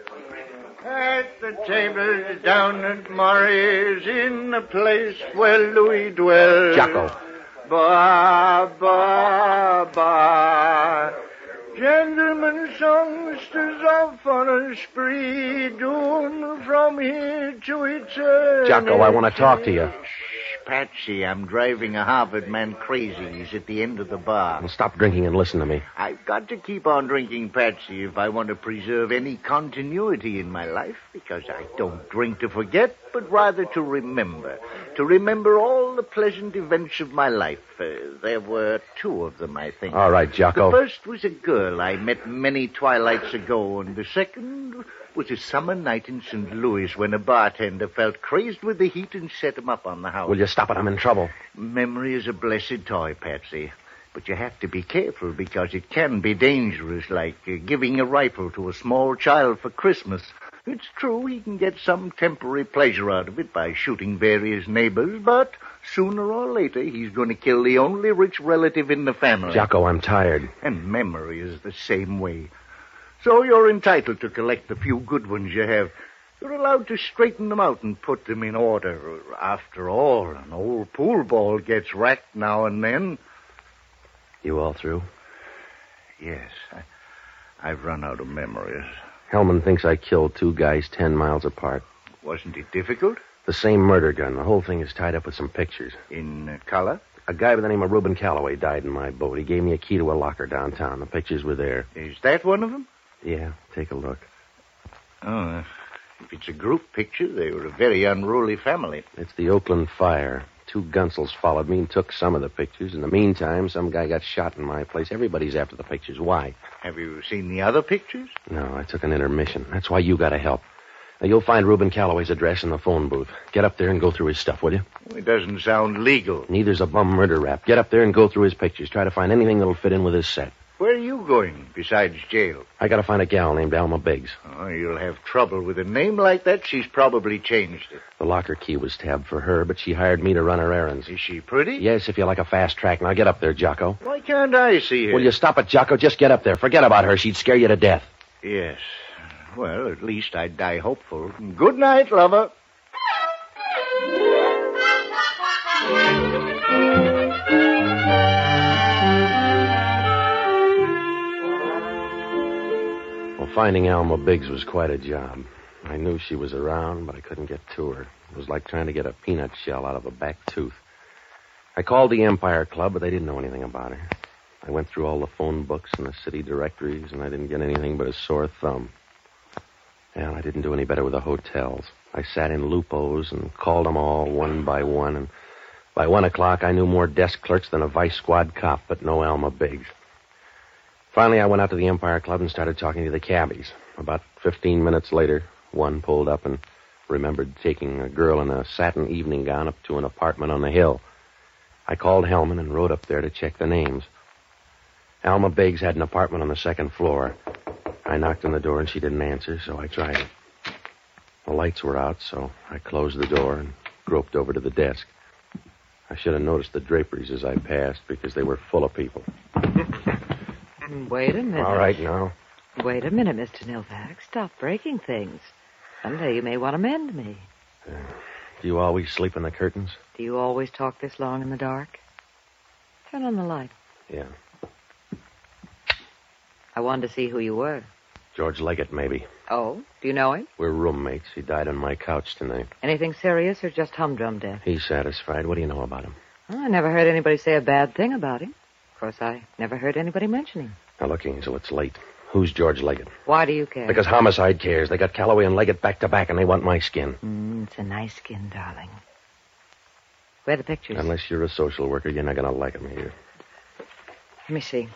Speaker 17: At the tables down at Murray's, in the place where Louis dwells.
Speaker 16: Jocko.
Speaker 17: Ba, ba, ba. Gentlemen, songsters off on a spree, doom from here to eternity.
Speaker 16: Jocko, I want to talk to you.
Speaker 21: Patsy, I'm driving a Harvard man crazy. He's at the end of the bar.
Speaker 16: Stop drinking and listen to me.
Speaker 21: I've got to keep on drinking Patsy if I want to preserve any continuity in my life because I don't drink to forget, but rather to remember. To remember all the pleasant events of my life. Uh, there were two of them, I think.
Speaker 16: All right, Jocko.
Speaker 21: The first was a girl I met many twilights ago, and the second was a summer night in St. Louis when a bartender felt crazed with the heat and set him up on the house.
Speaker 16: Will you stop it? I'm in trouble.
Speaker 21: Memory is a blessed toy, Patsy. But you have to be careful because it can be dangerous, like uh, giving a rifle to a small child for Christmas. It's true he can get some temporary pleasure out of it by shooting various neighbors, but sooner or later he's going to kill the only rich relative in the family.
Speaker 16: Jocko, I'm tired.
Speaker 21: And memory is the same way. So you're entitled to collect the few good ones you have. You're allowed to straighten them out and put them in order. After all, an old pool ball gets racked now and then.
Speaker 16: You all through?
Speaker 21: Yes, I, I've run out of memories.
Speaker 16: Hellman thinks I killed two guys ten miles apart.
Speaker 21: Wasn't it difficult?
Speaker 16: The same murder gun. The whole thing is tied up with some pictures.
Speaker 21: In uh, color?
Speaker 16: A guy by the name of Reuben Calloway died in my boat. He gave me a key to a locker downtown. The pictures were there.
Speaker 21: Is that one of them? uh,
Speaker 16: Yeah, take a look.
Speaker 21: Oh, if it's a group picture, they were a very unruly family.
Speaker 16: It's the Oakland Fire. Two gunsels followed me and took some of the pictures. In the meantime, some guy got shot in my place. Everybody's after the pictures. Why?
Speaker 21: Have you seen the other pictures?
Speaker 16: No, I took an intermission. That's why you gotta help. Now, you'll find Reuben Calloway's address in the phone booth. Get up there and go through his stuff, will you?
Speaker 21: It doesn't sound legal.
Speaker 16: Neither's a bum murder rap. Get up there and go through his pictures. Try to find anything that'll fit in with his set.
Speaker 21: Where are you going besides jail?
Speaker 16: I gotta find a gal named Alma Biggs.
Speaker 21: Oh, you'll have trouble with a name like that. She's probably changed it.
Speaker 16: The locker key was tabbed for her, but she hired me to run her errands. Is
Speaker 21: she pretty?
Speaker 16: Yes, if you like a fast track. Now get up there, Jocko.
Speaker 21: Why can't I see her?
Speaker 16: Will you stop it, Jocko? Just get up there. Forget about her. She'd scare you to death.
Speaker 21: Yes. Well, at least I'd die hopeful. Good night, lover.
Speaker 16: Well, finding Alma Biggs was quite a job. I knew she was around, but I couldn't get to her. It was like trying to get a peanut shell out of a back tooth. I called the Empire Club, but they didn't know anything about her. I went through all the phone books and the city directories, and I didn't get anything but a sore thumb. And I didn't do any better with the hotels. I sat in Lupo's and called them all one by one, and by one o'clock I knew more desk clerks than a vice squad cop, but no Alma Biggs. Finally, I went out to the Empire Club and started talking to the cabbies. About 15 minutes later, one pulled up and remembered taking a girl in a satin evening gown up to an apartment on the hill. I called Hellman and rode up there to check the names. Alma Biggs had an apartment on the second floor. I knocked on the door and she didn't answer, so I tried it. The lights were out, so I closed the door and groped over to the desk. I should have noticed the draperies as I passed because they were full of people.
Speaker 20: Mm, Wait a minute.
Speaker 16: All right, now.
Speaker 20: Wait a minute, Mr. Nilvac. Stop breaking things. Someday you may want to mend me.
Speaker 16: Do you always sleep in the curtains?
Speaker 20: Do you always talk this long in the dark? Turn on the light.
Speaker 16: Yeah.
Speaker 20: I wanted to see who you were.
Speaker 16: George Leggett, maybe.
Speaker 20: Oh, do you know him?
Speaker 16: We're roommates. He died on my couch tonight.
Speaker 20: Anything serious or just humdrum death?
Speaker 16: He's satisfied. What do you know about him?
Speaker 20: Well, I never heard anybody say a bad thing about him. Of course, I never heard anybody mention him.
Speaker 16: Now, look, Angel, it's late. Who's George Leggett?
Speaker 20: Why do you care?
Speaker 16: Because homicide cares. They got Calloway and Leggett back to back, and they want my skin.
Speaker 20: Mm, it's a nice skin, darling. Where are the pictures?
Speaker 16: Unless you're a social worker, you're not going to like him here.
Speaker 20: Let me see.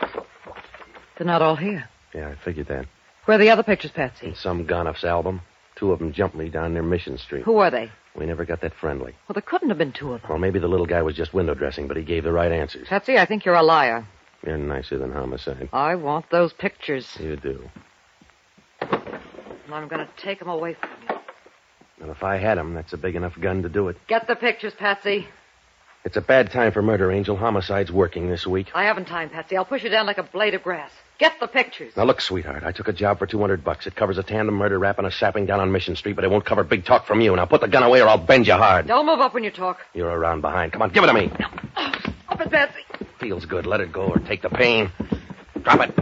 Speaker 20: They're not all here.
Speaker 16: Yeah, I figured that.
Speaker 20: Where are the other pictures, Patsy?
Speaker 16: In some Gonoff's album, two of them jumped me down near Mission Street.
Speaker 20: Who are they?
Speaker 16: We never got that friendly.
Speaker 20: Well, there couldn't have been two of them.
Speaker 16: Well, maybe the little guy was just window dressing, but he gave the right answers.
Speaker 20: Patsy, I think you're a liar.
Speaker 16: You're nicer than homicide.
Speaker 20: I want those pictures,
Speaker 16: You do.
Speaker 20: and I'm going to take them away from you.
Speaker 16: And if I had him, that's a big enough gun to do it.
Speaker 20: Get the pictures, Patsy.
Speaker 16: It's a bad time for murder, Angel. Homicide's working this week.
Speaker 20: I haven't time, Patsy. I'll push you down like a blade of grass. Get the pictures.
Speaker 16: Now look, sweetheart, I took a job for two hundred bucks. It covers a tandem murder rap and a sapping down on Mission Street, but it won't cover big talk from you. Now put the gun away or I'll bend you hard.
Speaker 20: Don't move up when you talk.
Speaker 16: You're around behind. Come on, give it to me.
Speaker 20: Up it, Patsy.
Speaker 16: Feels good. Let it go or take the pain. Drop it.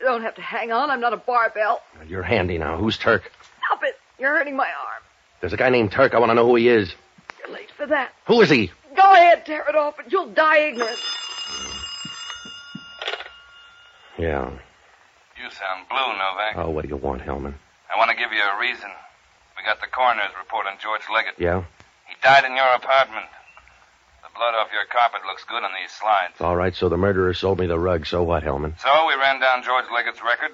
Speaker 20: You don't have to hang on. I'm not a barbell.
Speaker 16: You're handy now. Who's Turk?
Speaker 20: Stop it. You're hurting my arm.
Speaker 16: There's a guy named Turk. I want to know who he is.
Speaker 20: You're late for that.
Speaker 16: Who is he?
Speaker 20: Go ahead, tear it off, and you'll die ignorant.
Speaker 16: Yeah.
Speaker 7: You sound blue, Novak.
Speaker 16: Oh, what do you want, Hellman?
Speaker 7: I want to give you a reason. We got the coroner's report on George Leggett.
Speaker 16: Yeah?
Speaker 7: He died in your apartment. The blood off your carpet looks good on these slides.
Speaker 16: All right, so the murderer sold me the rug. So what, Hellman?
Speaker 7: So we ran down George Leggett's record.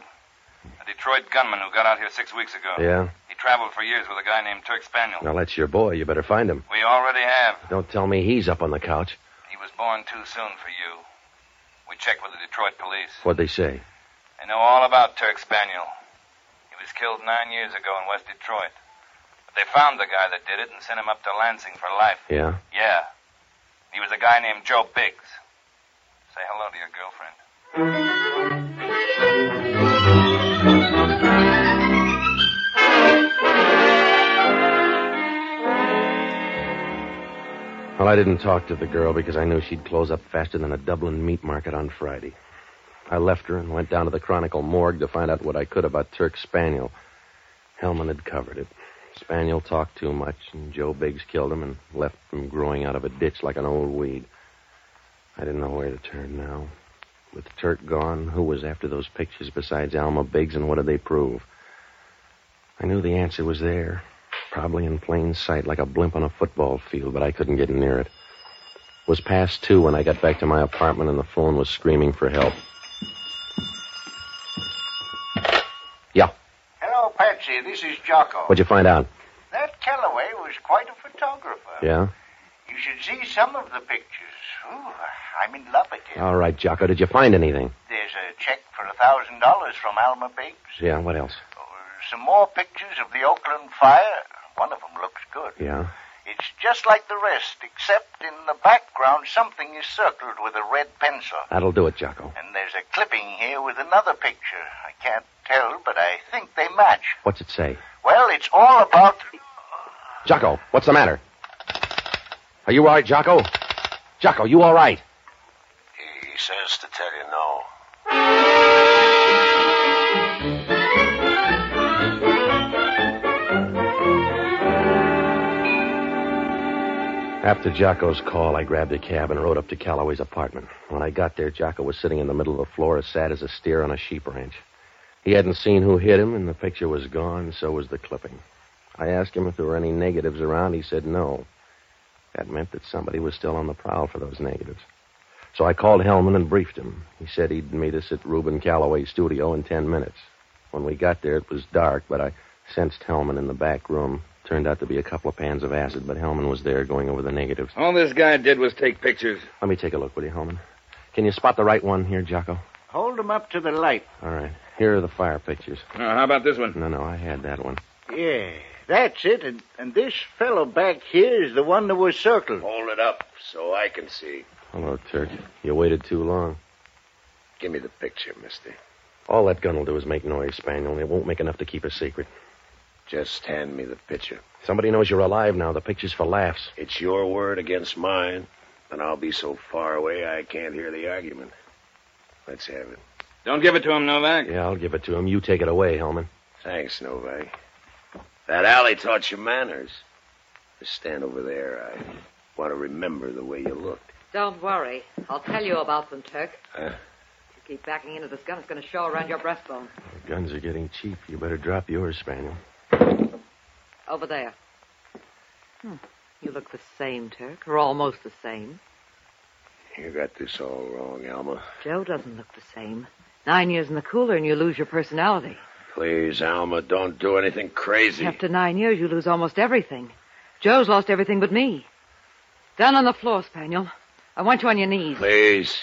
Speaker 7: A Detroit gunman who got out here six weeks ago.
Speaker 16: Yeah?
Speaker 7: He traveled for years with a guy named Turk Spaniel.
Speaker 16: Now that's your boy. You better find him.
Speaker 7: We already have.
Speaker 16: Don't tell me he's up on the couch.
Speaker 7: He was born too soon for you. We checked with the Detroit police.
Speaker 16: What'd they say?
Speaker 7: They know all about Turk Spaniel. He was killed nine years ago in West Detroit. But they found the guy that did it and sent him up to Lansing for life.
Speaker 16: Yeah?
Speaker 7: Yeah. He was a guy named Joe Biggs. Say hello to your girlfriend.
Speaker 16: Well, I didn't talk to the girl because I knew she'd close up faster than a Dublin meat market on Friday. I left her and went down to the Chronicle morgue to find out what I could about Turk Spaniel. Hellman had covered it. Spaniel talked too much, and Joe Biggs killed him and left him growing out of a ditch like an old weed. I didn't know where to turn now. With Turk gone, who was after those pictures besides Alma Biggs, and what did they prove? I knew the answer was there. probably in plain sight, like a blimp on a football field, but I couldn't get near it. It was past two when I got back to my apartment, and the phone was screaming for help. Yeah,
Speaker 17: Hello, Patsy. This is Jocko.
Speaker 16: what'd you find out?
Speaker 17: That Calloway was quite a photographer.
Speaker 16: Yeah?
Speaker 17: You should see some of the pictures. Ooh, I'm in love with him.
Speaker 16: All right, Jocko, did you find anything?
Speaker 17: There's a check for a thousand dollars from Alma Biggs.
Speaker 16: Yeah, what else?
Speaker 17: Some more pictures of the Oakland fire. One of them looks good.
Speaker 16: Yeah?
Speaker 17: It's just like the rest, except in the background something is circled with a red pencil.
Speaker 16: That'll do it, Jocko.
Speaker 17: And there's a clipping here with another picture. I can't tell, but I think they match.
Speaker 16: What's it say?
Speaker 17: Well, it's all about.
Speaker 16: Jocko, what's the matter? Are you all right, Jocko? Jocko, you all right?
Speaker 18: He says to tell you no.
Speaker 16: After Jocko's call, I grabbed a cab and rode up to Calloway's apartment. When I got there, Jocko was sitting in the middle of the floor as sad as a steer on a sheep ranch. He hadn't seen who hit him, and the picture was gone, so was the clipping. I asked him if there were any negatives around. He said no. That meant that somebody was still on the prowl for those negatives. So I called Hellman and briefed him. He said he'd meet us at Reuben Calloway's studio in ten minutes. When we got there, it was dark, but I sensed Hellman in the back room. Turned out to be a couple of pans of acid, but Hellman was there going over the negatives.
Speaker 7: All this guy did was take pictures.
Speaker 16: Let me take a look, will you, Hellman? Can you spot the right one here, Jocko?
Speaker 21: Hold him up to the light.
Speaker 16: All right. Here are the fire pictures.
Speaker 7: Uh, how about this one?
Speaker 16: No, no, I had that one.
Speaker 21: Yeah, that's it. And, and this fellow back here is the one that was circled.
Speaker 18: Hold it up so I can see.
Speaker 16: Hello, Turk. You waited too long.
Speaker 18: Give me the picture, mister.
Speaker 16: All that gun'll do is make noise, Spaniel, and it won't make enough to keep a secret.
Speaker 18: Just hand me the picture.
Speaker 16: Somebody knows you're alive now. The picture's for laughs.
Speaker 18: It's your word against mine, and I'll be so far away I can't hear the argument. Let's have it.
Speaker 7: Don't give it to him, Novak.
Speaker 16: Yeah, I'll give it to him. You take it away, Hellman.
Speaker 18: Thanks, Novak. That alley taught you manners. Just stand over there. I want to remember the way you looked.
Speaker 20: Don't worry. I'll tell you about them, Turk.
Speaker 18: Huh?
Speaker 20: You keep backing into this gun, it's going to show around your breastbone.
Speaker 16: The guns are getting cheap. You better drop yours, Spaniel.
Speaker 20: Over there. Hmm. You look the same, Turk, or almost the same.
Speaker 18: You got this all wrong, Alma.
Speaker 20: Joe doesn't look the same. Nine years in the cooler and you lose your personality.
Speaker 18: Please, Alma, don't do anything crazy.
Speaker 20: After nine years, you lose almost everything. Joe's lost everything but me. Down on the floor, Spaniel. I want you on your knees.
Speaker 18: Please.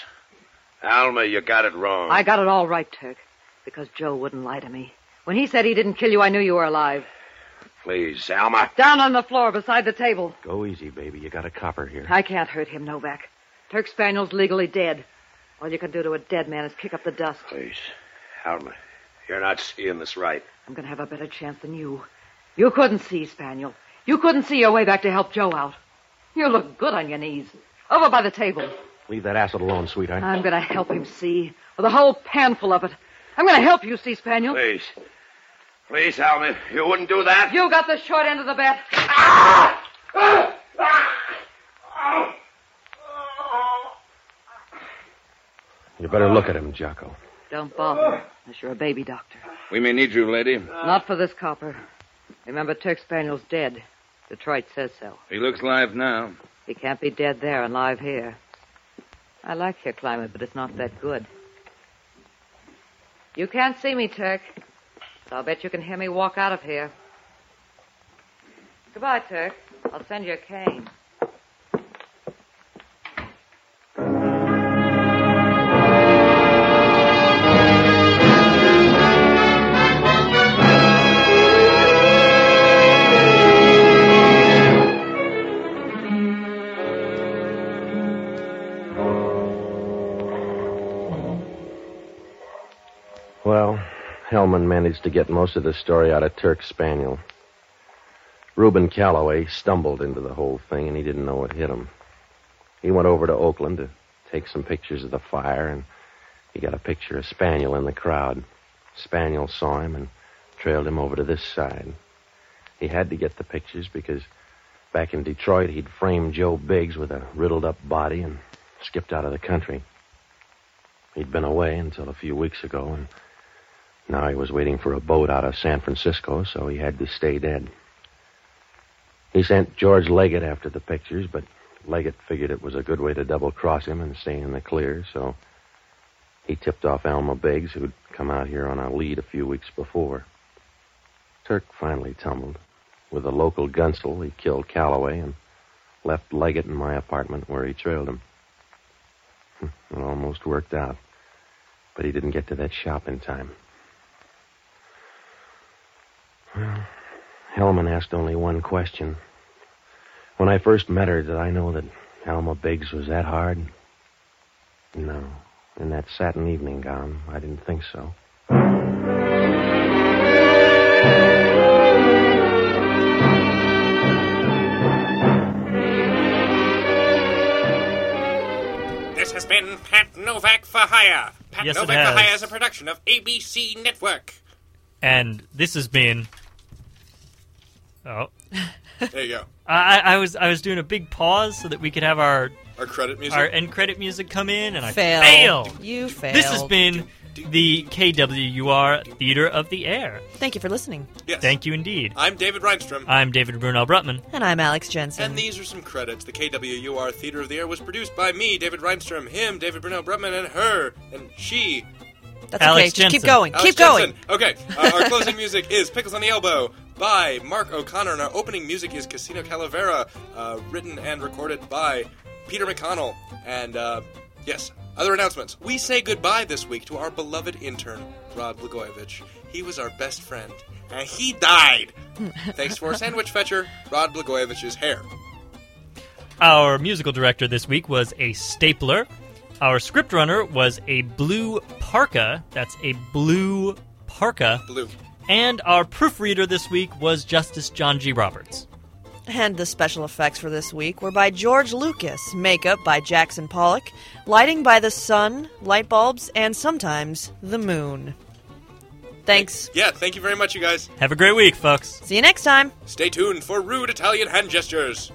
Speaker 18: Alma, you got it wrong.
Speaker 20: I got it all right, Turk, because Joe wouldn't lie to me. When he said he didn't kill you, I knew you were alive.
Speaker 18: Please, Alma.
Speaker 20: Down on the floor beside the table.
Speaker 16: Go easy, baby. You got a copper here.
Speaker 20: I can't hurt him, Novak. Turk Spaniel's legally dead. All you can do to a dead man is kick up the dust.
Speaker 18: Please. Alma, you're not seeing this right.
Speaker 20: I'm going to have a better chance than you. You couldn't see, Spaniel. You couldn't see your way back to help Joe out. You look good on your knees. Over by the table.
Speaker 16: Leave that acid alone, sweetheart.
Speaker 20: I'm going to help him see. With a whole panful of it. I'm going to help you see, Spaniel.
Speaker 18: Please. Please, Alma, you wouldn't do that.
Speaker 20: You got the short end of the bat.
Speaker 16: You better look at him, Jocko.
Speaker 20: Don't bother, unless you're a baby doctor.
Speaker 7: We may need you, lady.
Speaker 20: Not for this copper. Remember, Turk Spaniel's dead. Detroit says so.
Speaker 7: He looks live now.
Speaker 20: He can't be dead there and live here. I like your climate, but it's not that good. You can't see me, Turk. But I'll bet you can hear me walk out of here. Goodbye, Turk. I'll send you a cane.
Speaker 16: Well, Hellman managed to get most of the story out of Turk Spaniel. Reuben Calloway stumbled into the whole thing, and he didn't know what hit him. He went over to Oakland to take some pictures of the fire, and he got a picture of Spaniel in the crowd. Spaniel saw him and trailed him over to this side. He had to get the pictures because back in Detroit, he'd framed Joe Biggs with a riddled up body and skipped out of the country. He'd been away until a few weeks ago, and now he was waiting for a boat out of San Francisco, so he had to stay dead. He sent George Leggett after the pictures, but Leggett figured it was a good way to double cross him and stay in the clear, so he tipped off Alma Biggs, who'd come out here on a lead a few weeks before. Turk finally tumbled. With a local gunsel, he killed Calloway and left Leggett in my apartment where he trailed him. It almost worked out, but he didn't get to that shop in time. Well, Hellman asked only one question. When I first met her, did I know that Alma Biggs was that hard? No. In that satin evening gown, I didn't think so.
Speaker 12: This has been Pat Novak for Hire. Pat
Speaker 2: Yes, it
Speaker 12: Novak for
Speaker 2: has.
Speaker 12: Hire is a production of ABC Network.
Speaker 2: And this has been. Oh.
Speaker 12: There you go.
Speaker 2: I, I was I was doing a big pause so that we could have our
Speaker 12: Our credit music?
Speaker 2: our end credit music come in, and I
Speaker 1: Fail.
Speaker 2: failed.
Speaker 1: You failed.
Speaker 2: This has been the KWUR Theater of the Air.
Speaker 1: Thank you for listening.
Speaker 12: Yes.
Speaker 2: Thank you indeed.
Speaker 12: I'm David Reinstrom.
Speaker 2: I'm David Brunel Brutman.
Speaker 1: And I'm Alex Jensen.
Speaker 12: And these are some credits. The KWUR Theater of the Air was produced by me, David Reinstrom, him, David Brunel Brutman, and her, and she.
Speaker 1: That's Alex okay. Just Keep
Speaker 12: Jensen.
Speaker 1: going.
Speaker 12: Alex
Speaker 1: Keep going.
Speaker 12: Jensen. Okay. Uh, our closing music is Pickles on the Elbow by Mark O'Connor, and our opening music is Casino Calavera, uh, written and recorded by Peter McConnell. And uh, yes, other announcements. We say goodbye this week to our beloved intern, Rob Blagojevich. He was our best friend, and he died. Thanks to our sandwich fetcher, Rod Blagojevich's hair.
Speaker 2: Our musical director this week was a stapler. Our script runner was a blue parka. That's a blue parka.
Speaker 12: Blue.
Speaker 2: And our proofreader this week was Justice John G. Roberts.
Speaker 1: And the special effects for this week were by George Lucas, makeup by Jackson Pollock, lighting by the sun, light bulbs, and sometimes the moon. Thanks.
Speaker 12: Yeah, thank you very much, you guys.
Speaker 2: Have a great week, folks.
Speaker 1: See you next time.
Speaker 12: Stay tuned for rude Italian hand gestures.